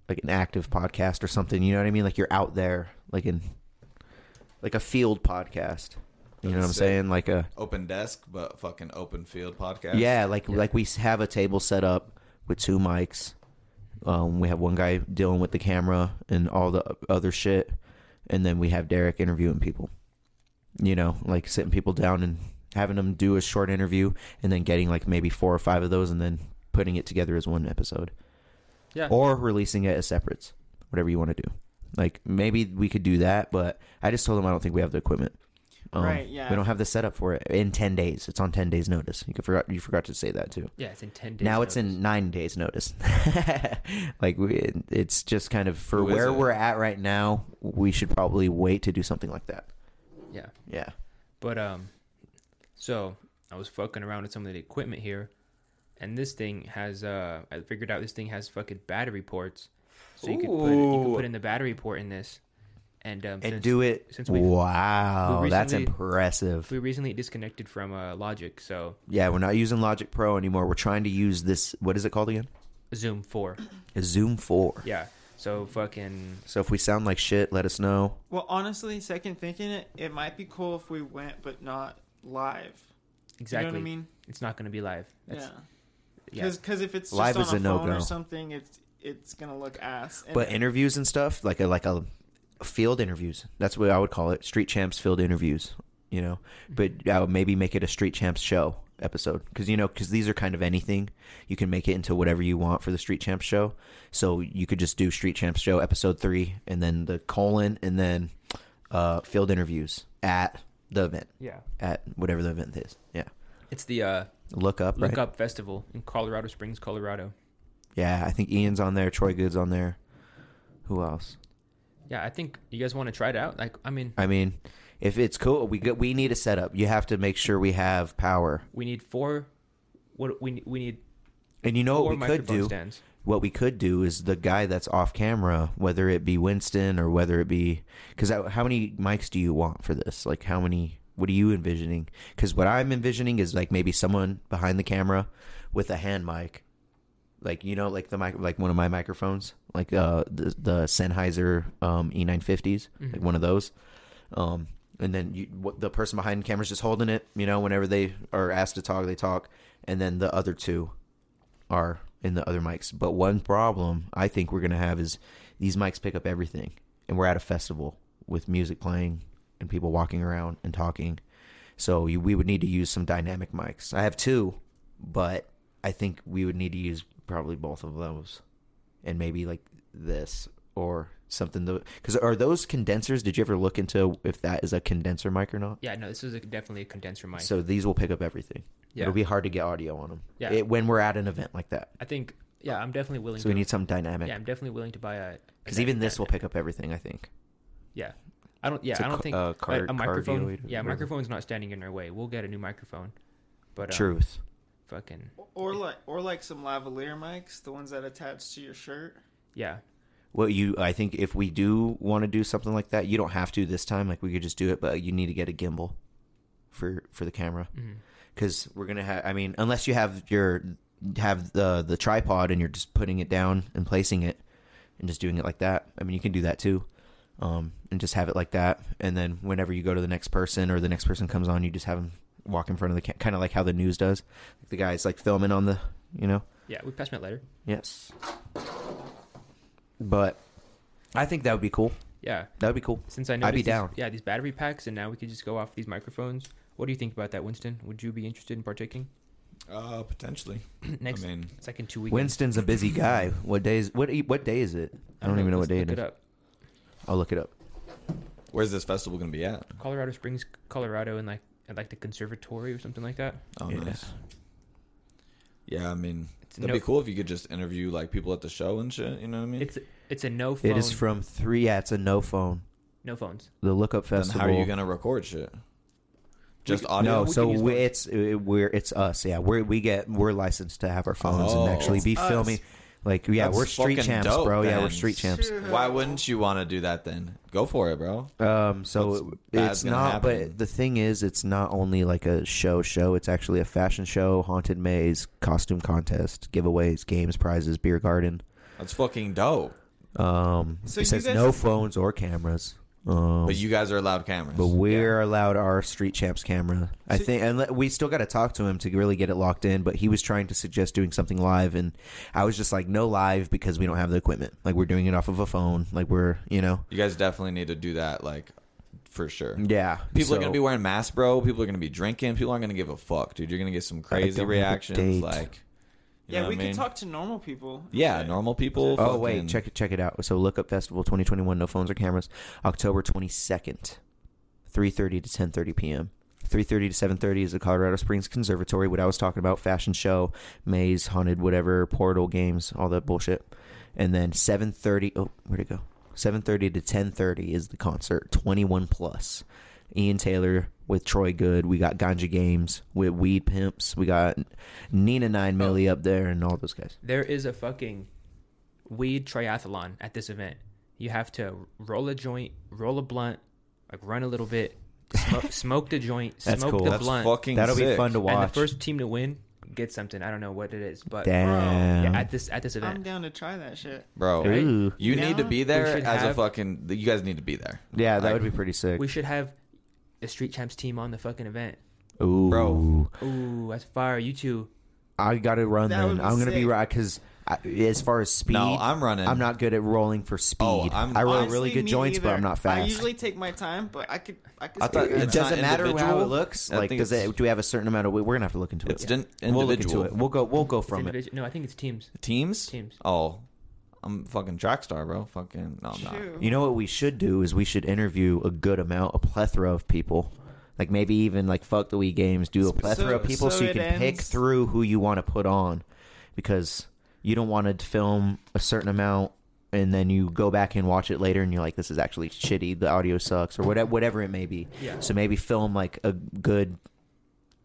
[SPEAKER 2] like an active podcast or something. You know what I mean? Like you're out there, like in like a field podcast. You know what I'm
[SPEAKER 4] Sick.
[SPEAKER 2] saying? Like a
[SPEAKER 4] Open desk, but fucking open field podcast.
[SPEAKER 2] yeah, like like we have a table set up with two mics. Um, we have one guy dealing with the camera and all the other shit, and then we have Derek interviewing people. You know, like sitting people down and having them do a short interview, and then getting like maybe four or five of those, and then putting it together as one episode.
[SPEAKER 1] Yeah.
[SPEAKER 2] or releasing it as separates, whatever you want to do. Like maybe we could do that, but I just told them I don't think we have the equipment. Um,
[SPEAKER 3] Right, yeah.
[SPEAKER 2] We don't have the setup for it in ten days. It's on ten days notice. You could forgot you forgot to say that too.
[SPEAKER 1] yeah, it's in ten days.
[SPEAKER 2] Now it's
[SPEAKER 1] notice.
[SPEAKER 2] in nine days notice. like we, it's just kind of for
[SPEAKER 4] Who is
[SPEAKER 2] where
[SPEAKER 4] it?
[SPEAKER 2] we're at right now. We should probably wait to do something like that.
[SPEAKER 1] yeah.
[SPEAKER 2] Yeah.
[SPEAKER 1] But um, so I was fucking around with some of the equipment here, and this thing has uh, I figured out this thing has fucking battery ports, so you could put you could
[SPEAKER 4] Ooh.
[SPEAKER 1] put in the battery port in this, and um,
[SPEAKER 2] And
[SPEAKER 1] since
[SPEAKER 2] do it.
[SPEAKER 1] since we-
[SPEAKER 2] wow,
[SPEAKER 1] we
[SPEAKER 2] that's
[SPEAKER 1] recently-
[SPEAKER 2] impressive.
[SPEAKER 1] we recently disconnected from uh, Logic, so
[SPEAKER 2] yeah, we're not using Logic Pro anymore. We're trying to use this. What is it called again?
[SPEAKER 1] Zoom four,
[SPEAKER 2] Zoom Four.
[SPEAKER 1] yeah. So fucking
[SPEAKER 2] So if we sound like shit, let us know.
[SPEAKER 3] Well, honestly, second thinking it, it might be cool if we went, but not live.
[SPEAKER 1] exactly.
[SPEAKER 3] You know what I mean?
[SPEAKER 1] It's not gonna be live. That's,
[SPEAKER 3] yeah.
[SPEAKER 1] yeah.
[SPEAKER 3] Because if it's just
[SPEAKER 2] Live
[SPEAKER 3] on
[SPEAKER 2] is
[SPEAKER 3] a,
[SPEAKER 2] a
[SPEAKER 3] phone
[SPEAKER 2] no-go.
[SPEAKER 3] or something, it's it's gonna look ass. And
[SPEAKER 2] But interviews and stuff, like a like a field interviews. That's what I would call it. Street champs field interviews. You know,
[SPEAKER 1] Mm-hmm.
[SPEAKER 2] but I would maybe make it a street champs show episode because you know because these are kind of anything you can make it into whatever you want for the street champs show. So you could just do street champs show episode three and then the colon and then uh, field interviews at the event
[SPEAKER 1] Yeah.
[SPEAKER 2] at whatever the event is. Yeah,
[SPEAKER 1] It's the uh,
[SPEAKER 2] look up.
[SPEAKER 1] Look
[SPEAKER 2] right?
[SPEAKER 1] Up Festival in Colorado Springs, Colorado.
[SPEAKER 2] Yeah, I think Ian's on there. Troy Good's on there. Who else?
[SPEAKER 1] Yeah, I think you guys want to try it out. Like, I mean,
[SPEAKER 2] I mean, if it's cool, we go, we need a setup. You have to make sure we have power.
[SPEAKER 1] we need four. What we we need
[SPEAKER 2] And you know
[SPEAKER 1] Or
[SPEAKER 2] what we could
[SPEAKER 1] microphone
[SPEAKER 2] do?
[SPEAKER 1] stands.
[SPEAKER 2] What we could do is the guy that's off camera, whether it be Winston or whether it be because how many mics do you want for this? Like how many? What are you envisioning? Because what I'm envisioning is like maybe someone behind the camera with a hand mic, like you know, like the mic, like one of my microphones, like uh, the the Sennheiser um, E950s, like one of those. Um, and then you, what, the person behind the camera is just holding it. You know, whenever they are asked to talk, they talk, and then the other two are in the other mics. But one problem I think we're gonna have is these mics pick up everything, and we're at a festival with music playing and people walking around and talking. So you, we would need to use some dynamic mics. I have two, but I think we would need to use probably both of those, and maybe like this or something. Because are those condensers? Did you ever look into if that is a condenser mic or not?
[SPEAKER 1] Yeah, no, this is a, definitely a condenser mic.
[SPEAKER 2] So these will pick up everything.
[SPEAKER 1] Yeah.
[SPEAKER 2] It'll be hard to get audio on them.
[SPEAKER 1] Yeah.
[SPEAKER 2] It, when we're at an event like that.
[SPEAKER 1] I think, yeah, I'm definitely willing.
[SPEAKER 2] Oh,
[SPEAKER 1] to,
[SPEAKER 2] So we need something dynamic.
[SPEAKER 1] Yeah, I'm definitely willing to buy a.
[SPEAKER 2] because even this will pick up everything. I think.
[SPEAKER 1] Yeah, I don't. Yeah,
[SPEAKER 2] It's a
[SPEAKER 1] I don't
[SPEAKER 2] ca-
[SPEAKER 1] think
[SPEAKER 2] uh,
[SPEAKER 1] a-
[SPEAKER 2] car-
[SPEAKER 1] a microphone.
[SPEAKER 2] cardioid or
[SPEAKER 1] Yeah, a
[SPEAKER 2] whatever.
[SPEAKER 1] microphone's not standing in our way. We'll get a new microphone. But um,
[SPEAKER 2] Truth.
[SPEAKER 1] fucking
[SPEAKER 3] or like or like some lavalier mics, the ones that attach to your shirt.
[SPEAKER 1] yeah,
[SPEAKER 2] Well, you. I think if we do want to do something like that, you don't have to this time. Like we could just do it, but you need to get a gimbal for for the camera
[SPEAKER 1] mm-hmm.
[SPEAKER 2] because we're gonna have. I mean, unless you have your have the the tripod and you're just putting it down and placing it and just doing it like that. I mean, you can do that too. Um, and just have it like that, and then whenever you go to the next person or the next person comes on, you just have them walk in front of the ca- kind of like how the news does. The guy's like filming on the, you know.
[SPEAKER 1] Yeah, we pass me that later.
[SPEAKER 2] Yes. But I think that would be cool.
[SPEAKER 1] Yeah.
[SPEAKER 2] That would be cool.
[SPEAKER 1] Since I know
[SPEAKER 2] I'd be down.
[SPEAKER 1] yeah, these battery packs, and now we could just go off these microphones. What do you think about that, Winston? Would you be interested in partaking
[SPEAKER 4] Uh, potentially.
[SPEAKER 1] next?
[SPEAKER 4] I mean,
[SPEAKER 1] it's like in two weeks.
[SPEAKER 2] Winston's a busy guy. What day is what? What day is it? I don't, even know what
[SPEAKER 1] Let's
[SPEAKER 2] day
[SPEAKER 1] look
[SPEAKER 2] it is.
[SPEAKER 1] up.
[SPEAKER 2] I'll look it up.
[SPEAKER 4] where's this festival gonna be at?
[SPEAKER 1] Colorado Springs, Colorado, and like at like the conservatory or something like that.
[SPEAKER 4] Oh,
[SPEAKER 2] Yeah.
[SPEAKER 4] nice. Yeah, I mean,
[SPEAKER 1] It's
[SPEAKER 4] that'd
[SPEAKER 1] no-
[SPEAKER 4] be cool if you could just interview like people at the show and shit. You know what I mean?
[SPEAKER 1] It's it's a no phone.
[SPEAKER 2] It is from three at a no phone.
[SPEAKER 1] no phones.
[SPEAKER 2] The lookup
[SPEAKER 4] then
[SPEAKER 2] festival.
[SPEAKER 4] how are you gonna record shit? Just
[SPEAKER 1] could-
[SPEAKER 4] audio.
[SPEAKER 2] no,
[SPEAKER 1] we
[SPEAKER 2] so
[SPEAKER 1] can use
[SPEAKER 2] we,
[SPEAKER 1] both.
[SPEAKER 2] it's it, we're it's us. Yeah, we're we get we're licensed to have our phones
[SPEAKER 4] Oh.
[SPEAKER 2] and actually be
[SPEAKER 3] It's us.
[SPEAKER 2] filming. Like yeah,
[SPEAKER 4] That's
[SPEAKER 2] we're street
[SPEAKER 4] fucking
[SPEAKER 2] champs,
[SPEAKER 4] dope,
[SPEAKER 2] bro. Yeah, we're
[SPEAKER 4] then.
[SPEAKER 2] street champs.
[SPEAKER 4] Why wouldn't you want to do that then? Go for it, bro.
[SPEAKER 2] Um,
[SPEAKER 4] What's
[SPEAKER 2] so
[SPEAKER 4] bad's
[SPEAKER 2] it's
[SPEAKER 4] gonna
[SPEAKER 2] not.
[SPEAKER 4] happen?
[SPEAKER 2] But the thing is, it's not only like a show show. It's actually a fashion show, haunted maze, costume contest, giveaways, games, prizes, beer garden.
[SPEAKER 4] That's fucking dope.
[SPEAKER 2] Um,
[SPEAKER 3] So
[SPEAKER 2] it
[SPEAKER 3] you
[SPEAKER 2] says
[SPEAKER 3] guys-
[SPEAKER 2] no phones or cameras. Um,
[SPEAKER 4] But you guys are allowed cameras.
[SPEAKER 2] But we're allowed our street champs camera. I think, and le- we still got to talk to him to really get it locked in. But he was trying to suggest doing something live, and I was just like, no live because we don't have the equipment. Like we're doing it off of a phone. Like we're, you know,
[SPEAKER 4] you guys definitely need to do that, like for sure.
[SPEAKER 2] yeah.
[SPEAKER 4] People
[SPEAKER 2] so-
[SPEAKER 4] are gonna be wearing masks, bro. People are gonna be drinking. People aren't gonna give a fuck, dude. You're gonna get some crazy
[SPEAKER 2] don't have a
[SPEAKER 4] reactions,
[SPEAKER 2] date.
[SPEAKER 4] like you know
[SPEAKER 3] yeah,
[SPEAKER 4] what
[SPEAKER 3] we
[SPEAKER 4] I
[SPEAKER 3] can
[SPEAKER 4] mean?
[SPEAKER 3] talk to normal people.
[SPEAKER 4] Yeah, normal people.
[SPEAKER 2] Oh
[SPEAKER 4] fucking-
[SPEAKER 2] wait, check it check it out. So look up festival 2021. No phones or cameras. October 22nd, 3:30 to 10:30 p.m. 3:30 to 7:30 is the Colorado Springs Conservatory. What I was talking about, fashion show, maze, haunted, whatever, portal games, all that bullshit. And then 7:30. Oh, where'd it go? 7:30 to 10:30 is the concert. 21 plus. Ian Taylor with Troy Good. We got Ganja Games with Weed Pimps. We got Nina Nine Millie up there and all those guys.
[SPEAKER 1] There is a fucking weed triathlon at this event. You have to roll a joint, roll a blunt, like run a little bit, smoke, smoke the joint,
[SPEAKER 2] That's
[SPEAKER 1] smoke
[SPEAKER 2] cool.
[SPEAKER 1] the
[SPEAKER 4] That's
[SPEAKER 1] blunt,
[SPEAKER 4] fucking.
[SPEAKER 2] That'll be
[SPEAKER 4] sick.
[SPEAKER 2] fun to watch.
[SPEAKER 1] and the first team to win gets something. I don't know what it is,
[SPEAKER 2] Uh,
[SPEAKER 1] but
[SPEAKER 2] Damn.
[SPEAKER 1] yeah, at this at this
[SPEAKER 3] I'm
[SPEAKER 1] event,
[SPEAKER 3] down to try that shit.
[SPEAKER 4] bro.
[SPEAKER 1] Right?
[SPEAKER 2] Ooh.
[SPEAKER 4] You
[SPEAKER 3] Now,
[SPEAKER 4] need to be
[SPEAKER 1] we
[SPEAKER 4] there
[SPEAKER 1] should
[SPEAKER 4] as a
[SPEAKER 1] have-
[SPEAKER 4] fucking. You guys need to be there,
[SPEAKER 2] Yeah, that
[SPEAKER 4] Like,
[SPEAKER 2] would be pretty sick.
[SPEAKER 1] we should have the Street Champs team on the fucking event.
[SPEAKER 2] Ooh,
[SPEAKER 4] bro.
[SPEAKER 1] Ooh, that's fire! You two,
[SPEAKER 2] I got to run.
[SPEAKER 3] That
[SPEAKER 2] Then
[SPEAKER 3] would be
[SPEAKER 2] I'm gonna be
[SPEAKER 3] sick.
[SPEAKER 2] right because as far as speed,
[SPEAKER 4] No, I'm running.
[SPEAKER 2] I'm not good at rolling for speed.
[SPEAKER 4] Oh, I'm-
[SPEAKER 2] I roll
[SPEAKER 4] Honestly,
[SPEAKER 2] really good
[SPEAKER 3] me
[SPEAKER 2] joints, but
[SPEAKER 3] either.
[SPEAKER 2] I'm not
[SPEAKER 3] I
[SPEAKER 2] fast.
[SPEAKER 3] usually take my time, but I could. I could.
[SPEAKER 4] I thought-
[SPEAKER 3] speed it
[SPEAKER 2] it
[SPEAKER 4] it's
[SPEAKER 3] up.
[SPEAKER 4] not
[SPEAKER 2] doesn't matter how
[SPEAKER 4] individual.
[SPEAKER 2] it looks.
[SPEAKER 4] I
[SPEAKER 2] Like,
[SPEAKER 4] think
[SPEAKER 2] does
[SPEAKER 4] it's-
[SPEAKER 2] it? Do we have a certain amount of? We're gonna have to look into it.
[SPEAKER 4] It's din-
[SPEAKER 2] We'll look into
[SPEAKER 4] individual.
[SPEAKER 2] it. We'll go. We'll go from it.
[SPEAKER 1] individual. No, I think it's teams.
[SPEAKER 4] Teams.
[SPEAKER 1] Teams.
[SPEAKER 4] Oh, I'm fucking track star, bro. Fucking. No, I'm not.
[SPEAKER 3] Shoot.
[SPEAKER 2] You know what we should do is we should interview a good amount, a plethora of people. Like maybe even like fuck the Wii games, do a plethora
[SPEAKER 3] So-
[SPEAKER 2] of people so,
[SPEAKER 3] so
[SPEAKER 2] you
[SPEAKER 3] it
[SPEAKER 2] can pick
[SPEAKER 3] ends-
[SPEAKER 2] through who you want to put on because you don't want to film a certain amount and then you go back and watch it later and you're like this is actually shitty, the audio sucks or whatever whatever it may be.
[SPEAKER 1] Yeah.
[SPEAKER 2] So maybe film like a good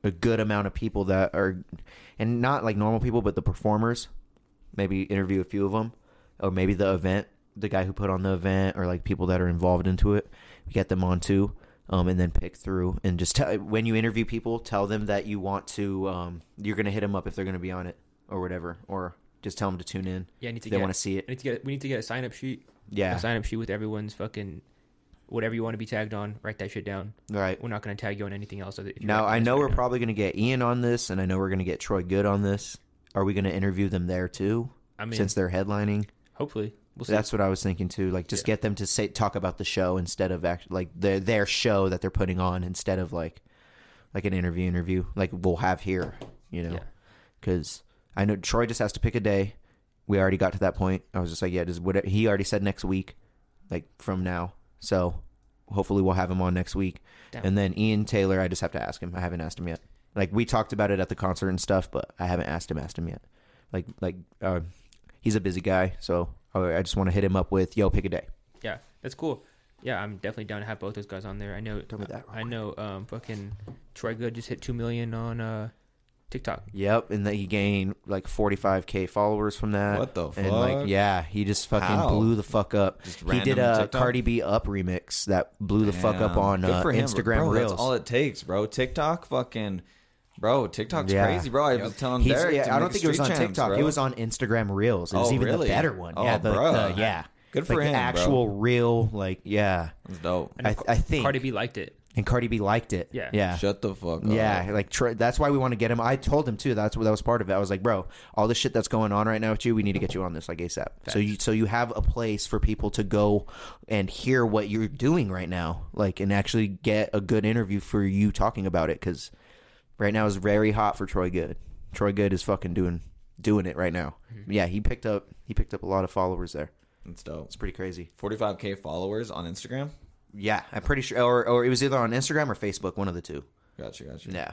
[SPEAKER 2] a good amount of people that are and not like normal people but the performers maybe interview a few of them or maybe the event the guy who put on the event or like people that are involved into it we get them on too um, and then pick through and just tell when you interview people tell them that you want to um, you're gonna hit them up if they're gonna be on it or whatever or just tell them to tune in
[SPEAKER 1] Yeah, I need to
[SPEAKER 2] if they
[SPEAKER 1] get-
[SPEAKER 2] want to see
[SPEAKER 1] I
[SPEAKER 2] it
[SPEAKER 1] need to get. We need to get a sign up sheet.
[SPEAKER 2] Yeah.
[SPEAKER 1] a sign up sheet with everyone's fucking whatever you want to be tagged on. Write that shit down.
[SPEAKER 2] right
[SPEAKER 1] We're not gonna tag you on anything else. other- if you're
[SPEAKER 2] now
[SPEAKER 1] writing
[SPEAKER 2] i
[SPEAKER 1] this
[SPEAKER 2] know
[SPEAKER 1] right
[SPEAKER 2] we're
[SPEAKER 1] now.
[SPEAKER 2] probably gonna get ian on this and i know we're gonna get troy good on this are we gonna interview them there too
[SPEAKER 1] I mean-
[SPEAKER 2] since they're headlining
[SPEAKER 1] hopefully we'll see.
[SPEAKER 2] That's what I was thinking too. Like, just get them to say talk about the show instead of act, like their their show that they're putting on instead of like like an interview interview like we'll have here. You know,
[SPEAKER 1] Yeah.
[SPEAKER 2] because I know Troy just has to pick a day. We already got to that point. I was just like, yeah, just what he already said next week, like from now. So hopefully we'll have him on next week.
[SPEAKER 1] Damn.
[SPEAKER 2] And then Ian Taylor, I just have to ask him. I haven't asked him yet. Like we talked about it at the concert and stuff, but I haven't asked him asked him yet. Like like uh, he's a busy guy, so I I just want to hit him up with yo pick a day.
[SPEAKER 1] yeah, that's cool. Yeah, I'm definitely down to have both those guys on there. I know.
[SPEAKER 2] Tell me that real
[SPEAKER 1] I know. Um, fucking Troy Good just hit two million on uh TikTok.
[SPEAKER 2] Yep, and that he gained like 45k followers from that.
[SPEAKER 4] What the
[SPEAKER 2] And like
[SPEAKER 4] fuck?
[SPEAKER 2] yeah, he just fucking
[SPEAKER 4] How?
[SPEAKER 2] blew the fuck up.
[SPEAKER 4] Just
[SPEAKER 2] he did
[SPEAKER 4] random
[SPEAKER 2] a
[SPEAKER 4] TikTok?
[SPEAKER 2] Cardi B up remix that blew the fuck up
[SPEAKER 4] Damn.
[SPEAKER 2] on
[SPEAKER 4] Good
[SPEAKER 2] uh,
[SPEAKER 4] for him,
[SPEAKER 2] Instagram
[SPEAKER 4] bro.
[SPEAKER 2] Reels.
[SPEAKER 4] That's all it takes, bro. TikTok, fucking, bro. TikTok's
[SPEAKER 2] Yeah.
[SPEAKER 4] crazy, bro. I was telling
[SPEAKER 2] He's-
[SPEAKER 4] Derek.
[SPEAKER 2] yeah,
[SPEAKER 4] to
[SPEAKER 2] I
[SPEAKER 4] make
[SPEAKER 2] don't
[SPEAKER 4] a
[SPEAKER 2] think it was on
[SPEAKER 4] street champs,
[SPEAKER 2] TikTok.
[SPEAKER 4] bro.
[SPEAKER 2] It was on Instagram Reels. It was
[SPEAKER 4] Oh,
[SPEAKER 2] even
[SPEAKER 4] really?
[SPEAKER 2] the better one.
[SPEAKER 4] Oh,
[SPEAKER 2] yeah, the,
[SPEAKER 4] bro.
[SPEAKER 2] the- yeah.
[SPEAKER 4] Good
[SPEAKER 2] like
[SPEAKER 4] for
[SPEAKER 2] the
[SPEAKER 4] him, bro.
[SPEAKER 2] actual real like yeah.
[SPEAKER 4] It's dope.
[SPEAKER 2] I, I think
[SPEAKER 1] Cardi B liked it.
[SPEAKER 2] and Cardi B liked it.
[SPEAKER 1] Yeah.
[SPEAKER 2] yeah,
[SPEAKER 4] Shut the fuck up.
[SPEAKER 2] yeah. Like tr- that's why we want to get him. I told him too. That's what that was part of it. I was like, bro, all this shit that's going on right now with you, we need to get you on this like ASAP. So you so you have a place for people to go and hear what you're doing right now, like and actually get a good interview for you talking about it because right now is very hot for Troy Good. Troy Good is fucking doing doing it right now. Yeah, he picked up he picked up a lot of followers there.
[SPEAKER 4] It's dope.
[SPEAKER 2] It's pretty crazy.
[SPEAKER 4] 45k followers on Instagram.
[SPEAKER 2] Yeah, I'm pretty sure, or or it was either on Instagram or Facebook, one of the two.
[SPEAKER 4] Gotcha, gotcha.
[SPEAKER 2] Yeah,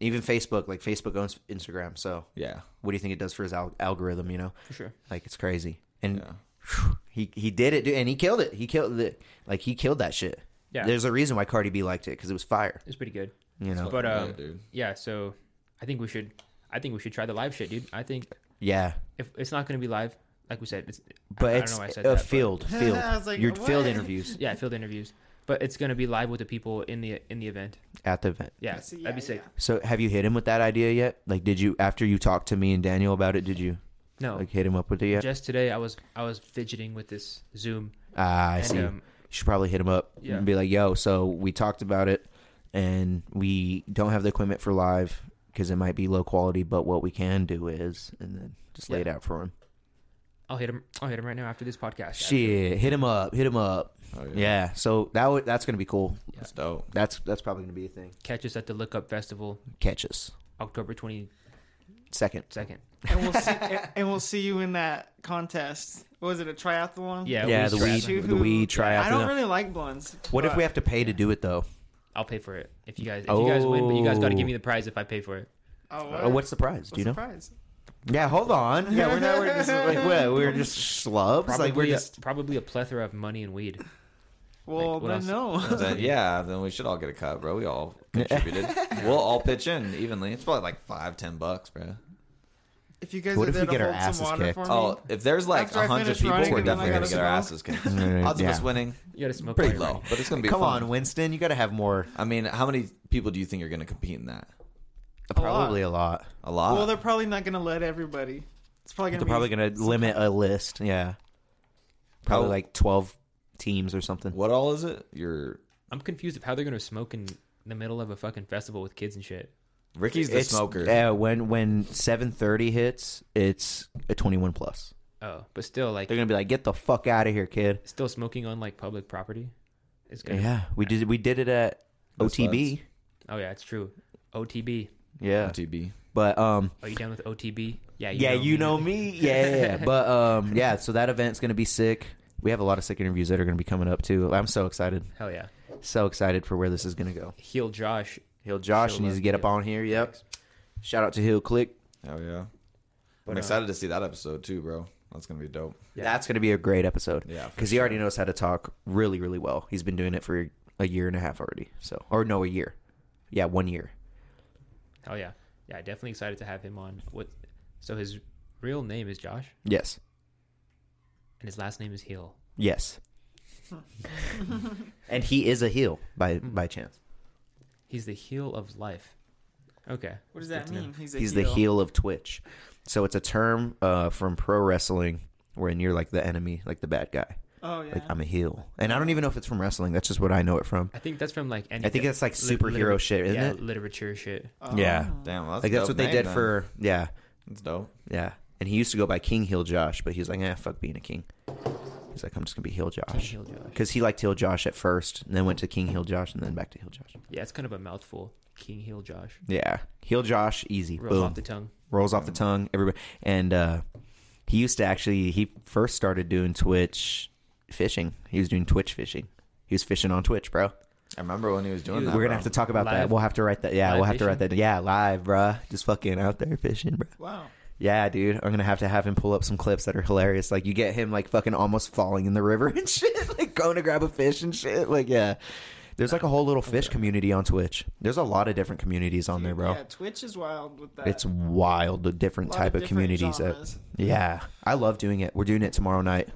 [SPEAKER 2] even Facebook, like Facebook owns Instagram, so
[SPEAKER 4] Yeah.
[SPEAKER 2] what do you think it does for his al- algorithm? You know,
[SPEAKER 1] For sure.
[SPEAKER 2] like it's crazy, and
[SPEAKER 4] Yeah.
[SPEAKER 2] phew, he he did it, dude, and he killed it. He killed it, like he killed that shit.
[SPEAKER 1] Yeah.
[SPEAKER 2] there's a reason why Cardi B liked it because it was fire.
[SPEAKER 1] It's pretty good.
[SPEAKER 2] You know,
[SPEAKER 1] But
[SPEAKER 4] Yeah,
[SPEAKER 3] uh,
[SPEAKER 1] um,
[SPEAKER 4] dude.
[SPEAKER 1] yeah, so I think we should. I think we should try the live shit, dude. I think
[SPEAKER 2] yeah,
[SPEAKER 1] if it's not going to be live, like we said, it's. I,
[SPEAKER 2] but
[SPEAKER 1] I
[SPEAKER 2] it's
[SPEAKER 1] don't know why I said
[SPEAKER 2] a
[SPEAKER 1] that, but-
[SPEAKER 2] field, field.
[SPEAKER 3] I was like,
[SPEAKER 2] Your
[SPEAKER 3] what?
[SPEAKER 2] field interviews
[SPEAKER 1] yeah, field interviews, but it's going to be live with the people in the in the event.
[SPEAKER 2] at the event.
[SPEAKER 1] Yeah,
[SPEAKER 3] see,
[SPEAKER 1] that'd be
[SPEAKER 3] yeah,
[SPEAKER 1] sick.
[SPEAKER 3] yeah.
[SPEAKER 2] So have you hit him with that idea yet? Like, did you after you talked to me and Daniel about it? Did you
[SPEAKER 1] No,
[SPEAKER 2] like hit him up with it yet?
[SPEAKER 1] just today I was I was fidgeting with this Zoom.
[SPEAKER 2] Ah, I
[SPEAKER 1] And,
[SPEAKER 2] see.
[SPEAKER 1] um,
[SPEAKER 2] you should probably hit him up
[SPEAKER 1] Yeah.
[SPEAKER 2] and be like, "Yo, so we talked about it, and we don't have the equipment for live because it might be low quality, but what we can do is, and then just lay it
[SPEAKER 1] Yeah.
[SPEAKER 2] out for him.
[SPEAKER 1] I'll hit him. I'll hit him right now after this podcast. actually.
[SPEAKER 2] Shit, hit him up, hit him up.
[SPEAKER 4] Oh,
[SPEAKER 2] yeah.
[SPEAKER 4] yeah.
[SPEAKER 2] so that would that's gonna be cool.
[SPEAKER 4] It's dope.
[SPEAKER 2] That's that's probably gonna be a thing.
[SPEAKER 1] Catch us at the Look Up Festival,
[SPEAKER 2] Catch us
[SPEAKER 1] October twenty
[SPEAKER 2] second.
[SPEAKER 1] second.
[SPEAKER 3] and we'll see, and we'll see you in that contest. What was it a triathlon?
[SPEAKER 1] Yeah,
[SPEAKER 2] yeah,
[SPEAKER 1] weed
[SPEAKER 2] the
[SPEAKER 1] trap.
[SPEAKER 2] weed,
[SPEAKER 3] Shoot
[SPEAKER 2] the weed
[SPEAKER 3] who- I don't
[SPEAKER 2] triathlon.
[SPEAKER 3] really like blunts.
[SPEAKER 2] what if
[SPEAKER 3] but-
[SPEAKER 2] we have to pay to do it though?
[SPEAKER 1] I'll pay for it if you guys if you guys win. But you guys got to give me the prize if I pay for it.
[SPEAKER 3] Oh,
[SPEAKER 2] Oh, what's the prize? do you know?
[SPEAKER 3] Surprise.
[SPEAKER 2] Yeah, hold on. Yeah, we're not. We're just like we're, we're just schlubs.
[SPEAKER 1] Probably,
[SPEAKER 2] like we're
[SPEAKER 1] a-
[SPEAKER 2] just
[SPEAKER 1] probably a plethora of money and weed.
[SPEAKER 3] Well,
[SPEAKER 1] Like, what
[SPEAKER 3] then no.
[SPEAKER 4] then, yeah, then we should all get a cut, bro. We all contributed. we'll all pitch in evenly. It's probably like five, ten bucks, bro.
[SPEAKER 3] if you guys
[SPEAKER 2] What
[SPEAKER 3] are
[SPEAKER 2] if
[SPEAKER 3] there
[SPEAKER 2] we get
[SPEAKER 3] to
[SPEAKER 2] our
[SPEAKER 3] hold
[SPEAKER 2] asses
[SPEAKER 3] some water
[SPEAKER 2] kicked?
[SPEAKER 3] for me,
[SPEAKER 4] Oh, if there's like
[SPEAKER 3] After I
[SPEAKER 4] a hundred
[SPEAKER 3] finish
[SPEAKER 4] people,
[SPEAKER 3] running,
[SPEAKER 4] we're
[SPEAKER 3] then I
[SPEAKER 4] definitely gonna
[SPEAKER 3] gotta
[SPEAKER 4] get our asses
[SPEAKER 3] smoke.
[SPEAKER 4] kicked. Odds of us
[SPEAKER 2] Yeah.
[SPEAKER 4] winning
[SPEAKER 1] You got to smoke while
[SPEAKER 4] pretty
[SPEAKER 1] you're
[SPEAKER 4] low,
[SPEAKER 1] running.
[SPEAKER 4] but it's gonna be
[SPEAKER 2] Come
[SPEAKER 4] fun.
[SPEAKER 2] on, Winston. You got to have more.
[SPEAKER 4] I mean, how many people do you think are gonna compete in that?
[SPEAKER 2] Probably a lot.
[SPEAKER 4] A lot.
[SPEAKER 3] well, they're probably not going to let everybody. It's probably going to
[SPEAKER 2] uh, They're
[SPEAKER 3] be
[SPEAKER 2] probably going to limit a list. Yeah. Probably
[SPEAKER 4] How-
[SPEAKER 2] like 12 teams or something.
[SPEAKER 4] what all is it? Your
[SPEAKER 1] I'm confused of how they're gonna smoke in the middle of a fucking festival with kids and shit.
[SPEAKER 4] Ricky's the
[SPEAKER 2] It's-
[SPEAKER 4] smoker.
[SPEAKER 2] Yeah, when when 7:30 hits, it's a 21 plus.
[SPEAKER 1] Oh, but still, like,
[SPEAKER 2] They're going to be like, "Get the fuck out of here, kid."
[SPEAKER 1] still smoking on like public property. Is
[SPEAKER 2] Yeah,
[SPEAKER 1] gonna,
[SPEAKER 2] we did we did it at
[SPEAKER 4] That's
[SPEAKER 2] OTB.
[SPEAKER 1] Oh yeah, it's true. OTB.
[SPEAKER 2] Yeah.
[SPEAKER 4] TB.
[SPEAKER 2] But um
[SPEAKER 1] Are you down with OTB? Yeah.
[SPEAKER 2] yeah, you know me. Yeah, yeah, yeah. But um yeah, so that event's going to be sick. We have a lot of sick interviews that are going to be coming up too. I'm so excited.
[SPEAKER 1] Hell yeah.
[SPEAKER 2] So excited for where this is going to go.
[SPEAKER 1] Heal Josh.
[SPEAKER 2] Hill Josh
[SPEAKER 1] Show
[SPEAKER 2] needs to
[SPEAKER 1] love,
[SPEAKER 2] get up
[SPEAKER 1] yeah.
[SPEAKER 2] on here. Yep. Shout out to Hill Click.
[SPEAKER 4] Hell yeah. I'm
[SPEAKER 1] uh,
[SPEAKER 4] excited to see that episode too, bro. That's gonna be dope.
[SPEAKER 1] Yeah.
[SPEAKER 2] That's going to be a great episode.
[SPEAKER 4] Yeah, for
[SPEAKER 2] Because he already knows how to talk really, really well. He's been doing it for a year and a half already. So, or no, a year. Yeah, one year.
[SPEAKER 1] Hell yeah. Yeah, definitely excited to have him on. What? So his real name is Josh,
[SPEAKER 2] Yes.
[SPEAKER 1] and his last name is Heal.
[SPEAKER 2] Yes. and he is a heel by by chance.
[SPEAKER 1] He's the heel of life. Okay.
[SPEAKER 3] What does that
[SPEAKER 1] Good to know.
[SPEAKER 3] mean? a
[SPEAKER 2] He's the heel of Twitch. So it's a term uh, from pro wrestling wherein you're like the enemy, like the bad guy.
[SPEAKER 3] Oh yeah.
[SPEAKER 2] Like I'm a heel. And I don't even know if it's from wrestling. That's just what I know it from.
[SPEAKER 1] I think that's from like. Any
[SPEAKER 2] I think that's, like,
[SPEAKER 1] lit-
[SPEAKER 2] superhero
[SPEAKER 1] literat-
[SPEAKER 2] shit, isn't
[SPEAKER 1] yeah,
[SPEAKER 2] it?
[SPEAKER 1] Literature shit.
[SPEAKER 3] Oh.
[SPEAKER 2] yeah.
[SPEAKER 4] Damn, well, that's
[SPEAKER 2] Like
[SPEAKER 4] a
[SPEAKER 2] that's
[SPEAKER 4] dope
[SPEAKER 2] what they
[SPEAKER 4] name,
[SPEAKER 2] did
[SPEAKER 4] then.
[SPEAKER 2] for yeah.
[SPEAKER 4] That's dope.
[SPEAKER 2] Yeah. And he used to go by King Heel Josh, but he's like, eh, fuck being a king. He's like, I'm just gonna be Heel Josh.
[SPEAKER 1] Heel Josh.
[SPEAKER 2] Because he liked Heel Josh at first, and then went to King Heel Josh, and then back to Heel Josh.
[SPEAKER 1] Yeah, it's kind of a mouthful. King Heel Josh.
[SPEAKER 2] Yeah, Heel Josh, easy,
[SPEAKER 1] Rolls
[SPEAKER 2] boom,
[SPEAKER 1] off the tongue.
[SPEAKER 2] rolls off the tongue. Everybody, and uh, he used to actually. He first started doing Twitch fishing. He was doing Twitch fishing. He was fishing on Twitch, bro.
[SPEAKER 4] I remember when he was doing
[SPEAKER 1] Dude,
[SPEAKER 4] that.
[SPEAKER 2] We're
[SPEAKER 4] bro.
[SPEAKER 2] gonna have to talk about that.
[SPEAKER 1] Live-
[SPEAKER 2] We'll have to write that. Yeah,
[SPEAKER 1] live
[SPEAKER 2] we'll have to write
[SPEAKER 1] fishing?
[SPEAKER 2] that. Yeah, live, bruh. Just fucking out there fishing, bruh.
[SPEAKER 3] Wow.
[SPEAKER 2] Yeah, dude, I'm gonna have to have him pull up some clips that are hilarious. Like you get him like fucking almost falling in the river and shit, like going to grab a fish and shit. Like yeah, there's like a whole little fish community on Twitch. There's a lot of different communities on there, bro.
[SPEAKER 3] Yeah, Twitch is wild with that.
[SPEAKER 2] It's wild the different
[SPEAKER 3] Lot of
[SPEAKER 2] type of,
[SPEAKER 3] different
[SPEAKER 2] communities. that-
[SPEAKER 3] genres.
[SPEAKER 2] yeah, I love doing it. We're doing it tomorrow night,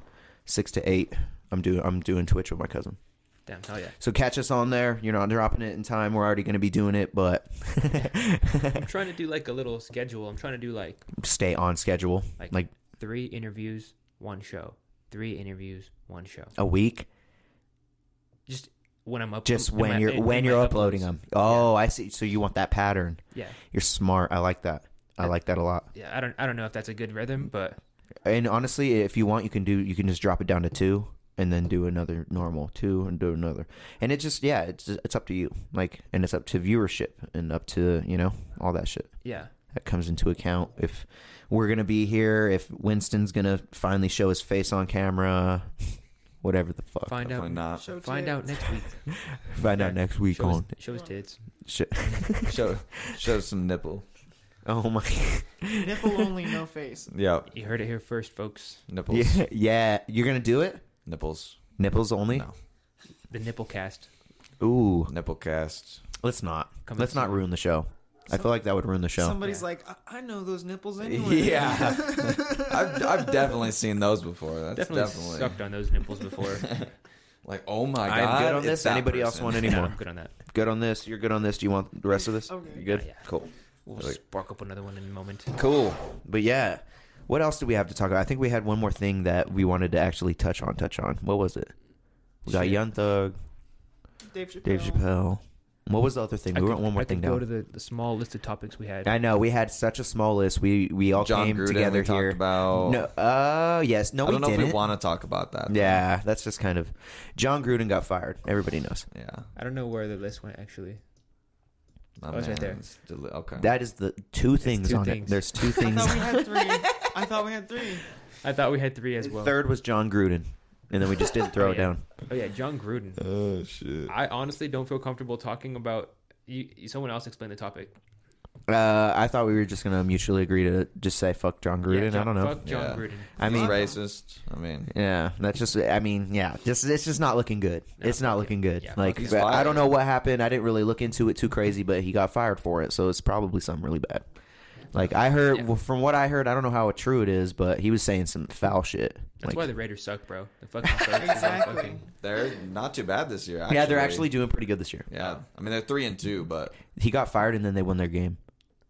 [SPEAKER 2] six to eight. I'm doing I'm doing Twitch with my cousin.
[SPEAKER 1] Damn. Hell yeah.
[SPEAKER 2] So catch us on there. You're not dropping it in time. We're already gonna be doing it, but
[SPEAKER 1] I'm trying to do like a little schedule. I'm trying to do like
[SPEAKER 2] stay on schedule.
[SPEAKER 1] like,
[SPEAKER 2] like
[SPEAKER 1] three interviews, one show. Three interviews, one show.
[SPEAKER 2] a week.
[SPEAKER 1] Just when I'm up.
[SPEAKER 2] just
[SPEAKER 1] in
[SPEAKER 2] when
[SPEAKER 1] my-
[SPEAKER 2] you're
[SPEAKER 1] in-
[SPEAKER 2] when
[SPEAKER 1] in
[SPEAKER 2] you're
[SPEAKER 1] my
[SPEAKER 2] uploading
[SPEAKER 1] uploads.
[SPEAKER 2] them. Oh, I see. So you want that pattern?
[SPEAKER 1] Yeah,
[SPEAKER 2] You're smart. I like that. I like that a lot.
[SPEAKER 1] yeah. I don't I don't know if that's a good rhythm, but
[SPEAKER 2] And honestly, if you want, you can do. You can just drop it down to two, and then do another normal two, and do another. And it just yeah, it's it's up to you. Like, and it's up to viewership, and up to you know all that shit
[SPEAKER 1] yeah,
[SPEAKER 2] that comes into account. If we're gonna be here, if Winston's gonna finally show his face on camera, whatever the fuck.
[SPEAKER 1] find
[SPEAKER 4] Definitely
[SPEAKER 1] out
[SPEAKER 4] not.
[SPEAKER 3] Show
[SPEAKER 1] find out
[SPEAKER 3] tits.
[SPEAKER 1] next week.
[SPEAKER 2] Find out next week
[SPEAKER 1] Shows,
[SPEAKER 2] on.
[SPEAKER 1] shows tits.
[SPEAKER 2] Sh-
[SPEAKER 4] Show show some nipple.
[SPEAKER 2] oh my.
[SPEAKER 3] Nipple only, no face.
[SPEAKER 4] Yeah,
[SPEAKER 1] You heard it here first, folks.
[SPEAKER 4] nipples.
[SPEAKER 2] Yeah, yeah, you're gonna do it.
[SPEAKER 4] Nipples.
[SPEAKER 2] Nipples only.
[SPEAKER 4] No.
[SPEAKER 1] The nipple cast.
[SPEAKER 2] Ooh,
[SPEAKER 4] Nipple cast.
[SPEAKER 2] let's not.
[SPEAKER 1] Come
[SPEAKER 2] let's
[SPEAKER 1] on,
[SPEAKER 2] not
[SPEAKER 1] someone.
[SPEAKER 2] ruin the show. I feel like that would ruin the show.
[SPEAKER 3] Somebody's
[SPEAKER 1] Yeah.
[SPEAKER 3] like, I-, I know those nipples anyway.
[SPEAKER 4] Yeah, I've, I've definitely seen those before. That's
[SPEAKER 1] Definitely,
[SPEAKER 4] definitely,
[SPEAKER 1] sucked on those nipples before.
[SPEAKER 4] like oh my god.
[SPEAKER 2] I'm good on
[SPEAKER 4] it's
[SPEAKER 2] this.
[SPEAKER 4] that
[SPEAKER 2] Anybody else
[SPEAKER 4] person.
[SPEAKER 2] want any
[SPEAKER 1] no,
[SPEAKER 2] more?
[SPEAKER 1] I'm good on that.
[SPEAKER 2] Good on this. You're good on this. Do you want the rest of this?
[SPEAKER 3] Okay.
[SPEAKER 2] You good?
[SPEAKER 1] Yeah, yeah.
[SPEAKER 2] Cool.
[SPEAKER 1] We'll
[SPEAKER 4] Like-
[SPEAKER 1] spark up another one in a moment.
[SPEAKER 2] Cool. But yeah, what else do we have to talk about? I think we had one more thing that we wanted to actually touch on. Touch on. What was it? We got
[SPEAKER 1] Shit.
[SPEAKER 2] Young Thug,
[SPEAKER 3] Dave Chappelle.
[SPEAKER 2] Dave Chappelle. What was the other thing?
[SPEAKER 1] I
[SPEAKER 2] we
[SPEAKER 1] could-
[SPEAKER 2] went one more
[SPEAKER 1] I could
[SPEAKER 2] thing
[SPEAKER 1] go
[SPEAKER 2] down.
[SPEAKER 1] to the, the small list of topics we had.
[SPEAKER 2] I know we had such a small list. We we all
[SPEAKER 4] John
[SPEAKER 2] came
[SPEAKER 4] Gruden
[SPEAKER 2] together
[SPEAKER 4] we talked
[SPEAKER 2] here.
[SPEAKER 4] about.
[SPEAKER 2] No. Uh. Yes. No.
[SPEAKER 4] I don't
[SPEAKER 2] we
[SPEAKER 4] know
[SPEAKER 2] didn't.
[SPEAKER 4] if we want to talk about that.
[SPEAKER 2] Yeah, that's just kind of. John Gruden got fired. Everybody knows.
[SPEAKER 4] Yeah.
[SPEAKER 1] I don't know where the list went actually.
[SPEAKER 4] My
[SPEAKER 1] Oh, it's right there.
[SPEAKER 4] man's deli- okay.
[SPEAKER 2] That is the two things
[SPEAKER 1] two
[SPEAKER 2] on
[SPEAKER 1] things.
[SPEAKER 2] it. There's two
[SPEAKER 3] I
[SPEAKER 2] things.
[SPEAKER 3] thought we had three. I thought we had three.
[SPEAKER 1] I thought we had three as well.
[SPEAKER 2] Third was John Gruden, and then we just didn't throw
[SPEAKER 1] Oh,
[SPEAKER 2] it
[SPEAKER 1] yeah.
[SPEAKER 2] down.
[SPEAKER 1] Oh yeah, John Gruden.
[SPEAKER 4] oh shit.
[SPEAKER 1] I honestly don't feel comfortable talking about. You, you- someone else explain the topic.
[SPEAKER 2] Uh, I thought we were just gonna mutually agree to just say fuck John Gruden.
[SPEAKER 1] Yeah, John-
[SPEAKER 2] I don't know.
[SPEAKER 1] Fuck John
[SPEAKER 4] Yeah.
[SPEAKER 1] Gruden.
[SPEAKER 2] I mean,
[SPEAKER 4] racist. I mean,
[SPEAKER 2] yeah, that's just. I mean, yeah, just it's just not looking good.
[SPEAKER 1] No,
[SPEAKER 2] it's not
[SPEAKER 1] fuck
[SPEAKER 2] looking
[SPEAKER 1] it.
[SPEAKER 2] good.
[SPEAKER 1] Yeah,
[SPEAKER 2] like
[SPEAKER 4] fuck he's
[SPEAKER 2] but I don't
[SPEAKER 4] fired.
[SPEAKER 2] know what happened. I didn't really look into it too crazy, but he got fired for it, so it's probably something really bad. Like I heard
[SPEAKER 1] Yeah.
[SPEAKER 2] well, from what I heard, I don't know how true it is, but he was saying some foul shit.
[SPEAKER 1] That's
[SPEAKER 2] like,
[SPEAKER 1] why the Raiders suck, bro. The fucking suck.
[SPEAKER 3] Exactly.
[SPEAKER 4] they're not too bad this year.
[SPEAKER 2] yeah, they're actually doing pretty good this year.
[SPEAKER 4] Yeah, I mean they're three and two, but
[SPEAKER 2] He got fired and then they won their game.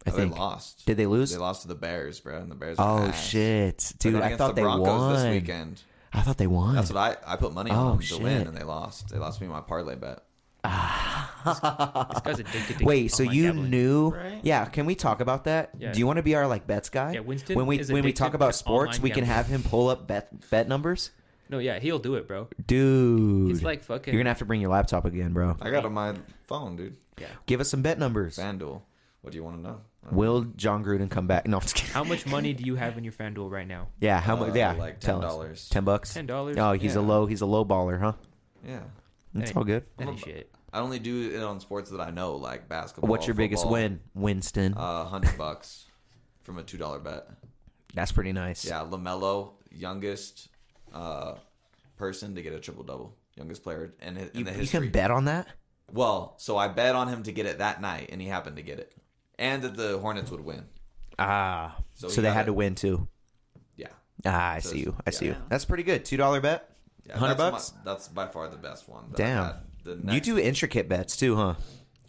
[SPEAKER 2] I
[SPEAKER 4] oh, they
[SPEAKER 2] think.
[SPEAKER 4] lost.
[SPEAKER 2] Did they lose?
[SPEAKER 4] They lost to the Bears, bro. And the Bears. are
[SPEAKER 2] oh
[SPEAKER 4] ass.
[SPEAKER 2] shit, dude!
[SPEAKER 4] They're going
[SPEAKER 2] I
[SPEAKER 4] against
[SPEAKER 2] thought
[SPEAKER 4] the
[SPEAKER 2] they
[SPEAKER 4] Broncos
[SPEAKER 2] won.
[SPEAKER 4] this weekend.
[SPEAKER 2] I thought they won.
[SPEAKER 4] That's what I I put money on
[SPEAKER 2] Oh,
[SPEAKER 4] them to
[SPEAKER 2] shit.
[SPEAKER 4] win, and they lost. They lost me my parlay bet.
[SPEAKER 1] This guy's addicted to
[SPEAKER 2] Wait, so
[SPEAKER 1] online
[SPEAKER 2] you
[SPEAKER 1] gambling.
[SPEAKER 2] knew?
[SPEAKER 3] Right?
[SPEAKER 2] Yeah, can we talk about that?
[SPEAKER 1] Yeah.
[SPEAKER 2] Do you want to be our like bets guy?
[SPEAKER 1] Yeah, Winston
[SPEAKER 2] When we
[SPEAKER 1] is
[SPEAKER 2] when we
[SPEAKER 1] addicted
[SPEAKER 2] talk
[SPEAKER 1] to
[SPEAKER 2] about sports,
[SPEAKER 1] online
[SPEAKER 2] we can
[SPEAKER 1] gambling.
[SPEAKER 2] have him pull up bet bet numbers,
[SPEAKER 1] No, yeah, he'll do it, bro.
[SPEAKER 2] dude.
[SPEAKER 1] He's like fucking.
[SPEAKER 2] You're gonna have to bring your laptop again, bro.
[SPEAKER 4] I got it on my phone, dude.
[SPEAKER 2] Give us some bet numbers.
[SPEAKER 4] FanDuel. What do you want to know?
[SPEAKER 2] Will John Gruden come back? No, I'm just kidding.
[SPEAKER 1] How much money do you have in your FanDuel right now?
[SPEAKER 2] Yeah, how much?
[SPEAKER 4] Uh,
[SPEAKER 2] Yeah,
[SPEAKER 4] like
[SPEAKER 2] tell us.
[SPEAKER 4] $10.
[SPEAKER 2] Ten bucks.
[SPEAKER 1] $10?
[SPEAKER 2] Oh, he's a
[SPEAKER 4] Yeah.
[SPEAKER 2] low. He's a low baller, huh?
[SPEAKER 4] Yeah,
[SPEAKER 2] It's
[SPEAKER 1] Hey.
[SPEAKER 2] all good.
[SPEAKER 1] That
[SPEAKER 4] I'm
[SPEAKER 1] ain't
[SPEAKER 4] a-
[SPEAKER 1] shit.
[SPEAKER 4] I only do it on sports that I know, like basketball.
[SPEAKER 2] What's your biggest
[SPEAKER 4] football.
[SPEAKER 2] win, Winston?
[SPEAKER 4] Uh, hundred bucks from a two dollar bet.
[SPEAKER 2] That's pretty nice.
[SPEAKER 4] Yeah, Lamelo, youngest uh, person to get a triple double, youngest player in, hi- in
[SPEAKER 2] you,
[SPEAKER 4] the
[SPEAKER 2] you
[SPEAKER 4] history.
[SPEAKER 2] can bet on that.
[SPEAKER 4] Well, so I bet on him to get it that night, and he happened to get it, and that the Hornets would win.
[SPEAKER 2] Ah, so,
[SPEAKER 4] So he
[SPEAKER 2] they
[SPEAKER 4] got
[SPEAKER 2] had to
[SPEAKER 4] it.
[SPEAKER 2] win too.
[SPEAKER 4] Yeah,
[SPEAKER 2] Ah, I
[SPEAKER 4] So
[SPEAKER 2] see
[SPEAKER 4] it's-
[SPEAKER 2] you. I see
[SPEAKER 4] yeah.
[SPEAKER 2] you. That's pretty good. Two dollar bet.
[SPEAKER 4] yeah
[SPEAKER 2] Hundred
[SPEAKER 4] that's
[SPEAKER 2] bucks.
[SPEAKER 4] my- that's by far the best one. that I've
[SPEAKER 2] Damn.
[SPEAKER 4] had. The
[SPEAKER 2] You
[SPEAKER 4] next-
[SPEAKER 2] do intricate bets too, huh?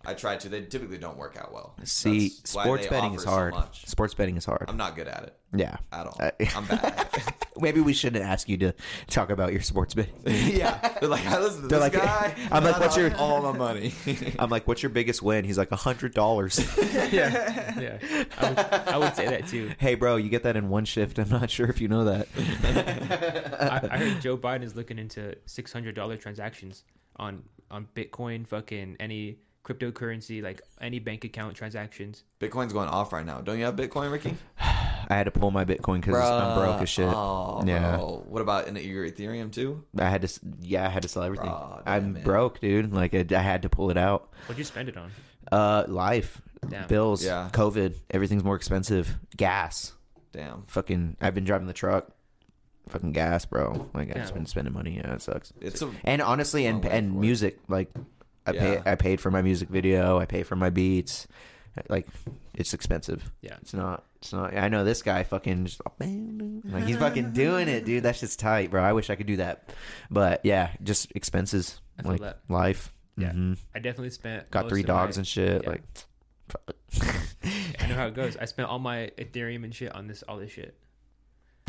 [SPEAKER 4] I try to. They typically don't work out well.
[SPEAKER 2] See,
[SPEAKER 4] That's why
[SPEAKER 2] sports
[SPEAKER 4] they
[SPEAKER 2] betting
[SPEAKER 4] offer
[SPEAKER 2] is
[SPEAKER 4] so
[SPEAKER 2] hard.
[SPEAKER 4] much.
[SPEAKER 2] sports betting is hard.
[SPEAKER 4] I'm not good at it
[SPEAKER 2] yeah.
[SPEAKER 4] at all.
[SPEAKER 2] I-
[SPEAKER 4] I'm bad. At it.
[SPEAKER 2] Maybe we shouldn't ask you to talk about your sports betting.
[SPEAKER 4] yeah, they're like, I listen to
[SPEAKER 2] They're
[SPEAKER 4] this
[SPEAKER 2] like-
[SPEAKER 4] guy.
[SPEAKER 2] I'm like,
[SPEAKER 4] I
[SPEAKER 2] what's your-
[SPEAKER 4] lost all my money?
[SPEAKER 2] I'm like, what's your biggest win? He's like, a hundred dollars.
[SPEAKER 1] Yeah, yeah. I would, I would say that too.
[SPEAKER 2] hey, bro, you get that in one shift. I'm not sure if you know that.
[SPEAKER 1] I, I heard Joe Biden is looking into six hundred dollar transactions on on Bitcoin, fucking any cryptocurrency, like any bank account transactions.
[SPEAKER 4] Bitcoin's going off right now. Don't you have Bitcoin, Ricky?
[SPEAKER 2] I had to pull my Bitcoin because I'm broke as shit.
[SPEAKER 4] Oh,
[SPEAKER 2] yeah,
[SPEAKER 4] bro. What about in your Ethereum too?
[SPEAKER 2] I had to. s- Yeah, I had to sell everything.
[SPEAKER 4] Bro,
[SPEAKER 2] I'm
[SPEAKER 4] damn it.
[SPEAKER 2] broke, dude. Like I, I had to pull it out.
[SPEAKER 1] What'd you spend it on?
[SPEAKER 2] Uh, life,
[SPEAKER 1] Damn.
[SPEAKER 2] bills,
[SPEAKER 4] Yeah.
[SPEAKER 2] COVID, everything's more expensive. Gas,
[SPEAKER 4] Damn,
[SPEAKER 2] fucking. I've been driving the truck. Fucking gas, bro. Like I've just
[SPEAKER 1] Yeah.
[SPEAKER 2] been spending money. Yeah, it sucks.
[SPEAKER 4] it's a
[SPEAKER 2] And honestly, and
[SPEAKER 4] Long way
[SPEAKER 2] and
[SPEAKER 4] for it.
[SPEAKER 2] music, like I
[SPEAKER 4] Yeah.
[SPEAKER 2] pay, I paid for my music video. I pay for my beats. Like it's expensive.
[SPEAKER 1] Yeah.
[SPEAKER 2] It's not. It's not. I know this guy fucking just like he's fucking doing it, dude. That's just tight, bro. I wish I could do that, but yeah, just expenses
[SPEAKER 1] I feel
[SPEAKER 2] like
[SPEAKER 1] that.
[SPEAKER 2] life.
[SPEAKER 1] Yeah.
[SPEAKER 2] Mhm.
[SPEAKER 1] I definitely spent
[SPEAKER 2] Got
[SPEAKER 1] most
[SPEAKER 2] three
[SPEAKER 1] of my-
[SPEAKER 2] dogs and shit.
[SPEAKER 1] yeah.
[SPEAKER 2] Like, fuck.
[SPEAKER 1] I know how it goes. I spent all my Ethereum and shit on this all this shit.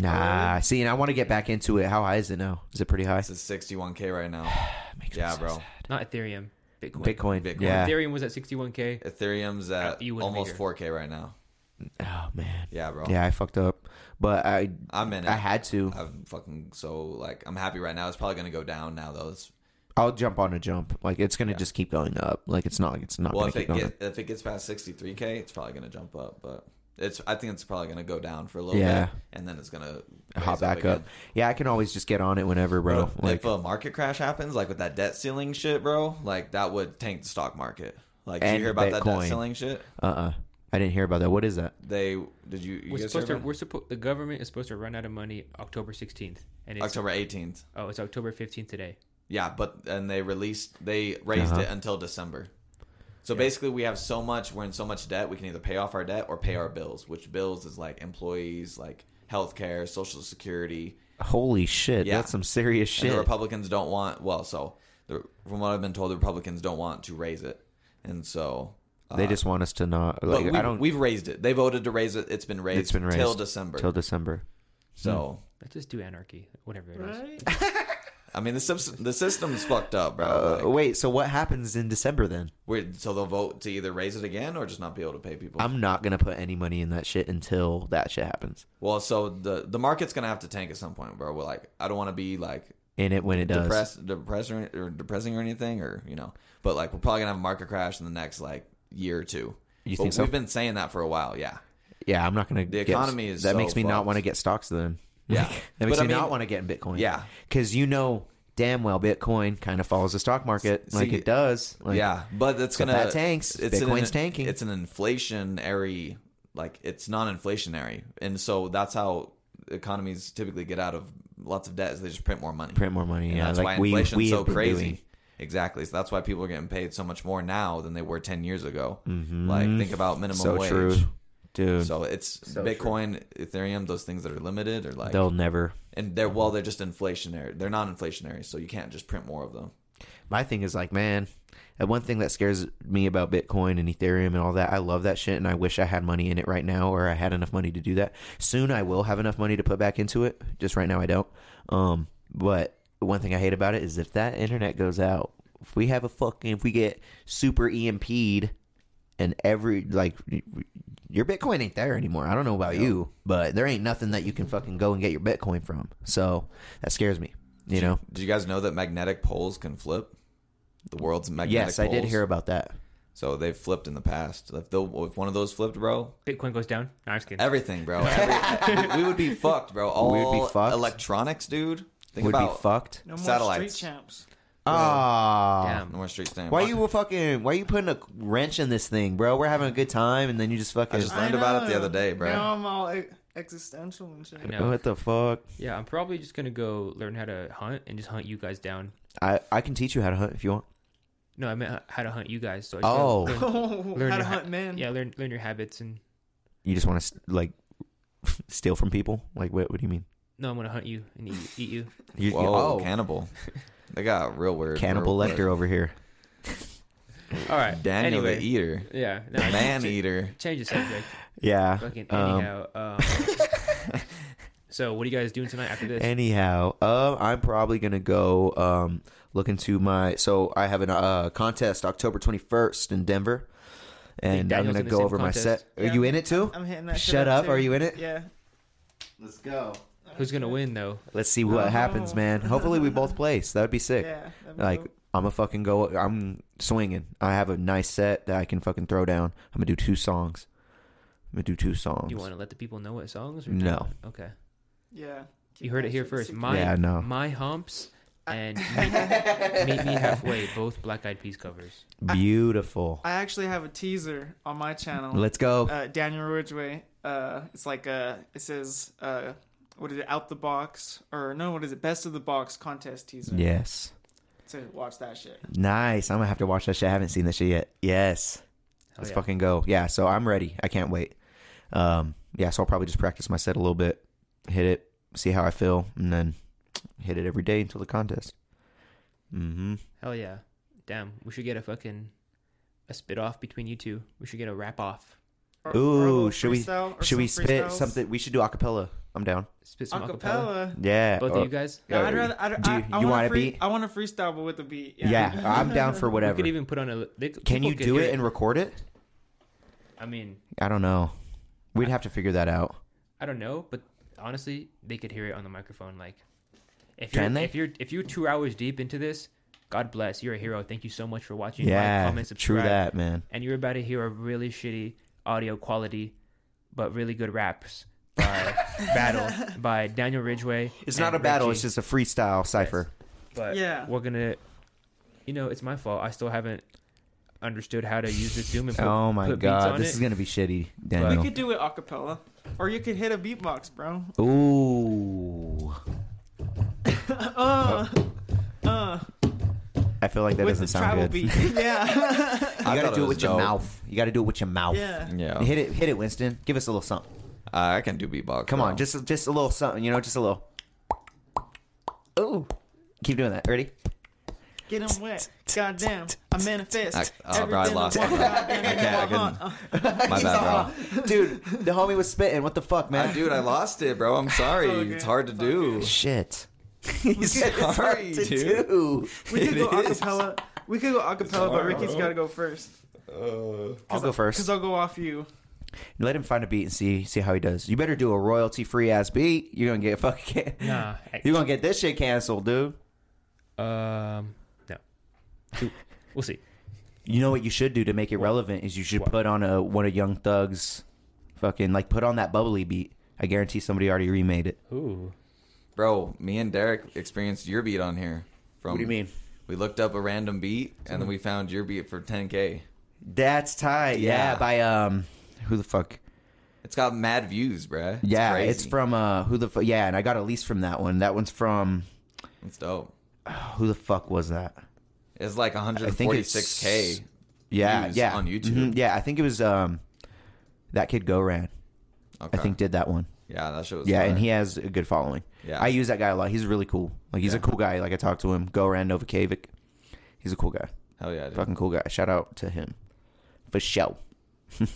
[SPEAKER 2] nah. See, and I want to get back into it. How high is it now? Is it pretty high?
[SPEAKER 4] It's a 61k right now.
[SPEAKER 2] makes me
[SPEAKER 4] Yeah,
[SPEAKER 2] so
[SPEAKER 4] bro.
[SPEAKER 2] sad.
[SPEAKER 1] Not Ethereum, Bitcoin.
[SPEAKER 2] Bitcoin.
[SPEAKER 4] Bitcoin.
[SPEAKER 2] Yeah.
[SPEAKER 1] Ethereum was at 61k.
[SPEAKER 4] Ethereum's at
[SPEAKER 1] You wouldn't
[SPEAKER 4] almost
[SPEAKER 1] figure.
[SPEAKER 4] 4K right now.
[SPEAKER 2] Oh man.
[SPEAKER 4] Yeah, bro.
[SPEAKER 2] Yeah, I fucked up, but I
[SPEAKER 4] I'm in it.
[SPEAKER 2] I had to.
[SPEAKER 4] I'm fucking so like I'm happy right now. It's probably gonna go down now though. It's,
[SPEAKER 2] I'll jump on a jump. Like it's gonna just keep going up. Like it's not. Like it's not
[SPEAKER 4] well,
[SPEAKER 2] gonna
[SPEAKER 4] if
[SPEAKER 2] keep
[SPEAKER 4] it
[SPEAKER 2] going.
[SPEAKER 4] get, if it gets past 63k, it's probably gonna jump up. But it's I think it's probably gonna go down for a little
[SPEAKER 2] Yeah.
[SPEAKER 4] bit, and then it's gonna
[SPEAKER 2] up. Hop
[SPEAKER 4] raise
[SPEAKER 2] back
[SPEAKER 4] again.
[SPEAKER 2] up. Yeah, I can always just get on it whenever, bro.
[SPEAKER 4] But
[SPEAKER 2] Like
[SPEAKER 4] if uh, a market crash happens, like with that debt ceiling shit, bro, like that would tank the stock market. Like did you
[SPEAKER 2] And
[SPEAKER 4] hear about that
[SPEAKER 2] Bitcoin.
[SPEAKER 4] debt ceiling shit?
[SPEAKER 2] Uh uh I didn't hear about that. What is that?
[SPEAKER 4] They did you? you
[SPEAKER 1] We're
[SPEAKER 4] guys
[SPEAKER 1] supposed to.
[SPEAKER 4] hear about
[SPEAKER 1] We're supposed. The government is supposed to run out of money October 16th, and
[SPEAKER 4] it?
[SPEAKER 1] it's
[SPEAKER 4] October 18th.
[SPEAKER 1] oh, it's October 15th today.
[SPEAKER 4] Yeah, but and they released they raised
[SPEAKER 2] Uh-huh.
[SPEAKER 4] it until December. So basically, we have so much we're in so much debt we can either pay off our debt or pay our bills, which bills is like employees, like healthcare, social security.
[SPEAKER 2] Holy shit.
[SPEAKER 4] Yeah.
[SPEAKER 2] That's some serious shit.
[SPEAKER 4] And the Republicans don't want well, so the, from what I've been told, the Republicans don't want to raise it, and so uh,
[SPEAKER 2] they just want us to not.
[SPEAKER 4] but
[SPEAKER 2] Like
[SPEAKER 4] we,
[SPEAKER 2] I don't.
[SPEAKER 4] We've raised it. They voted to raise it. It's been raised.
[SPEAKER 2] it's been raised
[SPEAKER 4] till December.
[SPEAKER 2] Till December.
[SPEAKER 4] so
[SPEAKER 1] Let's just do anarchy, whatever it is.
[SPEAKER 3] Right?
[SPEAKER 4] I mean, the system, the system's fucked up, bro.
[SPEAKER 2] Uh,
[SPEAKER 4] Like,
[SPEAKER 2] wait. So what happens in December then?
[SPEAKER 4] we're- so they'll vote to either raise it again or just not be able to pay people.
[SPEAKER 2] I'm not gonna put any money in that shit until that shit happens.
[SPEAKER 4] Well, so the the market's gonna have to tank at some point, bro. We're like, I don't want to be like
[SPEAKER 2] In it when it does.
[SPEAKER 4] depressed, depressed or, or depressing or anything, or you know. But like, we're probably gonna have a market crash in the next like year or two.
[SPEAKER 2] You
[SPEAKER 4] But
[SPEAKER 2] think so?
[SPEAKER 4] We've been saying that for a while, yeah,
[SPEAKER 2] Yeah, I'm not gonna. The
[SPEAKER 4] economy is
[SPEAKER 2] that
[SPEAKER 4] so
[SPEAKER 2] makes me not
[SPEAKER 4] fucked.
[SPEAKER 2] want to get stocks then.
[SPEAKER 4] Yeah.
[SPEAKER 2] that makes
[SPEAKER 4] But I
[SPEAKER 2] me not
[SPEAKER 4] mean-
[SPEAKER 2] want to get in Bitcoin.
[SPEAKER 4] Yeah.
[SPEAKER 2] because you know damn well Bitcoin kind of follows the stock market
[SPEAKER 4] See-
[SPEAKER 2] like it does. Like,
[SPEAKER 4] yeah. But it's
[SPEAKER 2] so
[SPEAKER 4] gonna
[SPEAKER 2] that tanks,
[SPEAKER 4] an-
[SPEAKER 2] Bitcoin's tanking.
[SPEAKER 4] It's an inflationary, like it's non-inflationary, and so that's how economies typically get out of lots of debt. Is they just print more money.
[SPEAKER 2] print more money.
[SPEAKER 4] And
[SPEAKER 2] yeah,
[SPEAKER 4] that's
[SPEAKER 2] like
[SPEAKER 4] why
[SPEAKER 2] we
[SPEAKER 4] inflation's
[SPEAKER 2] we
[SPEAKER 4] so
[SPEAKER 2] have been
[SPEAKER 4] crazy.
[SPEAKER 2] doing.
[SPEAKER 4] Exactly. So that's why people are getting paid so much more now than they were ten years ago. Like think about minimum
[SPEAKER 2] Mm-hmm. So
[SPEAKER 4] wage.
[SPEAKER 2] true, dude.
[SPEAKER 4] So it's Bitcoin, Ethereum, those things that are limited or like
[SPEAKER 2] They'll never.
[SPEAKER 4] and they're well, they're just inflationary. They're not inflationary, so you can't just print more of them.
[SPEAKER 2] My thing is like, man, and one thing that scares me about Bitcoin and Ethereum and all that, I love that shit and I wish I had money in it right now or I had enough money to do that. Soon I will have enough money to put back into it. Just right now I don't. Um, but one thing I hate about it is if that internet goes out, if we have a fucking, if we get super EMP'd and every, like, your Bitcoin ain't there anymore. I don't know about you, but there ain't nothing that you can fucking go and get your Bitcoin from. So that scares me, you know?
[SPEAKER 4] Do you guys know that magnetic poles can flip? The world's magnetic
[SPEAKER 2] Yes, I did
[SPEAKER 4] poles.
[SPEAKER 2] hear about that.
[SPEAKER 4] So they've flipped in the past. If, the, if one of those flipped, bro,
[SPEAKER 1] Bitcoin goes down. No, I'm just kidding.
[SPEAKER 4] everything, bro. Every, we, we would be fucked, bro. All
[SPEAKER 2] We would be fucked.
[SPEAKER 4] electronics, dude. Think
[SPEAKER 2] would
[SPEAKER 4] about
[SPEAKER 2] be fucked.
[SPEAKER 3] No more
[SPEAKER 4] Satellites.
[SPEAKER 3] street champs.
[SPEAKER 2] Ah.
[SPEAKER 1] Damn.
[SPEAKER 4] No more street stamps.
[SPEAKER 2] Why you fucking? Why you putting a wrench in this thing, bro? We're having a good time, and then you just fucking.
[SPEAKER 4] I just learned about it the other day, bro.
[SPEAKER 3] Now I'm all e- existential and shit.
[SPEAKER 1] Yeah.
[SPEAKER 2] What the fuck?
[SPEAKER 1] Yeah, I'm probably just gonna go learn how to hunt and just hunt you guys down.
[SPEAKER 2] I I can teach you how to hunt if you want.
[SPEAKER 1] No, I meant h- how to hunt you guys. So I
[SPEAKER 2] Oh.
[SPEAKER 1] just learn,
[SPEAKER 3] Oh,
[SPEAKER 1] learn
[SPEAKER 3] how
[SPEAKER 1] your
[SPEAKER 3] to
[SPEAKER 1] ha-
[SPEAKER 3] hunt men.
[SPEAKER 1] yeah, learn learn your habits and
[SPEAKER 2] You just want to like steal from people. Like what? What do you mean?
[SPEAKER 1] no, I'm gonna hunt you and eat, eat you.
[SPEAKER 2] You, you-
[SPEAKER 4] Whoa,
[SPEAKER 2] oh,
[SPEAKER 4] cannibal. They got real weird.
[SPEAKER 2] cannibal
[SPEAKER 4] real-
[SPEAKER 2] Lecter over here.
[SPEAKER 1] All right,
[SPEAKER 4] Daniel
[SPEAKER 1] anyway,
[SPEAKER 4] the Eater.
[SPEAKER 1] Yeah, no, I-
[SPEAKER 4] Man Eater.
[SPEAKER 1] change the subject.
[SPEAKER 2] Yeah.
[SPEAKER 1] Fucking
[SPEAKER 2] Um,
[SPEAKER 1] anyhow. Um, so what are you guys doing tonight after this?
[SPEAKER 2] Anyhow, uh, I'm probably gonna go um, look into my. So I have a uh, contest October 21st in Denver, and I'm
[SPEAKER 1] Daniel's
[SPEAKER 2] gonna
[SPEAKER 1] in the
[SPEAKER 2] go
[SPEAKER 1] same
[SPEAKER 2] over
[SPEAKER 1] contest.
[SPEAKER 2] my set. Are
[SPEAKER 3] Yeah,
[SPEAKER 2] you
[SPEAKER 3] I'm-
[SPEAKER 2] in it too?
[SPEAKER 3] I'm hitting that. shit
[SPEAKER 2] Shut up!
[SPEAKER 3] too.
[SPEAKER 2] Are you in it?
[SPEAKER 3] Yeah.
[SPEAKER 2] Let's go.
[SPEAKER 1] Who's gonna win though?
[SPEAKER 2] Let's see what
[SPEAKER 3] No.
[SPEAKER 2] happens, man. Hopefully, we both place. That would be sick.
[SPEAKER 3] Yeah. that'd be
[SPEAKER 2] like
[SPEAKER 3] dope.
[SPEAKER 2] I'm a fucking go. I'm swinging. I have a nice set that I can fucking throw down. I'm gonna do two songs. I'm gonna do two songs.
[SPEAKER 1] You want to let the people know what songs? Or do you
[SPEAKER 2] No,
[SPEAKER 1] want- Okay.
[SPEAKER 3] yeah.
[SPEAKER 1] You heard it here
[SPEAKER 3] Keep that shit
[SPEAKER 1] first.
[SPEAKER 3] secret.
[SPEAKER 1] My
[SPEAKER 2] Yeah, I know.
[SPEAKER 1] my humps and meet, Meet me halfway. Both Black Eyed Peas covers.
[SPEAKER 2] beautiful.
[SPEAKER 3] I actually have a teaser on my channel.
[SPEAKER 2] Let's go.
[SPEAKER 3] uh, Daniel Ridgway. Uh, it's like uh it says uh, what is it? Out the box or no? What is it? Best of the box contest teaser.
[SPEAKER 2] yes.
[SPEAKER 3] So watch that shit.
[SPEAKER 2] Nice. I'm gonna have to watch that shit. I haven't seen that shit yet. Yes.
[SPEAKER 1] Hell
[SPEAKER 2] Let's
[SPEAKER 1] Oh, yeah.
[SPEAKER 2] fucking go. Yeah. So I'm ready. I can't wait. Um. Yeah. So I'll probably just practice my set a little bit, hit it, see how I feel, and then hit it every day until the contest. Mm-hmm.
[SPEAKER 1] Hell yeah. Damn, we should get a fucking a spit off between you two. We should get a rap off.
[SPEAKER 3] Or- or a
[SPEAKER 2] Ooh,
[SPEAKER 3] little
[SPEAKER 2] should we
[SPEAKER 3] freestyle or
[SPEAKER 2] should we
[SPEAKER 3] some
[SPEAKER 2] spit
[SPEAKER 3] freestyles.
[SPEAKER 2] something? We should do acapella. I'm down.
[SPEAKER 1] Spit some acapella.
[SPEAKER 3] Acapella.
[SPEAKER 2] Yeah.
[SPEAKER 1] Both
[SPEAKER 2] Oh,
[SPEAKER 1] of you guys.
[SPEAKER 3] No,
[SPEAKER 2] Yeah.
[SPEAKER 3] I'd rather. I'd,
[SPEAKER 2] Do
[SPEAKER 3] I,
[SPEAKER 2] you-
[SPEAKER 3] I
[SPEAKER 2] you want
[SPEAKER 3] want
[SPEAKER 2] a
[SPEAKER 3] to free,
[SPEAKER 2] beat?
[SPEAKER 3] I want to freestyle, but with a beat. Yeah.
[SPEAKER 2] Yeah, I'm down for
[SPEAKER 1] Oh, We
[SPEAKER 2] whatever.
[SPEAKER 1] could even put on a. They,
[SPEAKER 2] Can
[SPEAKER 1] people
[SPEAKER 2] you
[SPEAKER 1] could
[SPEAKER 2] do
[SPEAKER 1] hear
[SPEAKER 2] it and record it?
[SPEAKER 1] I mean,
[SPEAKER 2] I don't know. We'd have to figure that out.
[SPEAKER 1] I don't know, but honestly, they could hear it on the microphone. Like, if you're
[SPEAKER 2] Can they?
[SPEAKER 1] if you're if you're two hours deep into this, God bless, you're a hero. Thank you so much for watching. Like,
[SPEAKER 2] yeah,
[SPEAKER 1] comment,
[SPEAKER 2] true
[SPEAKER 1] subscribe.
[SPEAKER 2] that, man.
[SPEAKER 1] And you're about to hear a really shitty audio quality, but really good raps by Battle by Daniel Ridgway.
[SPEAKER 2] It's not
[SPEAKER 1] and
[SPEAKER 2] a battle. It's
[SPEAKER 1] Reggie.
[SPEAKER 2] just a freestyle cipher.
[SPEAKER 1] But
[SPEAKER 3] Yeah.
[SPEAKER 1] we're gonna. You know, it's my fault. I still haven't understood how to use this Zoom and put,
[SPEAKER 2] Oh my
[SPEAKER 1] put beats
[SPEAKER 2] god,
[SPEAKER 1] on
[SPEAKER 2] this
[SPEAKER 1] it.
[SPEAKER 2] is gonna be shitty,
[SPEAKER 3] We
[SPEAKER 2] Daniel.
[SPEAKER 3] could do it acapella, or you could hit a beatbox, bro.
[SPEAKER 2] Ooh,
[SPEAKER 3] Uh, uh,
[SPEAKER 2] I feel like that
[SPEAKER 3] with
[SPEAKER 2] doesn't
[SPEAKER 3] the
[SPEAKER 2] sound
[SPEAKER 3] tribal
[SPEAKER 2] good.
[SPEAKER 3] beat. Yeah.
[SPEAKER 2] You
[SPEAKER 4] thought
[SPEAKER 2] gotta do it
[SPEAKER 4] was
[SPEAKER 2] with your
[SPEAKER 4] dope.
[SPEAKER 2] mouth. You gotta do it with your mouth.
[SPEAKER 3] yeah.
[SPEAKER 4] Yeah, Ah,
[SPEAKER 2] Hit it, hit it, Winston. Give us a little something.
[SPEAKER 4] I can do beatbox.
[SPEAKER 2] Come on,
[SPEAKER 4] bro.
[SPEAKER 2] just just a little something. You know, just a little. Ooh, keep doing that. Ready?
[SPEAKER 3] Get him wet. Goddamn. I
[SPEAKER 4] I-
[SPEAKER 3] manifest.
[SPEAKER 4] oh, bro, I
[SPEAKER 3] everything
[SPEAKER 4] lost
[SPEAKER 3] want.
[SPEAKER 4] it.
[SPEAKER 3] Goddamn,
[SPEAKER 4] I can't- I
[SPEAKER 3] want. Uh,
[SPEAKER 4] couldn't- my bad,
[SPEAKER 2] Dude, the homie was spitting. What the fuck,
[SPEAKER 4] bro.
[SPEAKER 2] man?
[SPEAKER 4] Uh, dude, I lost it, bro. I'm sorry.
[SPEAKER 3] It's all good.
[SPEAKER 4] It's hard to
[SPEAKER 3] It's all
[SPEAKER 4] do.
[SPEAKER 2] Shit. He's sorry,
[SPEAKER 4] Sorry,
[SPEAKER 2] to
[SPEAKER 4] dude.
[SPEAKER 2] do.
[SPEAKER 3] We could go
[SPEAKER 4] It is.
[SPEAKER 3] acapella. We could go acapella, but
[SPEAKER 4] hard,
[SPEAKER 3] Ricky's
[SPEAKER 4] bro.
[SPEAKER 3] got to go first.
[SPEAKER 2] I'll go
[SPEAKER 3] Because
[SPEAKER 2] first.
[SPEAKER 3] I'll go off you.
[SPEAKER 2] Let him find a beat and see see how he does. You better do a royalty free ass beat. You're gonna get fucking.
[SPEAKER 1] Nah.
[SPEAKER 2] You're gonna get this shit canceled, dude.
[SPEAKER 1] Um, no. We'll see.
[SPEAKER 2] You know what you should do to make it relevant is you should
[SPEAKER 1] What?
[SPEAKER 2] put on a one of Young Thug's, fucking like put on that bubbly beat. I guarantee somebody already remade it.
[SPEAKER 1] Ooh.
[SPEAKER 4] Bro, me and Derek experienced your beat on here. From
[SPEAKER 2] What do you mean?
[SPEAKER 4] We looked up a random beat and then we found your beat for 10k.
[SPEAKER 2] That's tight. Yeah,
[SPEAKER 4] Yeah.
[SPEAKER 2] by um, who the fuck?
[SPEAKER 4] It's got mad views, bruh. It's
[SPEAKER 2] yeah,
[SPEAKER 4] crazy.
[SPEAKER 2] it's from uh, who the fuck? Yeah, and I got a lease from that one. That one's from
[SPEAKER 4] It's dope.
[SPEAKER 2] who the fuck was that?
[SPEAKER 4] It's like
[SPEAKER 2] think it's-
[SPEAKER 4] 146k.
[SPEAKER 2] Yeah,
[SPEAKER 4] Views
[SPEAKER 2] yeah,
[SPEAKER 4] on YouTube.
[SPEAKER 2] Mhm, yeah, I think it was um, that kid Goran.
[SPEAKER 4] Okay.
[SPEAKER 2] I think did that one.
[SPEAKER 4] Yeah, that shit was.
[SPEAKER 2] Yeah,
[SPEAKER 4] fire.
[SPEAKER 2] and he has a good following.
[SPEAKER 4] Yeah.
[SPEAKER 2] I use that guy a lot. He's really cool. Like he's a
[SPEAKER 4] Yeah.
[SPEAKER 2] cool guy. Like I talked to him. Goran Novakovic. He's a cool guy.
[SPEAKER 4] Hell yeah, dude.
[SPEAKER 2] Fucking cool guy. Shout out to him for show.
[SPEAKER 4] Hell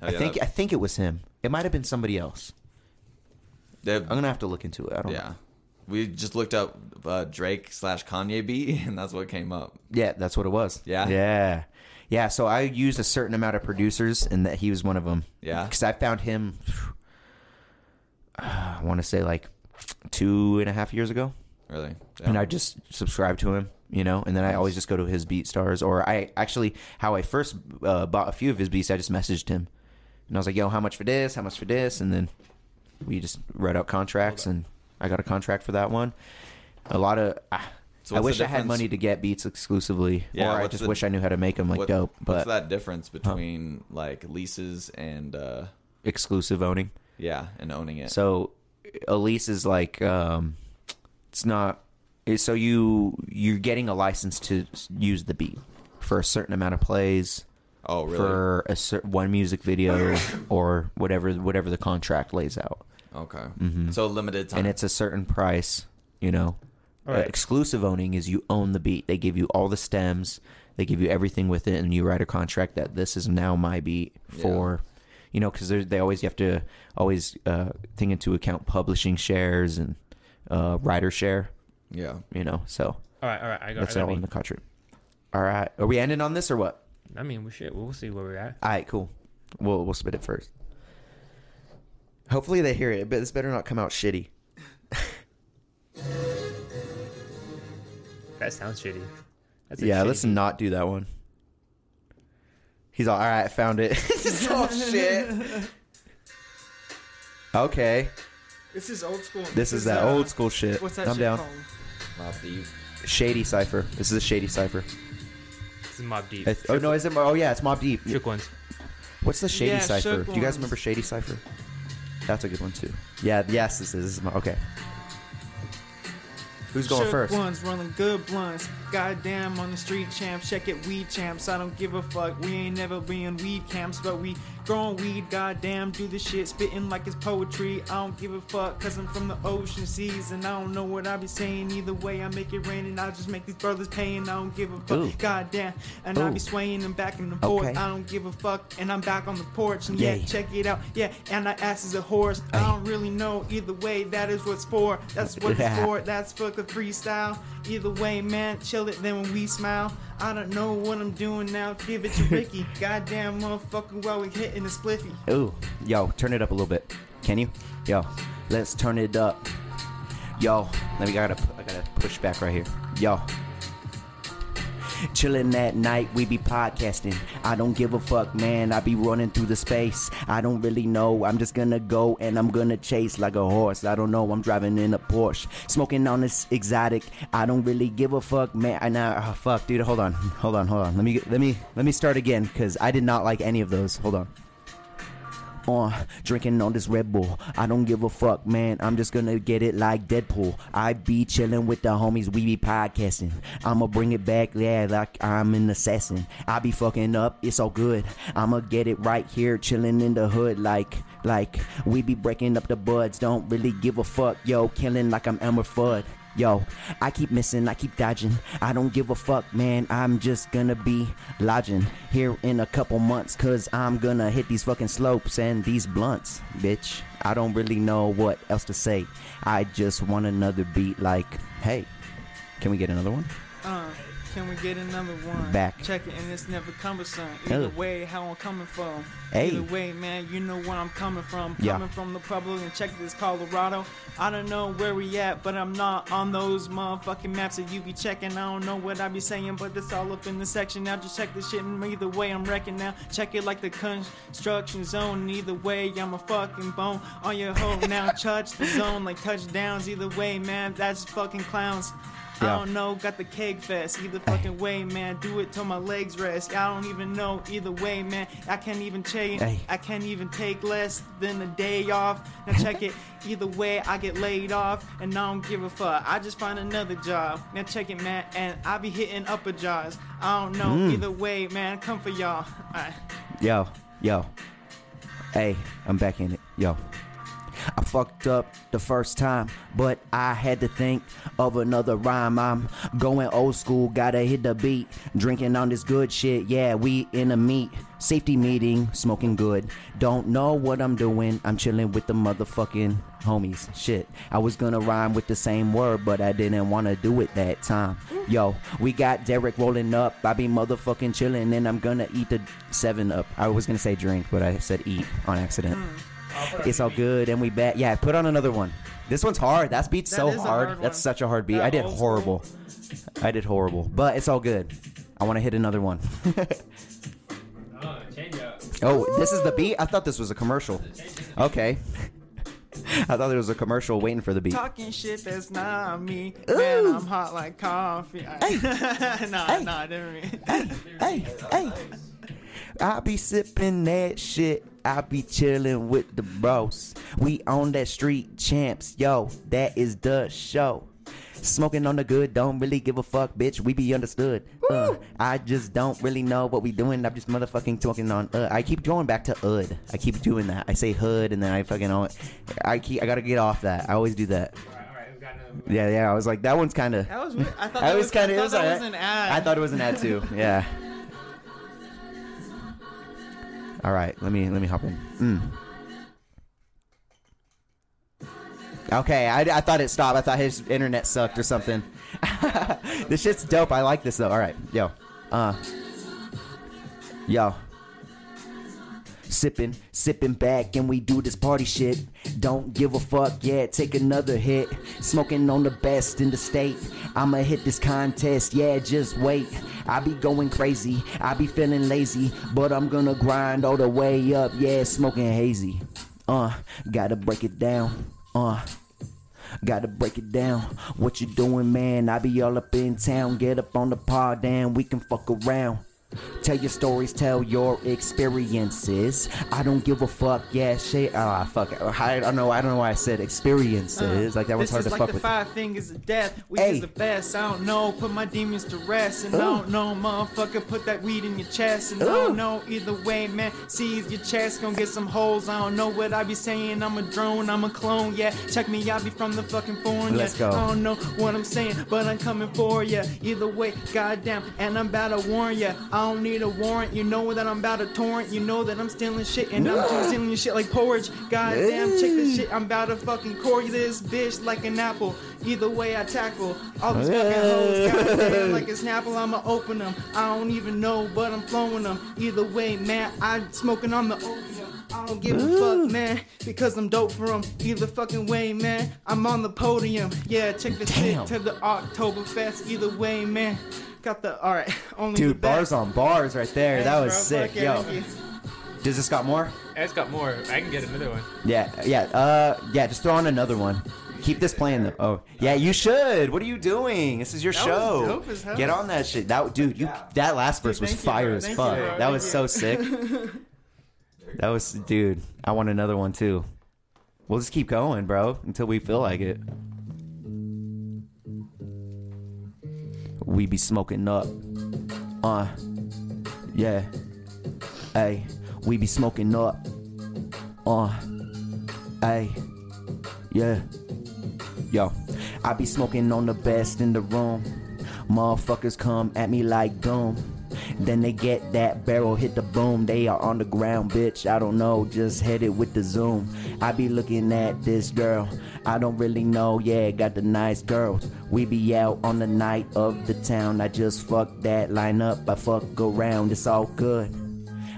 [SPEAKER 2] I
[SPEAKER 4] Oh, yeah,
[SPEAKER 2] think I
[SPEAKER 4] that-
[SPEAKER 2] think it was him. It might have been somebody else.
[SPEAKER 4] that-
[SPEAKER 2] I'm gonna have to look into it. I don't.
[SPEAKER 4] yeah. We just looked up uh, Drake slash Kanye beat, and that's what came up.
[SPEAKER 2] Yeah, that's what it was.
[SPEAKER 4] Yeah?
[SPEAKER 2] yeah, yeah. So I used a certain amount of producers, and that he was one of them.
[SPEAKER 4] Yeah.
[SPEAKER 2] because I found him. uh, I want to say like two and a half years ago,
[SPEAKER 4] Really.
[SPEAKER 2] and I just subscribed to him, you know. And then I always just go to his Beat Stars, or I actually how I first uh, bought a few of his beats. I just messaged him, and I was like, "Yo, how much for this? How much for this?" And then we just wrote out contracts, and I got a contract for that one. A lot of. ah,
[SPEAKER 4] So
[SPEAKER 2] I
[SPEAKER 4] what's
[SPEAKER 2] wish
[SPEAKER 4] the
[SPEAKER 2] I had
[SPEAKER 4] difference-
[SPEAKER 2] money to get beats exclusively,
[SPEAKER 4] Yeah,
[SPEAKER 2] or I
[SPEAKER 4] what's
[SPEAKER 2] just
[SPEAKER 4] the-
[SPEAKER 2] wish I knew how to make them like
[SPEAKER 4] What-
[SPEAKER 2] dope. But
[SPEAKER 4] what's that difference between like leases and uh,
[SPEAKER 2] exclusive owning.
[SPEAKER 4] yeah, and owning it?
[SPEAKER 2] So a lease is like um, it's not. it's- So you you're getting a license to s- use the beat for a certain amount of plays
[SPEAKER 4] oh, really?
[SPEAKER 2] for a cer- one music video or whatever whatever the contract lays out,
[SPEAKER 4] okay. So limited time.
[SPEAKER 2] Mm-hmm. and it's a certain price. You know,
[SPEAKER 1] All right.
[SPEAKER 2] Uh, exclusive owning is you own the beat. They give you all the stems. They give you everything with it, and you write a contract that this is now my beat
[SPEAKER 4] Yeah.
[SPEAKER 2] for, you know, because they always you have to always uh, think into account publishing shares and uh, writer share,
[SPEAKER 4] yeah.
[SPEAKER 2] you know. So
[SPEAKER 1] All right, all right. I got.
[SPEAKER 2] that's
[SPEAKER 1] I, got
[SPEAKER 2] all in
[SPEAKER 1] me.
[SPEAKER 2] the contract. All right, are we ending on this or what?
[SPEAKER 1] I mean, we should. We'll see where we're at.
[SPEAKER 2] All right, cool. We'll we'll spit it first. Hopefully they hear it, but this better not come out shitty.
[SPEAKER 1] That sounds shitty. That's a
[SPEAKER 2] Yeah,
[SPEAKER 1] shitty
[SPEAKER 2] let's
[SPEAKER 1] beat.
[SPEAKER 2] not do that one. He's all, all right, I found it. oh, shit. Okay,
[SPEAKER 3] This is old school.
[SPEAKER 2] this is that
[SPEAKER 3] uh,
[SPEAKER 2] old school shit.
[SPEAKER 3] What's that
[SPEAKER 2] I'm
[SPEAKER 3] shit
[SPEAKER 2] down.
[SPEAKER 3] called?
[SPEAKER 4] Mob Deep.
[SPEAKER 2] Shady Cipher. This is a Shady Cipher.
[SPEAKER 1] This is Mob Deep.
[SPEAKER 2] I th- oh, no, is it? Mo- Oh, yeah, it's Mob Deep.
[SPEAKER 1] Shook ones.
[SPEAKER 2] What's the Shady
[SPEAKER 3] Yeah,
[SPEAKER 2] Cipher?
[SPEAKER 3] Shook
[SPEAKER 2] Do you guys
[SPEAKER 3] ones.
[SPEAKER 2] remember Shady Cipher? That's a good one, too. Yeah, yes, this is. This is my, okay. Who's going
[SPEAKER 3] Shook
[SPEAKER 2] first?
[SPEAKER 3] Ones rolling good blunts. Goddamn on the street champs. Check it, weed champs. I don't give a fuck. We ain't never been weed camps, but we Growing weed, goddamn, do this shit, spitting like it's poetry. I don't give a fuck, cause I'm from the ocean seas, and I don't know what I be saying. Either way, I make it rain, and I just make these brothers pay, and I don't give a fuck,
[SPEAKER 2] Ooh.
[SPEAKER 3] goddamn. And I be swaying and back and forth, I don't give a fuck, and I'm back on the porch, and yeah,
[SPEAKER 2] Yay.
[SPEAKER 3] check it out, yeah, and I ass is a horse. I don't really know, either way, that is what's for, that's what it's
[SPEAKER 2] Yeah.
[SPEAKER 3] for, that's for the freestyle. Either way, man, chill it, then when we smile. I don't know what I'm doing now, give it to Ricky, goddamn motherfucker, while we hitting the spliffy.
[SPEAKER 2] Ooh, yo, turn it up a little bit. Can you? Yo, let's turn it up. Yo, let me. I gotta. I gotta push back right here. Yo. Chillin' at night, we be podcasting. I don't give a fuck, man. I be running through the space. I don't really know. I'm just gonna go and I'm gonna chase like a horse. I don't know. I'm driving in a Porsche, smoking on this exotic. I don't really give a fuck, man. I now, oh, fuck, dude. Hold on, hold on, hold on. Let me, get- let me, let me start again, cause I did not like any of those. Hold on uh, drinking on this Red Bull. I don't give a fuck, man. I'm just gonna get it like Deadpool. I be chilling with the homies, we be podcasting. I'ma bring it back, yeah, like I'm an assassin. I be fucking up, it's all good. I'ma get it right here, chilling in the hood, like, like we be breaking up the buds. Don't really give a fuck, yo, killing like I'm Elmer Fudd. Yo, I keep missing, I keep dodging. I don't give a fuck, man. I'm just gonna be lodging here in a couple months, cause I'm gonna hit these fucking slopes and these blunts, bitch. I don't really know what else to say. I just want another beat, like, hey, can we get another one?
[SPEAKER 3] Uh, can we get another one?
[SPEAKER 2] Back.
[SPEAKER 3] Check it and it's never cumbersome. Either
[SPEAKER 2] Ugh.
[SPEAKER 3] way, how I'm coming from.
[SPEAKER 2] Hey.
[SPEAKER 3] Either way, man, you know where I'm coming from.
[SPEAKER 2] Yeah.
[SPEAKER 3] Coming from the Pueblo and check this Colorado. I don't know where we at, but I'm not on those motherfucking maps that you be checking. I don't know what I be saying, but that's all up in the section. Now just check this shit and either way I'm wrecking now. Check it like the construction zone. Either way, I'm a fucking bone on your hoe now. Touch the zone like touchdowns. Either way, man, that's fucking clowns. I
[SPEAKER 2] Yeah.
[SPEAKER 3] don't know, got the cake fest. Either fucking way, man, do it till my legs rest. I don't even know. Either way, man, I can't even change.
[SPEAKER 2] Hey.
[SPEAKER 3] I can't even take less than a day off. Now check it. Either way, I get laid off, and I don't give a fuck. I just find another job. Now check it, man, and I be hitting upper jaws. I don't know.
[SPEAKER 2] Hmm.
[SPEAKER 3] Either way, man, come for y'all. Alright.
[SPEAKER 2] Yo, yo. Hey, I'm back in it. Yo. I fucked up the first time, but I had to think of another rhyme. I'm going old school, gotta hit the beat. Drinking on this good shit, yeah, we in a meet. Safety meeting, smoking good. Don't know what I'm doing, I'm chilling with the motherfucking homies. Shit, I was gonna rhyme with the same word, but I didn't wanna do it that time. Yo, we got Derek rolling up, I be motherfucking chilling, and I'm gonna eat the seven up. I was gonna say drink, but I said eat on accident. It's all good, and we bet. Yeah, put on another one. This one's hard. That beat's
[SPEAKER 3] That
[SPEAKER 2] so
[SPEAKER 3] is a
[SPEAKER 2] hard.
[SPEAKER 3] hard one.
[SPEAKER 2] That's such a hard beat.
[SPEAKER 3] That
[SPEAKER 2] I did
[SPEAKER 3] old
[SPEAKER 2] horrible. I did horrible, but it's all good. I want to hit another one.
[SPEAKER 1] Oh, change up.
[SPEAKER 2] oh, this is the beat. I thought this was a commercial. Okay. I thought there was a commercial waiting for the beat.
[SPEAKER 3] Talking shit that's not me. Man,
[SPEAKER 2] Ooh.
[SPEAKER 3] I'm hot like coffee. Alright. nah,
[SPEAKER 2] Hey.
[SPEAKER 3] nah, I didn't mean.
[SPEAKER 2] Hey, hey. I be sipping that shit. I be chilling with the bros. We on that street champs, yo. That is the show. Smoking on the good, don't really give a fuck, bitch. We be understood. Uh, I just don't really know what we doing. I'm just motherfucking talking on. Uh, I keep going back to ud. I keep doing that. I say hood, and then I fucking. al- I keep. I gotta get off that. I always do that.
[SPEAKER 1] Alright, alright, we got another one.
[SPEAKER 2] Yeah, yeah. I was like, that one's kind of.
[SPEAKER 3] That was weird. I thought
[SPEAKER 2] I
[SPEAKER 3] that
[SPEAKER 2] was kind of.
[SPEAKER 3] I
[SPEAKER 2] It
[SPEAKER 3] thought
[SPEAKER 2] was
[SPEAKER 3] that
[SPEAKER 2] alright.
[SPEAKER 3] was an ad.
[SPEAKER 2] I thought it was an ad too. Yeah. All right. Let me let me hop in. Mm. Okay. I, I thought it stopped. I thought his internet sucked or something. this shit's dope. I like this though. All right. Yo. Uh. Yo. Sipping, sipping back, and we do this party shit. Don't give a fuck, yeah, take another hit. Smoking on the best in the state. I'ma hit this contest, yeah, just wait. I be going crazy, I be feeling lazy, but I'm gonna grind all the way up, yeah, smoking hazy. Uh, gotta break it down, uh. Gotta break it down. What you doing, man? I be all up in town. Get up on the pod, damn, we can fuck around.
[SPEAKER 6] Tell your stories, tell your experiences. I don't give a fuck. Yeah, shit. Ah, fuck. it. I don't know. I don't know why I said experiences. like that one's
[SPEAKER 3] Uh,
[SPEAKER 6] hard
[SPEAKER 3] This is
[SPEAKER 6] to
[SPEAKER 3] like
[SPEAKER 6] fuck
[SPEAKER 3] the
[SPEAKER 6] with.
[SPEAKER 3] five fingers of death. We
[SPEAKER 6] Hey.
[SPEAKER 3] is the best. I don't know. Put my demons to rest. And I don't know, motherfucker. Put that weed in your chest. And I
[SPEAKER 6] Ooh.
[SPEAKER 3] don't know either way, man. See if your chest gonna get some holes. I don't know what I be saying. I'm a drone. I'm a clone. Yeah, check me. I be from the fucking foreign.
[SPEAKER 6] Let's
[SPEAKER 3] yeah.
[SPEAKER 6] go.
[SPEAKER 3] I don't know what I'm saying, but I'm coming for ya. Either way, goddamn. And I'm about to warn ya. I don't need a warrant. You know that I'm about to torrent. You know that I'm stealing shit. And I'm just stealing your shit like porridge. Goddamn, check this shit. I'm about to fucking core this bitch like an apple. Either way, I tackle all these fucking hoes. Goddamn, like a snapple, I'ma open them. I don't even know, but I'm flowing them. Either way, man, I'm smoking on the opium. I don't give a fuck, man, because I'm dope for 'em. Either fucking way, man, I'm on the podium. Yeah, check this
[SPEAKER 6] Damn.
[SPEAKER 3] shit to the Oktoberfest. Either way, man, got the all right. Only the
[SPEAKER 2] Dude,
[SPEAKER 3] best.
[SPEAKER 2] bars on bars right there. that was
[SPEAKER 3] Bro,
[SPEAKER 2] sick.
[SPEAKER 3] fuck yeah,
[SPEAKER 2] Yo,
[SPEAKER 3] thank you.
[SPEAKER 2] does this got more?
[SPEAKER 1] It's got more. I can get another one.
[SPEAKER 2] Yeah, yeah, uh, yeah. Just throw on another one. Keep this playing though. Oh, yeah, you should. What are you doing? This is your
[SPEAKER 3] That was
[SPEAKER 2] show.
[SPEAKER 3] dope as hell.
[SPEAKER 2] Get on that shit. That dude, you that last verse was
[SPEAKER 3] thank you,
[SPEAKER 2] fire
[SPEAKER 3] bro.
[SPEAKER 2] as
[SPEAKER 3] Thank you,
[SPEAKER 2] fuck.
[SPEAKER 3] bro.
[SPEAKER 2] that
[SPEAKER 3] Thank
[SPEAKER 2] was
[SPEAKER 3] you.
[SPEAKER 2] so sick. that was, dude. I want another one too. We'll just keep going, bro, until we feel like it. We be smoking up. Uh, yeah. Hey, we be smoking up. Uh, hey, yeah. Yo, I be smoking on the best in the room. Motherfuckers come at me like doom. Then they get that barrel, hit the boom. They are on the ground, bitch. I don't know, just hit it with the zoom. I be looking at this girl. I don't really know, yeah, got the nice girls. We be out on the night of the town. I just fuck that line up, I fuck around, it's all good.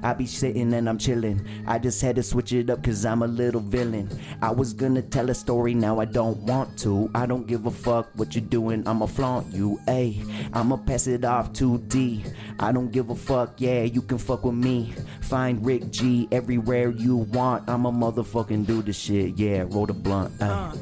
[SPEAKER 2] I be sitting and I'm chilling. I just had to switch it up cause I'm a little villain. I was gonna tell a story, now I don't want to. I don't give a fuck what you're doing, I'ma flaunt you. Ayy, I'ma pass it off to D. I don't give a fuck, yeah, you can fuck with me. Find Rick G everywhere you want. I'ma motherfucking do this shit, yeah, roll the blunt. ayy.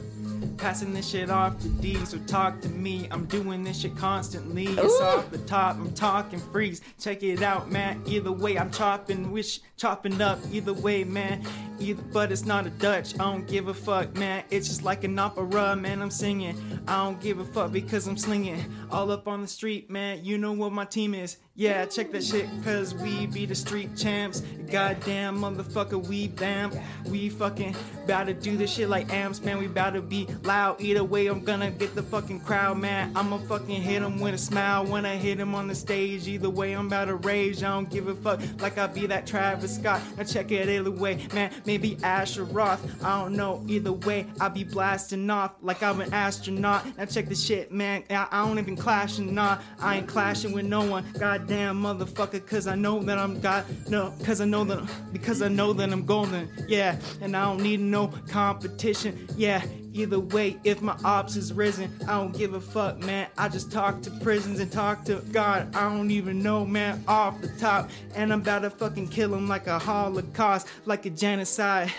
[SPEAKER 3] Passing this shit off to D, so talk to me. I'm doing this shit constantly. It's off the top, I'm talking freeze. Check it out, man. Either way, I'm chopping, wish chopping up. Either way, man. Either, but it's not a Dutch. I don't give a fuck, man. It's just like an opera, man. I'm singing. I don't give a fuck because I'm slinging all up on the street, man. You know what my team is. Yeah, check that shit, cause we be the street champs. Goddamn motherfucker, we bam. We fucking bout to do this shit like amps, man. We bout to be loud. Either way, I'm gonna get the fucking crowd, man. I'ma fucking hit 'em with a smile when I hit 'em on the stage. Either way, I'm bout to rage. I don't give a fuck, like I be that Travis Scott. Now check it either way, man. Maybe Asher Roth. I don't know. Either way, I be blasting off like I'm an astronaut. Now check this shit, man. I, I don't even clash and nah. I ain't clashing with no one. Goddamn motherfucker, cause I know that I'm god no, cause I know that because I know that I'm golden. Yeah, and I don't need no competition. Yeah. Either way, if my ops is risen, I don't give a fuck, man. I just talk to prisons and talk to God. I don't even know, man, off the top. And I'm about to fucking kill him like a holocaust, like a genocide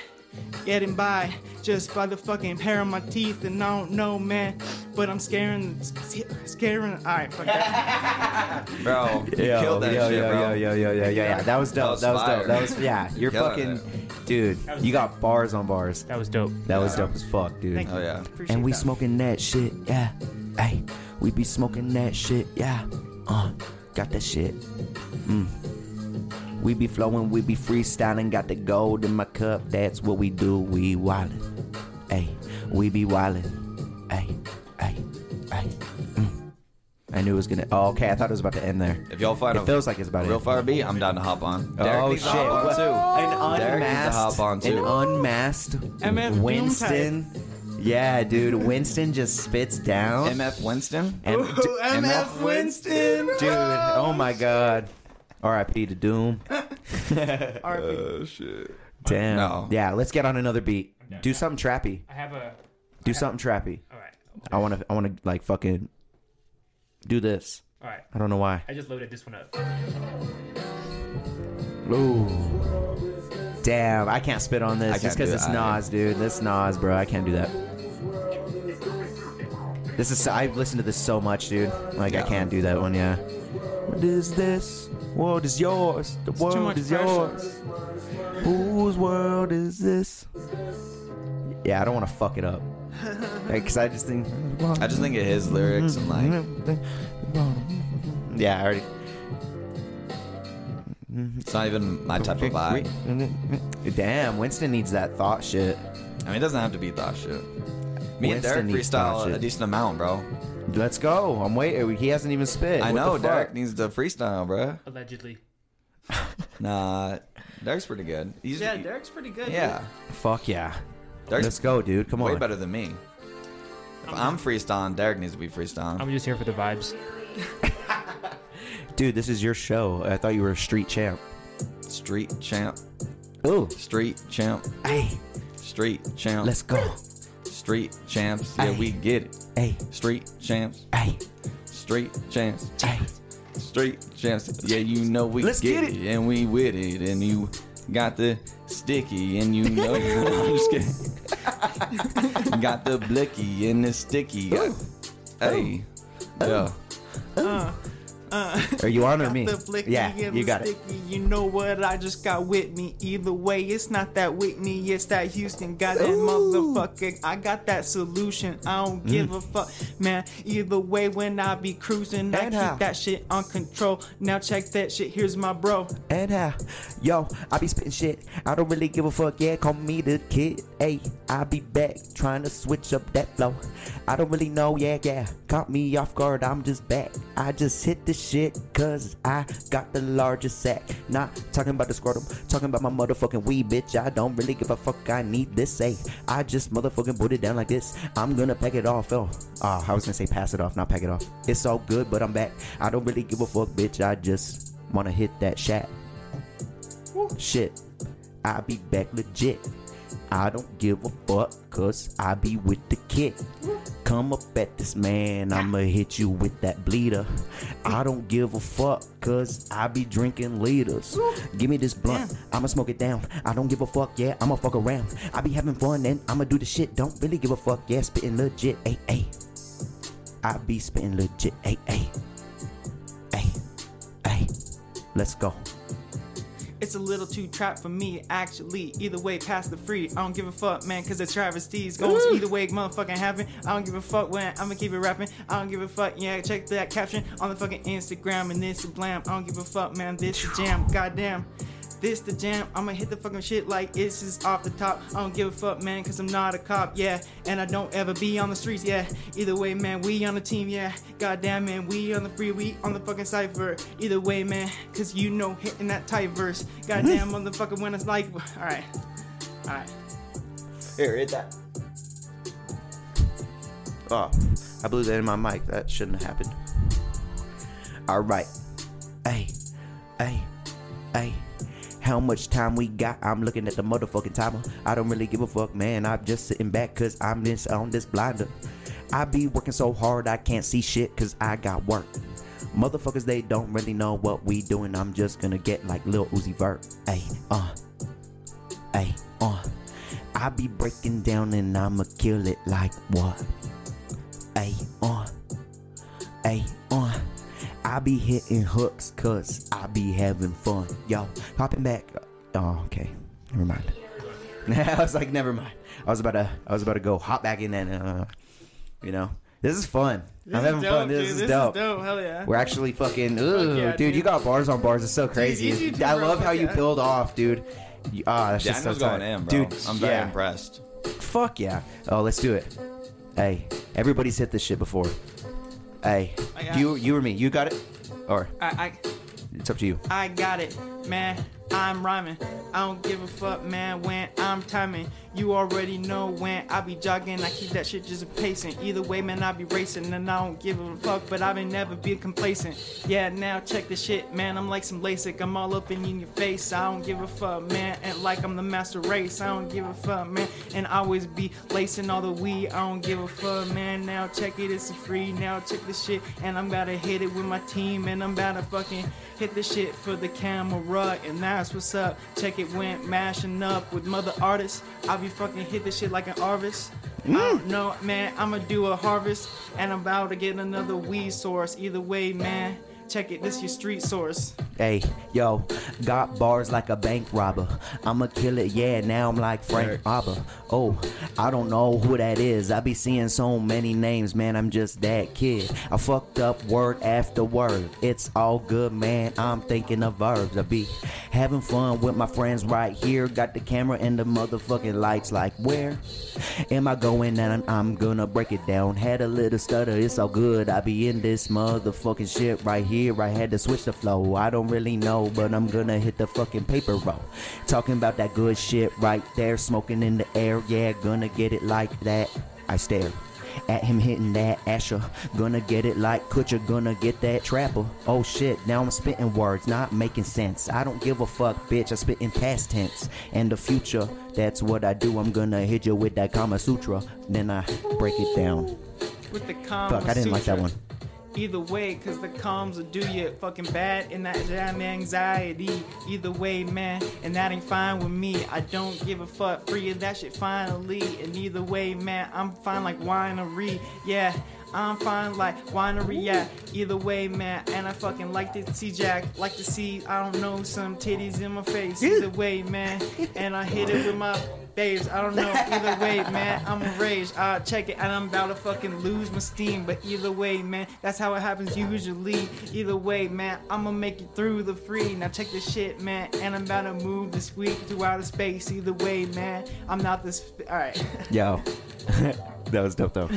[SPEAKER 3] getting by just by the fucking pair of my teeth and I don't know man but I'm scaring scaring alright fuck that
[SPEAKER 4] bro. You
[SPEAKER 2] Yo,
[SPEAKER 4] killed that
[SPEAKER 2] yo,
[SPEAKER 4] shit,
[SPEAKER 2] yo,
[SPEAKER 4] bro.
[SPEAKER 2] Yo, yo, yo, yo, yo, yeah. That was dope. That
[SPEAKER 4] That
[SPEAKER 2] was,
[SPEAKER 4] was
[SPEAKER 2] dope.
[SPEAKER 4] fire.
[SPEAKER 2] That was yeah. You're
[SPEAKER 4] Killing
[SPEAKER 2] fucking, dude. You got bars on bars.
[SPEAKER 1] That was dope.
[SPEAKER 2] That was dope as fuck, dude.
[SPEAKER 3] thank you
[SPEAKER 4] Oh, yeah.
[SPEAKER 3] Appreciate
[SPEAKER 6] and we
[SPEAKER 3] that.
[SPEAKER 6] smoking that shit, yeah. Hey, we be smoking that shit, yeah. Uh, got that shit. Mm. We be flowing, we be freestyling, got the gold in my cup. That's what we do. We wildin', hey, we be wildin', hey, hey, hey. Mm. I knew it was gonna.
[SPEAKER 2] Oh, okay. I thought it was about to end there.
[SPEAKER 4] If y'all find
[SPEAKER 2] It
[SPEAKER 4] a-
[SPEAKER 2] feels like it's about
[SPEAKER 4] a
[SPEAKER 2] to
[SPEAKER 4] real
[SPEAKER 2] end.
[SPEAKER 4] fire beat, I'm down to hop on. Derek
[SPEAKER 2] oh
[SPEAKER 4] needs
[SPEAKER 2] shit!
[SPEAKER 4] to hop on
[SPEAKER 2] What-
[SPEAKER 4] too.
[SPEAKER 2] An
[SPEAKER 4] Derek needs to
[SPEAKER 2] unmasked,
[SPEAKER 4] hop on,
[SPEAKER 2] an
[SPEAKER 4] too.
[SPEAKER 2] unmasked
[SPEAKER 3] MF Doom
[SPEAKER 2] Winston. Yeah, dude. Winston just spits down.
[SPEAKER 4] MF Winston.
[SPEAKER 2] And-
[SPEAKER 3] Ooh, MF Winston
[SPEAKER 2] dude. Oh my god. R.I.P. to Doom.
[SPEAKER 3] RIP.
[SPEAKER 4] Oh,
[SPEAKER 2] Damn.
[SPEAKER 4] No.
[SPEAKER 2] Yeah. Let's get on another beat. Do something trappy.
[SPEAKER 1] I have a.
[SPEAKER 2] Do something trappy.
[SPEAKER 1] All right.
[SPEAKER 2] I want to. I want to like fucking do this.
[SPEAKER 1] All right.
[SPEAKER 2] I don't know why.
[SPEAKER 1] I just loaded this one up.
[SPEAKER 2] Ooh. Damn, I can't spit on
[SPEAKER 4] I
[SPEAKER 2] this just
[SPEAKER 4] can't
[SPEAKER 2] because
[SPEAKER 4] do
[SPEAKER 2] it's
[SPEAKER 4] that. I-
[SPEAKER 2] Nas, dude. This Nas, bro. I can't do that. This is. I've listened to this so much, dude. Like I
[SPEAKER 4] Yeah.
[SPEAKER 2] can't do that one. Yeah. What is this? World is yours. The world
[SPEAKER 3] much
[SPEAKER 2] is
[SPEAKER 3] pressure.
[SPEAKER 2] yours. Whose world is this? Yeah, I don't want to fuck it up. Because I just think.
[SPEAKER 4] I just think of his lyrics and like
[SPEAKER 2] Yeah, I already.
[SPEAKER 4] it's not even my type of vibe.
[SPEAKER 2] Damn, Winston needs that thought shit.
[SPEAKER 4] I mean, it doesn't have to be thought shit. Me and
[SPEAKER 2] Winston
[SPEAKER 4] Derek
[SPEAKER 2] needs thought
[SPEAKER 4] freestyle
[SPEAKER 2] shit.
[SPEAKER 4] a decent amount, bro.
[SPEAKER 2] Let's go. I'm waiting. He hasn't even spit.
[SPEAKER 4] I
[SPEAKER 2] What
[SPEAKER 4] know
[SPEAKER 2] the fuck?
[SPEAKER 4] Derek needs to freestyle, bro.
[SPEAKER 1] Allegedly.
[SPEAKER 4] Nah, Derek's pretty good. He's,
[SPEAKER 3] Yeah, Derek's pretty good. dude.
[SPEAKER 4] Yeah,
[SPEAKER 2] Fuck yeah.
[SPEAKER 4] Derek's
[SPEAKER 2] Let's go, dude. Come
[SPEAKER 4] way
[SPEAKER 2] on.
[SPEAKER 4] better than me. If I'm freestyling, Derek needs to be freestyling.
[SPEAKER 1] I'm just here for the vibes.
[SPEAKER 2] Dude, this is your show. I thought you were a street champ.
[SPEAKER 4] Street champ,
[SPEAKER 2] Ooh.
[SPEAKER 4] street champ,
[SPEAKER 2] Hey,
[SPEAKER 4] street champ,
[SPEAKER 2] let's go.
[SPEAKER 4] street champs. Yeah,
[SPEAKER 2] Ay.
[SPEAKER 4] we get it.
[SPEAKER 2] Hey,
[SPEAKER 4] Street champs,
[SPEAKER 2] hey,
[SPEAKER 4] street champs,
[SPEAKER 2] hey.
[SPEAKER 4] street champs. Yeah, you know we
[SPEAKER 2] Let's
[SPEAKER 4] get,
[SPEAKER 2] get
[SPEAKER 4] it. and we with it, and you got the sticky, and you know. I'm just kidding. got the blicky and the sticky. Hey, yeah.
[SPEAKER 2] Are you on or me?
[SPEAKER 3] The flicky
[SPEAKER 2] Yeah,
[SPEAKER 3] and
[SPEAKER 2] you
[SPEAKER 3] the
[SPEAKER 2] got it.
[SPEAKER 3] sticky. You know what? I just got with me. Either way, it's not that Whitney, it's that Houston. Got that motherfucker. I got that solution.
[SPEAKER 2] Mm.
[SPEAKER 3] I don't give a fuck, man. Either way, when I be cruising, I
[SPEAKER 2] And
[SPEAKER 3] keep
[SPEAKER 2] how?
[SPEAKER 3] that shit on control. Now check that shit. Here's my bro.
[SPEAKER 2] And how? Yo, I be spitting shit. I don't really give a fuck. Yeah, call me the kid. Hey, I be back trying to switch up that flow. I don't really know. Yeah, yeah. Caught me off guard. I'm just back. I just hit the shit cause I got the largest sack. Not talking about the scrotum. Talking about my motherfucking weed, bitch. I don't really give a fuck. I need this. Hey, I just motherfucking put it down like this. I'm gonna pack it off. Oh, Ah, I was gonna say pass it off, not pack it off. It's all good, but I'm back. I don't really give a fuck, bitch. I just wanna hit that shack. Shit, I be back legit. I don't give a fuck, cause I be with the kid. Come up at this man, I'ma hit you with that bleeder. I don't give a fuck, cause I be drinking liters. Give me this blunt, I'ma smoke it down. I don't give a fuck, yeah, I'ma fuck around. I be having fun and I'ma do the shit. Don't really give a fuck, yeah, spitting legit, ay, ay. I be spitting legit, ay, ay. Ay, ay. Let's go.
[SPEAKER 3] It's a little too trap for me, actually. Either way, pass the free. I don't give a fuck, man, cause the Travis D's goes either way, motherfucking happen. I don't give a fuck when I'ma keep it rapping. I don't give a fuck, yeah, check that caption on the fucking Instagram and this is blam. I don't give a fuck, man, this the jam, goddamn. This the jam, I'ma hit the fucking shit like it's just off the top. I don't give a fuck, man, cause I'm not a cop, yeah. And I don't ever be on the streets, yeah. Either way, man, we on the team, yeah. Goddamn, man, we on the free, we on the fucking cipher. Either way, man, cause you know hitting that tight verse. Goddamn, motherfucker, when it's like, alright, alright.
[SPEAKER 7] Here, read that. Oh, I blew that in my mic. That shouldn't have happened.
[SPEAKER 2] All right. Hey, hey, hey. How much time we got? I'm looking at the motherfucking timer. I don't really give a fuck, man. I'm just sitting back cause I'm this on this blinder. I be working so hard I can't see shit cause I got work. Motherfuckers, they don't really know what we doing. I'm just gonna get like Lil Uzi Vert. Hey, uh, hey, uh. I be breaking down and I'ma kill it like what? Hey, uh. Ay, on. I be hitting hooks cause I be having fun. Yo, hopping back. Oh, okay. Never mind. I was like, never mind. I was about to I was about to go hop back in and uh, you know. This is fun. I'm having fun. This, is, dope.
[SPEAKER 3] hell yeah.
[SPEAKER 2] We're actually fucking ooh,
[SPEAKER 3] yeah,
[SPEAKER 2] dude,
[SPEAKER 3] dude.
[SPEAKER 2] you got bars on bars. It's so crazy.
[SPEAKER 3] you two
[SPEAKER 2] I
[SPEAKER 3] are
[SPEAKER 2] love how you
[SPEAKER 3] fucking-
[SPEAKER 2] build off, dude. You- Ah, that's just so
[SPEAKER 4] Daniel's going
[SPEAKER 2] tight.
[SPEAKER 4] in, bro.
[SPEAKER 2] Dude,
[SPEAKER 4] I'm very
[SPEAKER 2] yeah.
[SPEAKER 4] impressed.
[SPEAKER 2] Fuck yeah. Oh, let's do it. Hey, everybody's hit this shit before. Hey,
[SPEAKER 3] I got
[SPEAKER 2] you you or me? You got it? Or
[SPEAKER 3] I, I,
[SPEAKER 2] it's up to you.
[SPEAKER 3] I got it, man. I'm rhyming. I don't give a fuck, man, when I'm timing. You already know when I be jogging. I keep that shit just pacing. Either way, man, I be racing. And I don't give a fuck, but I've been never been complacent. Yeah, now check the shit, man. I'm like some LASIK. I'm all up in your face. I don't give a fuck, man. And like I'm the master race. I don't give a fuck, man. And I always be lacing all the weed. I don't give a fuck, man. Now check it. It's free. Now check the shit. And I'm about to hit it with my team. And I'm about to fucking Hit the shit for the camera, and that's what's up. Check it went mashing up with mother artists. I be fucking hit the shit like an harvest.
[SPEAKER 2] Mm.
[SPEAKER 3] I don't know, man, I'ma do a harvest, and I'm about to get another weed source. Either way, man, check it, this your street source.
[SPEAKER 2] Hey, yo, got bars like a bank robber. I'ma kill it, yeah. Now I'm like Frank Robber. Oh, I don't know who that is. I be seeing so many names, man. I'm just that kid. I fucked up word after word. It's all good, man. I'm thinking of verbs. I be having fun with my friends right here. Got the camera and the motherfucking lights. Like, where am I going? And I'm, I'm gonna break it down. Had a little stutter. It's all good. I be in this motherfucking shit right here. I had to switch the flow. I don't really know, but I'm gonna hit the fucking paper roll. Talking about that good shit right there, smoking in the air. Yeah, gonna get it like that. I stare at him hitting that Asher. Gonna get it like Kutcher, gonna get that trapper. Oh shit, now I'm spitting words, not making sense. I don't give a fuck, bitch. I spit in past tense and the future. That's what I do. I'm gonna hit you with that Kama Sutra. Then I break it down.
[SPEAKER 3] with the Kama
[SPEAKER 2] Fuck, I didn't like that
[SPEAKER 3] Sutra.
[SPEAKER 2] one.
[SPEAKER 3] Either way, cause the comms will do you fucking bad, and that damn anxiety. Either way, man, and that ain't fine with me. I don't give a fuck, free of that shit finally. And either way, man, I'm fine like winery. Yeah, I'm fine like winery. Yeah, either way, man, and I fucking like to see Jack, like to see, I don't know, some titties in my face. Either way, man, and I hit it with my babes. I don't know. Either way, man, I'm enraged. I check it, and I'm about to fucking lose my steam. But either way, man, that's how it happens usually. Either way, man, I'ma make it through the free. Now check this shit, man, and I'm about to move this week to outer space. Either way, man, I'm not this. All right,
[SPEAKER 2] Yo. that was dope though.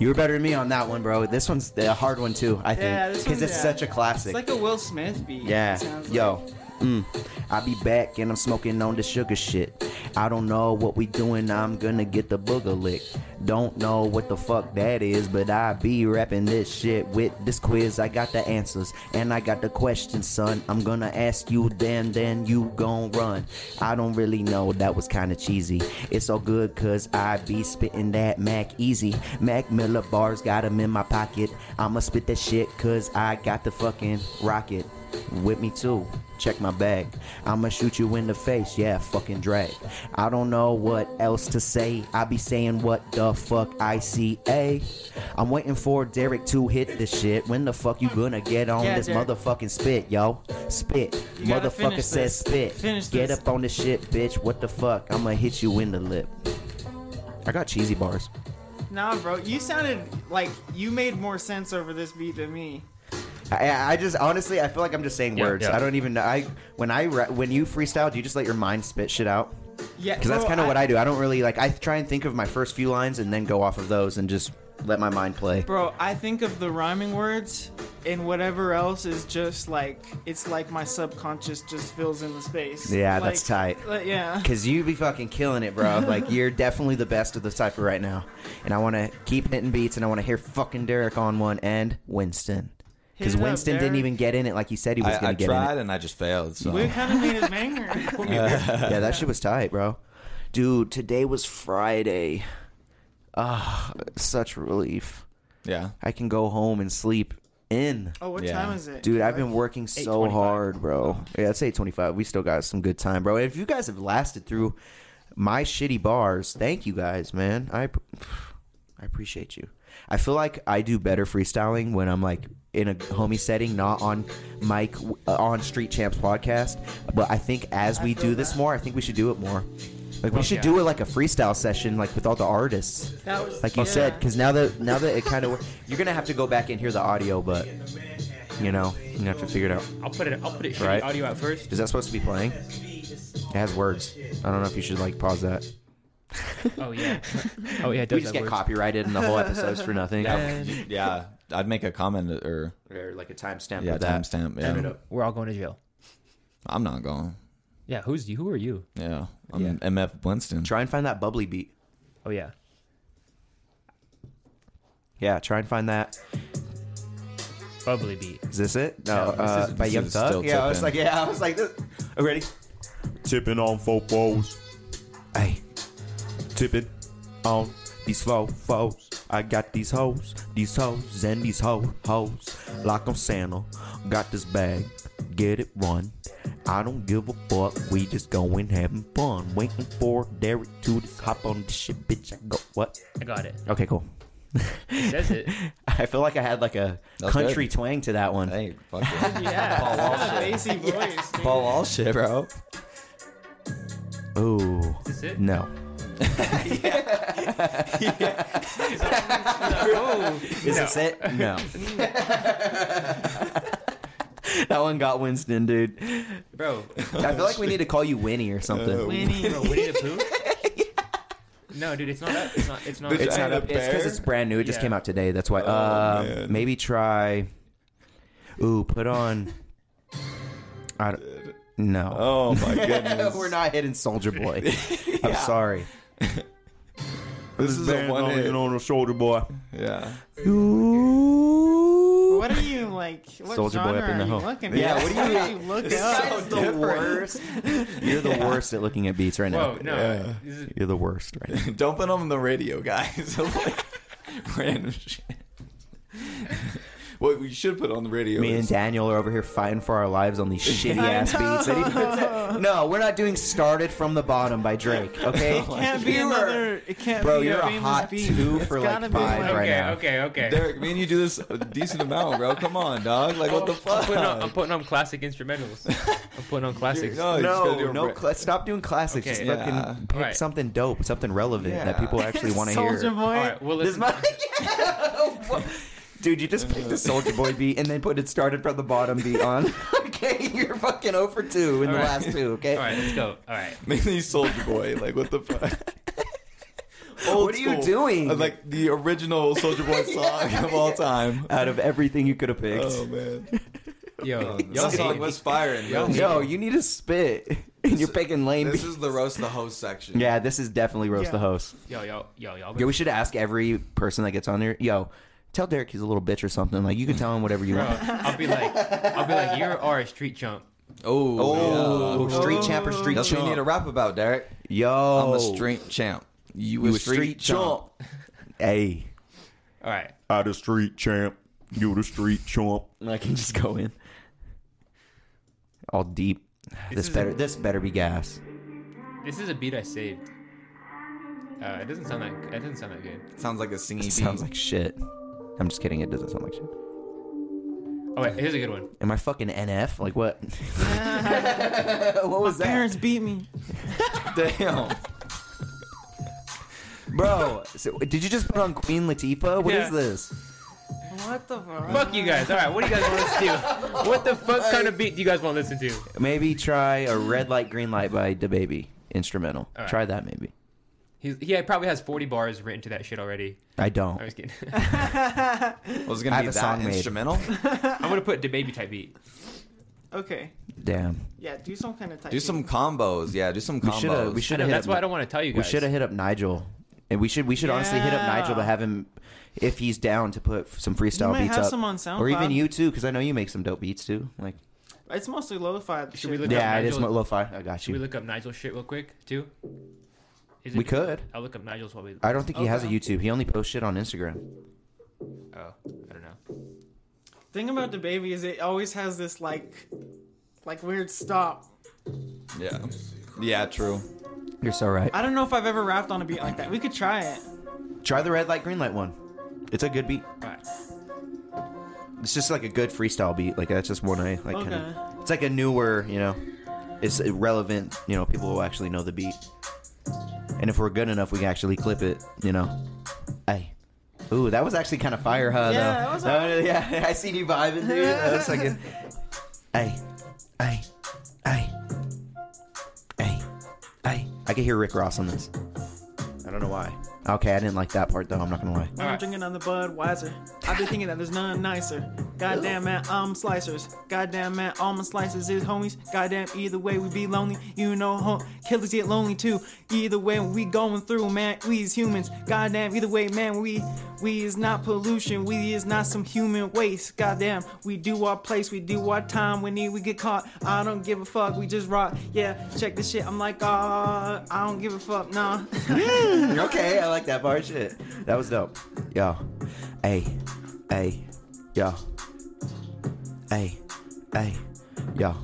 [SPEAKER 2] You were better than me on that one, bro. This one's a hard one too, I
[SPEAKER 3] Yeah,
[SPEAKER 2] think.
[SPEAKER 3] this
[SPEAKER 2] Because
[SPEAKER 3] one's-
[SPEAKER 2] it's
[SPEAKER 3] yeah.
[SPEAKER 2] such a classic.
[SPEAKER 3] it's like a Will Smith beat.
[SPEAKER 2] Yeah.
[SPEAKER 3] it sounds like.
[SPEAKER 2] Yo. Mm. I be back and I'm smoking on the sugar shit. I don't know what we doing. I'm gonna get the booger lick. Don't know what the fuck that is, but I be rapping this shit with this quiz. I got the answers and I got the questions, son. I'm gonna ask you them, then you gon' run. I don't really know. That was kind of cheesy. It's all good cause I be spitting that Mac easy. Mac Miller bars got 'em in my pocket. I'ma spit that shit cause I got the fucking rocket with me too. Check my bag. I'ma shoot you in the face. Yeah, fucking drag. I don't know what else to say. I be saying what the fuck I see. A. I'm waiting for Derek to hit this shit. When the fuck you gonna get on
[SPEAKER 3] Yeah,
[SPEAKER 2] this
[SPEAKER 3] Derek.
[SPEAKER 2] motherfucking spit, yo? Spit.
[SPEAKER 3] You gotta
[SPEAKER 2] Motherfucker
[SPEAKER 3] finish
[SPEAKER 2] says
[SPEAKER 3] this.
[SPEAKER 2] spit.
[SPEAKER 3] Finish
[SPEAKER 2] get
[SPEAKER 3] this.
[SPEAKER 2] up on this shit, bitch. What the fuck? I'ma hit you in the lip. I got cheesy bars.
[SPEAKER 3] Nah, bro, you sounded like you made more sense over this beat than me.
[SPEAKER 8] I, I just honestly, I feel like I'm just saying
[SPEAKER 1] Yeah,
[SPEAKER 8] words.
[SPEAKER 1] yeah.
[SPEAKER 8] I don't even know. I when I ra- when you freestyle, do you just let your mind spit shit out?
[SPEAKER 3] Yeah,
[SPEAKER 8] Because that's
[SPEAKER 3] bro,
[SPEAKER 8] kind of what I do. I don't really like. I try and think of my first few lines and then go off of those and just let my mind play.
[SPEAKER 3] Bro, I think of the rhyming words, and whatever else is just like it's like my subconscious just fills in the space.
[SPEAKER 8] Yeah,
[SPEAKER 3] Like-
[SPEAKER 8] that's tight.
[SPEAKER 3] like, uh, yeah.
[SPEAKER 8] Cause you be fucking killing it, bro. Like you're definitely the best of the cipher right now, and I want to keep hitting beats, and I want to hear fucking Derek on one and Winston,
[SPEAKER 3] Hit
[SPEAKER 8] because
[SPEAKER 3] it up,
[SPEAKER 8] Winston didn't
[SPEAKER 3] Derek.
[SPEAKER 8] even get in it like he said he was
[SPEAKER 4] I,
[SPEAKER 8] gonna
[SPEAKER 4] I
[SPEAKER 8] get in
[SPEAKER 4] tried
[SPEAKER 8] it.
[SPEAKER 4] and I just failed. So
[SPEAKER 3] We kind of made it banger.
[SPEAKER 8] Yeah, that shit was tight, bro. Dude, today was Friday. Ah, such relief.
[SPEAKER 4] yeah,
[SPEAKER 8] I can go home and sleep in.
[SPEAKER 3] oh, what
[SPEAKER 4] Yeah.
[SPEAKER 3] time is it?
[SPEAKER 8] Dude, I've been working so
[SPEAKER 1] 8:25.
[SPEAKER 8] hard, bro. Yeah, it's 825. We still got some good time, bro. If you guys have lasted through my shitty bars, thank you guys, man. I I appreciate you. I feel like I do better freestyling when I'm like in a homie setting, not on mic uh, on Street Champs podcast. But I think as we do this more, I think we should do it more. Like we should
[SPEAKER 1] yeah.
[SPEAKER 8] do it like a freestyle session, like with all the artists,
[SPEAKER 3] that was
[SPEAKER 8] like you
[SPEAKER 3] yeah.
[SPEAKER 8] said. Because now that now that it kind of you're gonna have to go back and hear the audio, but you know you have to figure it out.
[SPEAKER 1] I'll put it. I'll put it. shitty
[SPEAKER 8] Right.
[SPEAKER 1] Audio out first.
[SPEAKER 8] Is that supposed to be playing? It has words. I don't know if you should like pause that.
[SPEAKER 1] Oh yeah. oh yeah. It does
[SPEAKER 8] We just
[SPEAKER 1] have
[SPEAKER 8] get
[SPEAKER 1] words.
[SPEAKER 8] copyrighted in the whole episodes for nothing.
[SPEAKER 4] yeah. Uh, I'd make a comment or
[SPEAKER 8] Or like a timestamp
[SPEAKER 4] yeah,
[SPEAKER 8] of that.
[SPEAKER 4] timestamp.
[SPEAKER 1] And
[SPEAKER 4] Yeah,
[SPEAKER 1] We're all going to jail.
[SPEAKER 4] I'm not going.
[SPEAKER 1] Yeah. Who's you? Who are you?
[SPEAKER 4] Yeah, I'm MF Winston.
[SPEAKER 8] Try and find that bubbly beat.
[SPEAKER 1] Oh yeah.
[SPEAKER 8] Yeah, try and find that.
[SPEAKER 1] Bubbly beat.
[SPEAKER 8] Is this it? No,
[SPEAKER 1] Yeah, this
[SPEAKER 8] uh,
[SPEAKER 1] is-
[SPEAKER 8] by
[SPEAKER 4] this
[SPEAKER 8] Young
[SPEAKER 4] is
[SPEAKER 8] Thug.
[SPEAKER 4] still
[SPEAKER 8] Yeah, I was
[SPEAKER 4] tipping.
[SPEAKER 8] like, yeah, I was like, this. Oh, ready? Tipping on foes. Hey, tipping on these four foes. I got these hoes, these hoes, and these ho hoes. Like I'm Santa, got this bag, get it run. I don't give a fuck, we just going having fun. Waiting for Derek to just hop on this shit, bitch. I go what?
[SPEAKER 1] I got it.
[SPEAKER 8] Okay, cool.
[SPEAKER 1] It says it.
[SPEAKER 2] I feel like I had like a
[SPEAKER 4] That's
[SPEAKER 2] country
[SPEAKER 4] good.
[SPEAKER 2] twang to that one.
[SPEAKER 4] Hey, fuck it.
[SPEAKER 3] Yeah,
[SPEAKER 4] Paul Wall
[SPEAKER 3] that's a
[SPEAKER 4] shit.
[SPEAKER 3] bassy voice. dude.
[SPEAKER 4] Paul Wall shit, bro.
[SPEAKER 2] Ooh,
[SPEAKER 1] Is this it?
[SPEAKER 2] no. Is this it? No. that one got Winston, dude.
[SPEAKER 1] Bro,
[SPEAKER 2] I feel like we need to call you Winnie or
[SPEAKER 4] Uh,
[SPEAKER 2] something.
[SPEAKER 3] Winnie.
[SPEAKER 1] bro, Winnie the Pooh? No, dude, it's not that. It's not. It's not.
[SPEAKER 4] Bitch,
[SPEAKER 2] it's
[SPEAKER 4] I
[SPEAKER 2] not
[SPEAKER 4] ain't
[SPEAKER 2] up.
[SPEAKER 4] a
[SPEAKER 2] It's because
[SPEAKER 4] bear. Oh,
[SPEAKER 2] it's brand new. It just
[SPEAKER 1] Yeah.
[SPEAKER 2] came out today. That's why. uh,
[SPEAKER 4] man.
[SPEAKER 2] maybe try. Ooh, put on. I don't, no.
[SPEAKER 4] Oh my goodness.
[SPEAKER 2] We're not hitting Soldier Boy. I'm sorry.
[SPEAKER 4] this is a one hit.
[SPEAKER 2] on the shoulder boy.
[SPEAKER 4] Yeah.
[SPEAKER 3] What are you like? What
[SPEAKER 2] Soldier Boy
[SPEAKER 3] genre
[SPEAKER 2] up in the
[SPEAKER 3] are you
[SPEAKER 2] hole.
[SPEAKER 3] looking at?
[SPEAKER 2] Yeah, what do you-
[SPEAKER 3] How did look up?
[SPEAKER 2] the worst. You're the worst at looking at beats right now.
[SPEAKER 1] Whoa, oh, no. This is-
[SPEAKER 2] You're the worst right now.
[SPEAKER 4] Don't put on the radio, guys. Random shit. what we should put on the radio
[SPEAKER 2] Me and
[SPEAKER 4] is
[SPEAKER 2] Daniel are over here fighting for our lives on these shitty
[SPEAKER 3] I
[SPEAKER 2] ass
[SPEAKER 3] know.
[SPEAKER 2] beats. And he puts it- no, we're not doing "Started from the Bottom" by Drake. Okay,
[SPEAKER 3] Can't be
[SPEAKER 2] You are-
[SPEAKER 3] another. It can't
[SPEAKER 2] Bro,
[SPEAKER 3] be
[SPEAKER 2] you're a
[SPEAKER 3] famous
[SPEAKER 2] hot
[SPEAKER 3] beat.
[SPEAKER 2] two
[SPEAKER 3] It's
[SPEAKER 2] for, like,
[SPEAKER 3] gotta be
[SPEAKER 2] five
[SPEAKER 3] like-
[SPEAKER 2] right
[SPEAKER 1] okay,
[SPEAKER 2] now.
[SPEAKER 1] okay, okay,
[SPEAKER 4] Derek, me and you do this a decent amount, bro. Come on, dog. Like what the
[SPEAKER 1] I'm
[SPEAKER 4] fuck?
[SPEAKER 1] putting on, I'm putting on classic instrumentals. I'm putting on classics.
[SPEAKER 4] No, oh, you just gotta do
[SPEAKER 2] No,
[SPEAKER 4] a
[SPEAKER 2] no,
[SPEAKER 4] ra-
[SPEAKER 2] cla stop doing classics.
[SPEAKER 1] Okay,
[SPEAKER 2] Just
[SPEAKER 4] yeah.
[SPEAKER 2] fucking pick
[SPEAKER 1] Alright.
[SPEAKER 2] something dope, something relevant that
[SPEAKER 4] Yeah.
[SPEAKER 2] people actually want to
[SPEAKER 3] Soldier
[SPEAKER 2] hear.
[SPEAKER 3] Boy.
[SPEAKER 1] All right, well,
[SPEAKER 2] This
[SPEAKER 1] listen.
[SPEAKER 2] might- Dude, you just picked the Soldier Boy beat and then put it started from the bottom beat on. okay, you're fucking 0 for 2 in the
[SPEAKER 1] Alright.
[SPEAKER 2] last two, okay?
[SPEAKER 1] All right, let's go. All right.
[SPEAKER 4] mainly Soldier Boy. Like what the fuck?
[SPEAKER 2] What are you doing?
[SPEAKER 4] Uh, Like the original Soldier Boy song of all time.
[SPEAKER 2] Out of everything you could have picked.
[SPEAKER 4] Oh man,
[SPEAKER 1] Yo, y'all
[SPEAKER 4] that song
[SPEAKER 1] hate me.
[SPEAKER 4] was firing. Yo.
[SPEAKER 2] Yo, you need to spit. And you're picking lame
[SPEAKER 4] This
[SPEAKER 2] beats.
[SPEAKER 4] is the roast the host section.
[SPEAKER 2] Yeah, this is definitely Roast the
[SPEAKER 3] Yeah.
[SPEAKER 2] Host.
[SPEAKER 1] Yo, yo, yo, y'all.
[SPEAKER 2] Yo, we should ask every person that gets on there, yo, tell Derek he's a little bitch or something. Like, you can tell him whatever you
[SPEAKER 1] Bro,
[SPEAKER 2] want.
[SPEAKER 1] I'll be like, I'll be like, you are a street chump.
[SPEAKER 4] Oh,
[SPEAKER 2] Oh,
[SPEAKER 4] yeah.
[SPEAKER 2] street champ or street
[SPEAKER 4] That's
[SPEAKER 2] chump. Oh.
[SPEAKER 4] what you need to rap about, Derek.
[SPEAKER 2] Yo,
[SPEAKER 4] I'm a street champ. You, a street, chump.
[SPEAKER 2] Hey,
[SPEAKER 1] All right.
[SPEAKER 9] I the street champ. You the street chump.
[SPEAKER 2] I can just go in all deep. This
[SPEAKER 1] is
[SPEAKER 2] better.
[SPEAKER 1] a-
[SPEAKER 2] This better be gas.
[SPEAKER 1] This is a beat I saved. Uh, it doesn't sound that. It doesn't sound that good.
[SPEAKER 4] Sounds like a singing beat.
[SPEAKER 2] It sounds like shit. I'm just kidding. It doesn't sound like shit.
[SPEAKER 1] Oh wait, here's a good one.
[SPEAKER 2] Am I fucking NF? Like what? what was that,
[SPEAKER 3] Parents beat me.
[SPEAKER 4] damn.
[SPEAKER 2] bro? So, did you just put on Queen Latifah? What is
[SPEAKER 1] Yeah.
[SPEAKER 2] this?
[SPEAKER 3] What the fuck?
[SPEAKER 1] Fuck you guys. All right, what do you guys want us to do? What the fuck kind of beat do you guys want to listen to?
[SPEAKER 2] Maybe try a red light, green light by DaBaby instrumental.
[SPEAKER 1] All right.
[SPEAKER 2] Try that maybe.
[SPEAKER 1] He's, he probably has 40 bars written to that shit already.
[SPEAKER 2] I
[SPEAKER 1] I
[SPEAKER 2] don't.
[SPEAKER 1] was kidding.
[SPEAKER 4] Was it gonna
[SPEAKER 2] I
[SPEAKER 4] be
[SPEAKER 2] have a
[SPEAKER 4] that
[SPEAKER 2] song made.
[SPEAKER 4] instrumental?
[SPEAKER 1] I'm gonna put the baby type beat.
[SPEAKER 3] Okay.
[SPEAKER 2] Damn.
[SPEAKER 3] Yeah, do some kind of type.
[SPEAKER 4] do some combos. Yeah, do some
[SPEAKER 2] We
[SPEAKER 4] combos.
[SPEAKER 2] shoulda- we shoulda
[SPEAKER 1] I know,
[SPEAKER 2] hit
[SPEAKER 1] that's
[SPEAKER 2] up-
[SPEAKER 1] why I don't want to tell you
[SPEAKER 2] We
[SPEAKER 1] guys.
[SPEAKER 2] should have hit up Nigel, and we should we should honestly hit up Nigel to
[SPEAKER 3] Yeah.
[SPEAKER 2] have him if he's down to put some freestyle
[SPEAKER 3] You might
[SPEAKER 2] beats
[SPEAKER 3] have
[SPEAKER 2] up,
[SPEAKER 3] some on
[SPEAKER 2] or even
[SPEAKER 3] SoundCloud.
[SPEAKER 2] you too, because I know you make some dope beats too. Like
[SPEAKER 3] It's mostly lo-fi.
[SPEAKER 1] Should we
[SPEAKER 3] shit.
[SPEAKER 1] look up
[SPEAKER 2] yeah, it is
[SPEAKER 1] Nigel-
[SPEAKER 2] mo- lo-fi. I got
[SPEAKER 1] Should we
[SPEAKER 2] you.
[SPEAKER 1] look up Nigel's shit real quick too? Is
[SPEAKER 2] We could.
[SPEAKER 1] I'll look up Nigel's while we.
[SPEAKER 2] I don't think he has a
[SPEAKER 3] Okay.
[SPEAKER 2] YouTube. He only posts shit on Instagram.
[SPEAKER 1] Oh, I don't know.
[SPEAKER 3] Thing about the baby is it always has this like, like weird stop.
[SPEAKER 4] Yeah. Yeah, true.
[SPEAKER 2] You're so right.
[SPEAKER 3] I don't know if I've ever rapped on a beat like that. We could try it.
[SPEAKER 2] Try the red light, green light one. It's a good beat.
[SPEAKER 1] All right.
[SPEAKER 2] It's just like a good freestyle beat. Like that's just one I like. Kind
[SPEAKER 3] Okay.
[SPEAKER 2] of. It's like a newer, you know. It's irrelevant. You know, people will actually know the beat. And if we're good enough, we can actually clip it. You know. Hey. Ooh, that was actually kind of fire, huh?
[SPEAKER 3] Yeah,
[SPEAKER 2] though.
[SPEAKER 3] that was
[SPEAKER 2] was- yeah. I seen you vibing, dude. That was like a- Hey, hey, hey, hey, hey. I could hear Rick Ross on this. I don't know why. Okay, I didn't like that part though. I'm not gonna lie.
[SPEAKER 3] When I'm
[SPEAKER 1] Alright.
[SPEAKER 3] drinking on the Budweiser, I be thinking that there's none nicer. Goddamn man, I'm slicers. Goddamn man, all my slices is homies. Goddamn, either way we be lonely. You know, ho- killers get lonely too. Either way we going through, man, we is humans. Goddamn, either way, man, we we is not pollution. We is not some human waste. Goddamn, we do our place, we do our time. When need we get caught, I don't give a fuck. We just rock. Yeah, check this shit. I'm like, ah, I don't give a fuck. Nah.
[SPEAKER 2] okay, I like that bar shit. That was dope. Yo. Hey. Hey. Yo. Hey. Hey. Yo.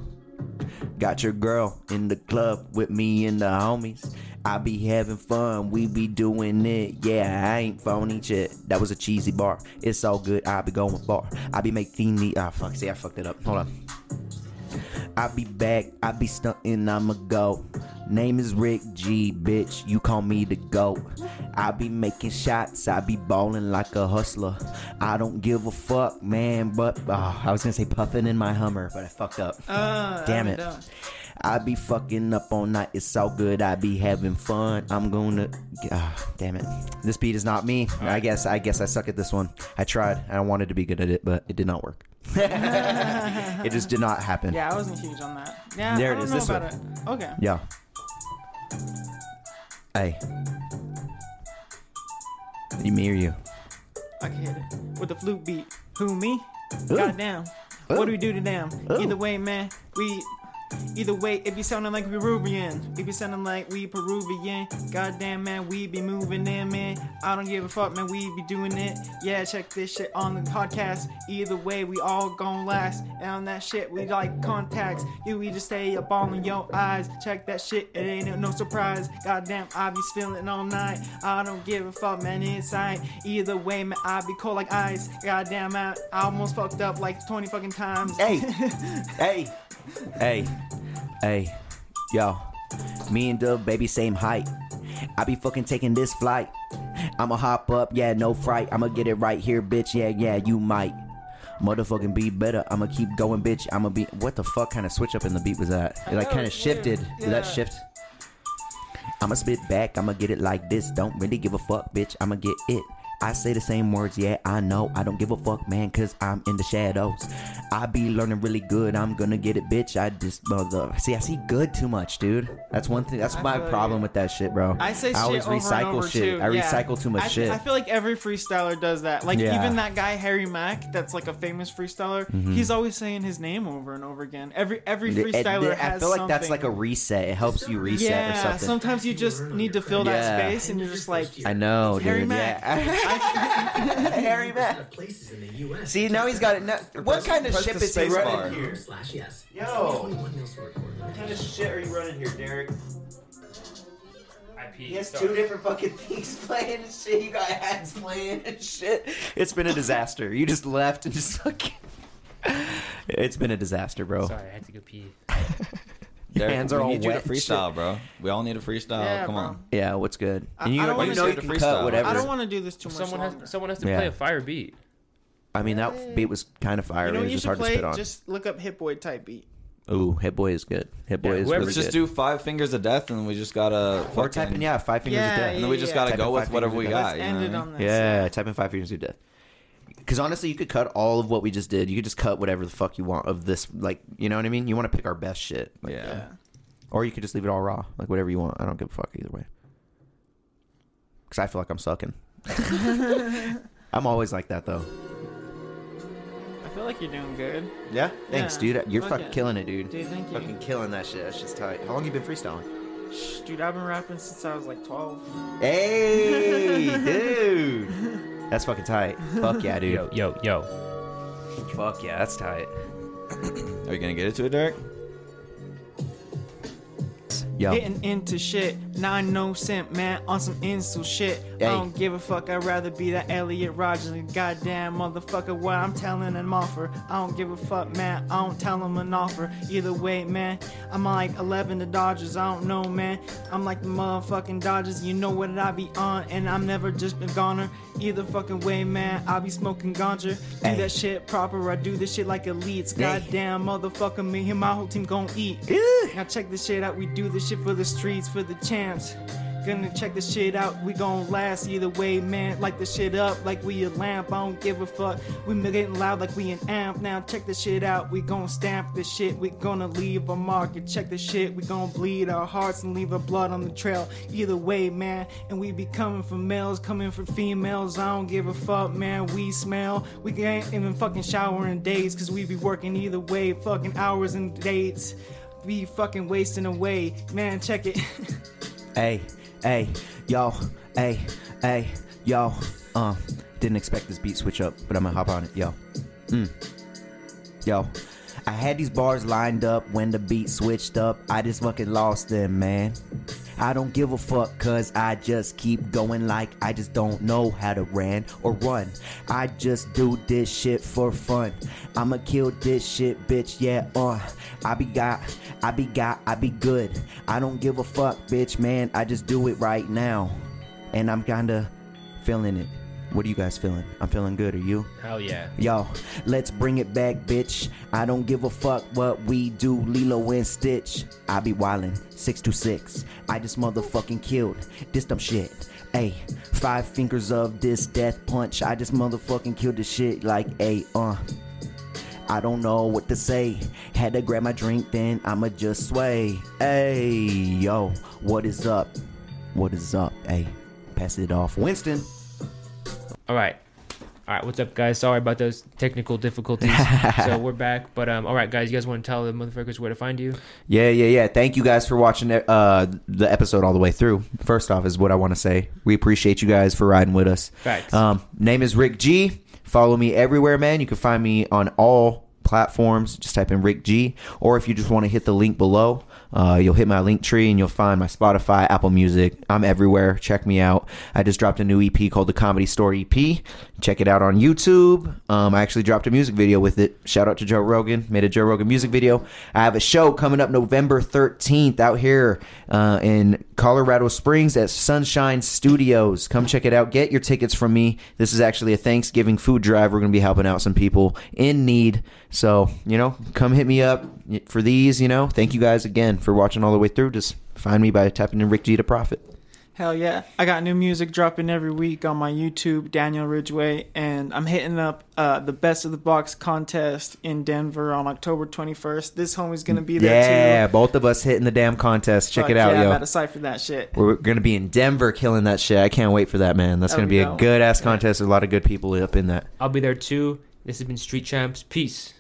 [SPEAKER 2] Got your girl in the club with me and the homies. I be having fun, we be doing it. Yeah, I ain't phony shit. That was a cheesy bar. It's all good, I be going far. I be making the ah fuck, see I fucked it up. Hold on. I be back, I be stunting, I'ma go. Name is Rick G, bitch. You call me the GOAT. I be making shots, I be balling like a hustler. I don't give a fuck, man, but ah, I was gonna say puffing in my Hummer, but I fucked up.
[SPEAKER 3] Uh,
[SPEAKER 2] Damn
[SPEAKER 3] I'm
[SPEAKER 2] it.
[SPEAKER 3] done.
[SPEAKER 2] I be fucking up all night. It's all good. I be having fun. I'm gonna. ah, damn it. This beat is not me. I guess. I guess I suck at this one. I tried. I wanted to be good at it, but it did not work. it just did not happen.
[SPEAKER 3] Yeah, I wasn't huge on that. Yeah,
[SPEAKER 2] There
[SPEAKER 3] I
[SPEAKER 2] it
[SPEAKER 3] don't
[SPEAKER 2] is,
[SPEAKER 3] know
[SPEAKER 2] this
[SPEAKER 3] about it. Okay.
[SPEAKER 2] Yeah. Hey. You me or you?
[SPEAKER 3] I can hit it with the flute beat. Who me? Goddamn. What do we do to them? Either way, man, we. Either way, it be sounding like we Peruvian. It be sounding like we Peruvian. Goddamn, man, we be moving in, man. I don't give a fuck, man, we be doing it. Yeah, check this shit on the podcast. Either way, we all gon' last. And on that shit, we like contacts. You, we just stay up all in your eyes. Check that shit, it ain't no surprise. Goddamn, I be spilling all night. I don't give a fuck, man, inside. Either way, man, I be cold like ice. Goddamn, I, I almost fucked up like 20 fucking times.
[SPEAKER 2] Hey, hey, hey, hey, yo. Me and Dub baby same height. I be fucking taking this flight. I'ma hop up, yeah, no fright. I'ma get it right here, bitch. Yeah, yeah, you might. Motherfucking be better. I'ma keep going, bitch. I'ma be. What the fuck kind of switch up in the beat was that? It like
[SPEAKER 3] know,
[SPEAKER 2] kind of
[SPEAKER 3] it's weird.
[SPEAKER 2] shifted. Did that
[SPEAKER 3] Yeah.
[SPEAKER 2] shift? I'ma spit back, I'ma get it like this. Don't really give a fuck, bitch. I'ma get it. I say the same words, yeah, I know. I don't give a fuck, man, cause I'm in the shadows. I be learning really good. I'm gonna get it, bitch. I just mother. See, I see good too much, dude. That's one thing. That's my
[SPEAKER 3] feel
[SPEAKER 2] problem
[SPEAKER 3] you.
[SPEAKER 2] with that shit, bro.
[SPEAKER 3] I say shit
[SPEAKER 2] always
[SPEAKER 3] over
[SPEAKER 2] recycle
[SPEAKER 3] and over
[SPEAKER 2] shit.
[SPEAKER 3] Too.
[SPEAKER 2] I
[SPEAKER 3] yeah.
[SPEAKER 2] recycle too much
[SPEAKER 3] I,
[SPEAKER 2] shit.
[SPEAKER 3] I feel like every freestyler does that. Like
[SPEAKER 2] Yeah. Mm-hmm.
[SPEAKER 3] even that guy Harry Mack, that's like a famous freestyler. He's always saying his name over and over again. Every every
[SPEAKER 2] It- it-
[SPEAKER 3] freestyler
[SPEAKER 2] I
[SPEAKER 3] has.
[SPEAKER 2] feel like that's
[SPEAKER 3] something.
[SPEAKER 2] like a reset. It helps you reset
[SPEAKER 3] yeah.
[SPEAKER 2] or something.
[SPEAKER 3] Sometimes you just need to fill
[SPEAKER 2] Yeah.
[SPEAKER 3] that space, and you're just like,
[SPEAKER 2] I know,
[SPEAKER 3] Harry
[SPEAKER 2] dude.
[SPEAKER 3] Mack.
[SPEAKER 2] Yeah. Harry Mack.
[SPEAKER 10] Places in the U.S.
[SPEAKER 2] See, now he's got it. Now, what kind of
[SPEAKER 4] press
[SPEAKER 2] ship
[SPEAKER 4] the
[SPEAKER 2] is he
[SPEAKER 4] space
[SPEAKER 2] running
[SPEAKER 4] bar.
[SPEAKER 2] here?
[SPEAKER 10] Slash yes.
[SPEAKER 2] Yo.
[SPEAKER 10] What
[SPEAKER 2] kind of shit are you running here, Derek?
[SPEAKER 1] I
[SPEAKER 2] He has two different fucking things playing and shit. You got ads playing and shit. It's been a disaster. You just left and just fucking. It's been a disaster, bro.
[SPEAKER 1] Sorry, I had to go pee.
[SPEAKER 2] Your
[SPEAKER 4] Derek,
[SPEAKER 2] hands
[SPEAKER 4] we
[SPEAKER 2] are all
[SPEAKER 4] need you
[SPEAKER 2] wet.
[SPEAKER 4] to freestyle, bro. We all need a freestyle.
[SPEAKER 3] Yeah,
[SPEAKER 4] Come
[SPEAKER 3] bro.
[SPEAKER 4] on.
[SPEAKER 2] Yeah, what's good?
[SPEAKER 3] I- I don't
[SPEAKER 4] Why
[SPEAKER 3] wanna
[SPEAKER 4] you
[SPEAKER 3] know
[SPEAKER 4] scared
[SPEAKER 3] you
[SPEAKER 4] to
[SPEAKER 2] can
[SPEAKER 4] freestyle?
[SPEAKER 2] cut whatever.
[SPEAKER 3] I don't want to do this too much
[SPEAKER 1] Someone
[SPEAKER 3] longer.
[SPEAKER 1] has someone has to
[SPEAKER 2] Yeah.
[SPEAKER 1] play a fire beat.
[SPEAKER 2] I mean, that beat was kind of fire.
[SPEAKER 3] you know,
[SPEAKER 2] it
[SPEAKER 3] what
[SPEAKER 2] was
[SPEAKER 3] you
[SPEAKER 2] just
[SPEAKER 3] should
[SPEAKER 2] hard to
[SPEAKER 3] play.
[SPEAKER 2] spit on.
[SPEAKER 3] Just look up Hit Boy type beat.
[SPEAKER 2] Ooh, Hit Boy is good. Hit Boy
[SPEAKER 1] Yeah,
[SPEAKER 2] is
[SPEAKER 1] whoever-
[SPEAKER 2] really
[SPEAKER 4] Let's
[SPEAKER 2] good.
[SPEAKER 4] just do five fingers of death, and we just gotta.
[SPEAKER 2] Or
[SPEAKER 4] fucking-
[SPEAKER 2] type in, yeah, Five Fingers
[SPEAKER 3] Yeah,
[SPEAKER 2] of Death.
[SPEAKER 4] And then we just
[SPEAKER 3] Yeah,
[SPEAKER 4] gotta
[SPEAKER 3] yeah.
[SPEAKER 4] go
[SPEAKER 2] Type in
[SPEAKER 4] with
[SPEAKER 2] five
[SPEAKER 4] whatever we
[SPEAKER 2] fingers of
[SPEAKER 3] Let's
[SPEAKER 4] got. you
[SPEAKER 3] end
[SPEAKER 4] know
[SPEAKER 3] it
[SPEAKER 4] what I
[SPEAKER 3] on this.
[SPEAKER 2] Yeah, type in Five Fingers of Death. Because honestly, you could cut all of what we just did. You could just cut whatever the fuck you want of this. Like, you know what I mean? You want to pick our best shit.
[SPEAKER 4] mean? Yeah.
[SPEAKER 3] Yeah.
[SPEAKER 2] Or you could just leave it all raw, like whatever you want. I don't give a fuck either way. Because I feel like I'm sucking. I'm always like that though.
[SPEAKER 3] I feel like you're doing good,
[SPEAKER 2] Yeah. Thanks,
[SPEAKER 3] Yeah.
[SPEAKER 2] dude. You're
[SPEAKER 3] Fuck
[SPEAKER 2] fucking
[SPEAKER 3] it.
[SPEAKER 2] killing it, dude.
[SPEAKER 3] dude. Thank you,
[SPEAKER 2] Fucking killing that shit. That's just tight. How long you been freestyling?
[SPEAKER 3] dude. I've been rapping since I was like 12.
[SPEAKER 2] Hey, dude. That's fucking tight. Fuck yeah, dude.
[SPEAKER 1] Yo, yo, yo.
[SPEAKER 2] Fuck yeah, that's tight.
[SPEAKER 4] Are you gonna get it to it, Derek?
[SPEAKER 2] Yo.
[SPEAKER 3] Getting into shit, nine no cent man on some insult shit.
[SPEAKER 2] Hey.
[SPEAKER 3] I don't give a fuck. I'd rather be that Elliot Rogers than goddamn motherfucker. What I'm telling an offer, I don't give a fuck, man. I don't tell him an offer. Either way, man, I'm like 11 to Dodgers. I don't know, man. I'm like the motherfucking Dodgers. You know what I be on, and I'm never just a goner. Either fucking way, man, I be smoking ganja. Do
[SPEAKER 2] Hey.
[SPEAKER 3] that shit proper. I do this shit like elites.
[SPEAKER 2] Hey.
[SPEAKER 3] Goddamn motherfucker, me and my whole team gon' eat. Now check this shit out. We do this shit for the streets, for the champs. Gonna check this shit out. We gon' last either way, man. Light this shit up like we a lamp. I don't give a fuck. We ma- getting loud like we an amp. Now check this shit out. We gon' stamp this shit. We gonna leave a mark. And check this shit. We gon' bleed our hearts and leave our blood on the trail. Either way, man. And we be coming from males, coming from females. I don't give a fuck, man. We smell. We ain't even fucking showering days. Cause we be working either way. Fucking hours and dates be fucking wasting away. Man, check it.
[SPEAKER 2] Hey, hey, yo, hey, hey, yo. Um, didn't expect this beat switch up, but I'm gonna hop on it, yo. Mm. Yo. I had these bars lined up when the beat switched up. I just fucking lost them, man.
[SPEAKER 11] I don't give a fuck cause I just keep going like I just don't know how to ran or run. I just do this shit for fun. I'ma kill this shit, bitch, yeah, uh. I be got, I be got, I be good. I don't give a fuck, bitch, man. I just do it right now. And I'm kinda feeling it. What are you guys feeling? I'm feeling good, are you?
[SPEAKER 1] Hell yeah.
[SPEAKER 11] Yo, let's bring it back, bitch. I don't give a fuck what we do, Lilo and Stitch. I be wildin', 626. I just motherfucking killed this dumb shit. Ayy, five fingers of this death punch. I just motherfucking killed this shit like, ayy, uh. I don't know what to say. Had to grab my drink, then I'ma just sway. Ayy, yo, what is up? What is up? Ayy, pass it off. Winston.
[SPEAKER 1] All right. All right, what's up, guys? Sorry about those technical difficulties. so we're back, but um, all right, guys, you guys want to tell the motherfuckers where to find you?
[SPEAKER 2] Yeah, yeah, yeah. Thank you guys for watching uh, the episode all the way through. First off, is what I want to say. We appreciate you guys for riding with us.
[SPEAKER 1] Facts.
[SPEAKER 2] Um, name is Rick G. Follow me everywhere, man. You can find me on all platforms. Just type in Rick G. Or if you just want to hit the link below, uh, you'll hit my link tree and you'll find my Spotify, Apple Music. I'm everywhere. Check me out. I just dropped a new EP called The Comedy Store EP. Check it out on YouTube. Um, I actually dropped a music video with it. Shout out to Joe Rogan. Made a Joe Rogan music video. I have a show coming up November 13th out here uh, in Colorado Springs at Sunshine Studios. Come check it out. Get your tickets from me. This is actually a Thanksgiving food drive. We're going to be helping out some people in need. So, you know, come hit me up for these. You know, thank you guys again for watching all the way through. Just find me by typing in Rick G to profit.
[SPEAKER 3] Hell yeah. I got new music dropping every week on my YouTube, Daniel Ridgeway, and I'm hitting up uh, the Best of the Box contest in Denver on October 21st. This homie's going to be there
[SPEAKER 2] Yeah,
[SPEAKER 3] too.
[SPEAKER 2] both of us hitting the damn contest. Check
[SPEAKER 3] Fuck
[SPEAKER 2] it out,
[SPEAKER 3] yeah,
[SPEAKER 2] yo.
[SPEAKER 3] I'm out of sight for that shit.
[SPEAKER 2] We're gonna be in Denver killing that shit. I can't wait for that, man. That's
[SPEAKER 3] Oh,
[SPEAKER 2] gonna be a
[SPEAKER 3] no.
[SPEAKER 2] good ass contest. There's a lot of good people up in that.
[SPEAKER 1] I'll be there too. This has been Street Champs. Peace.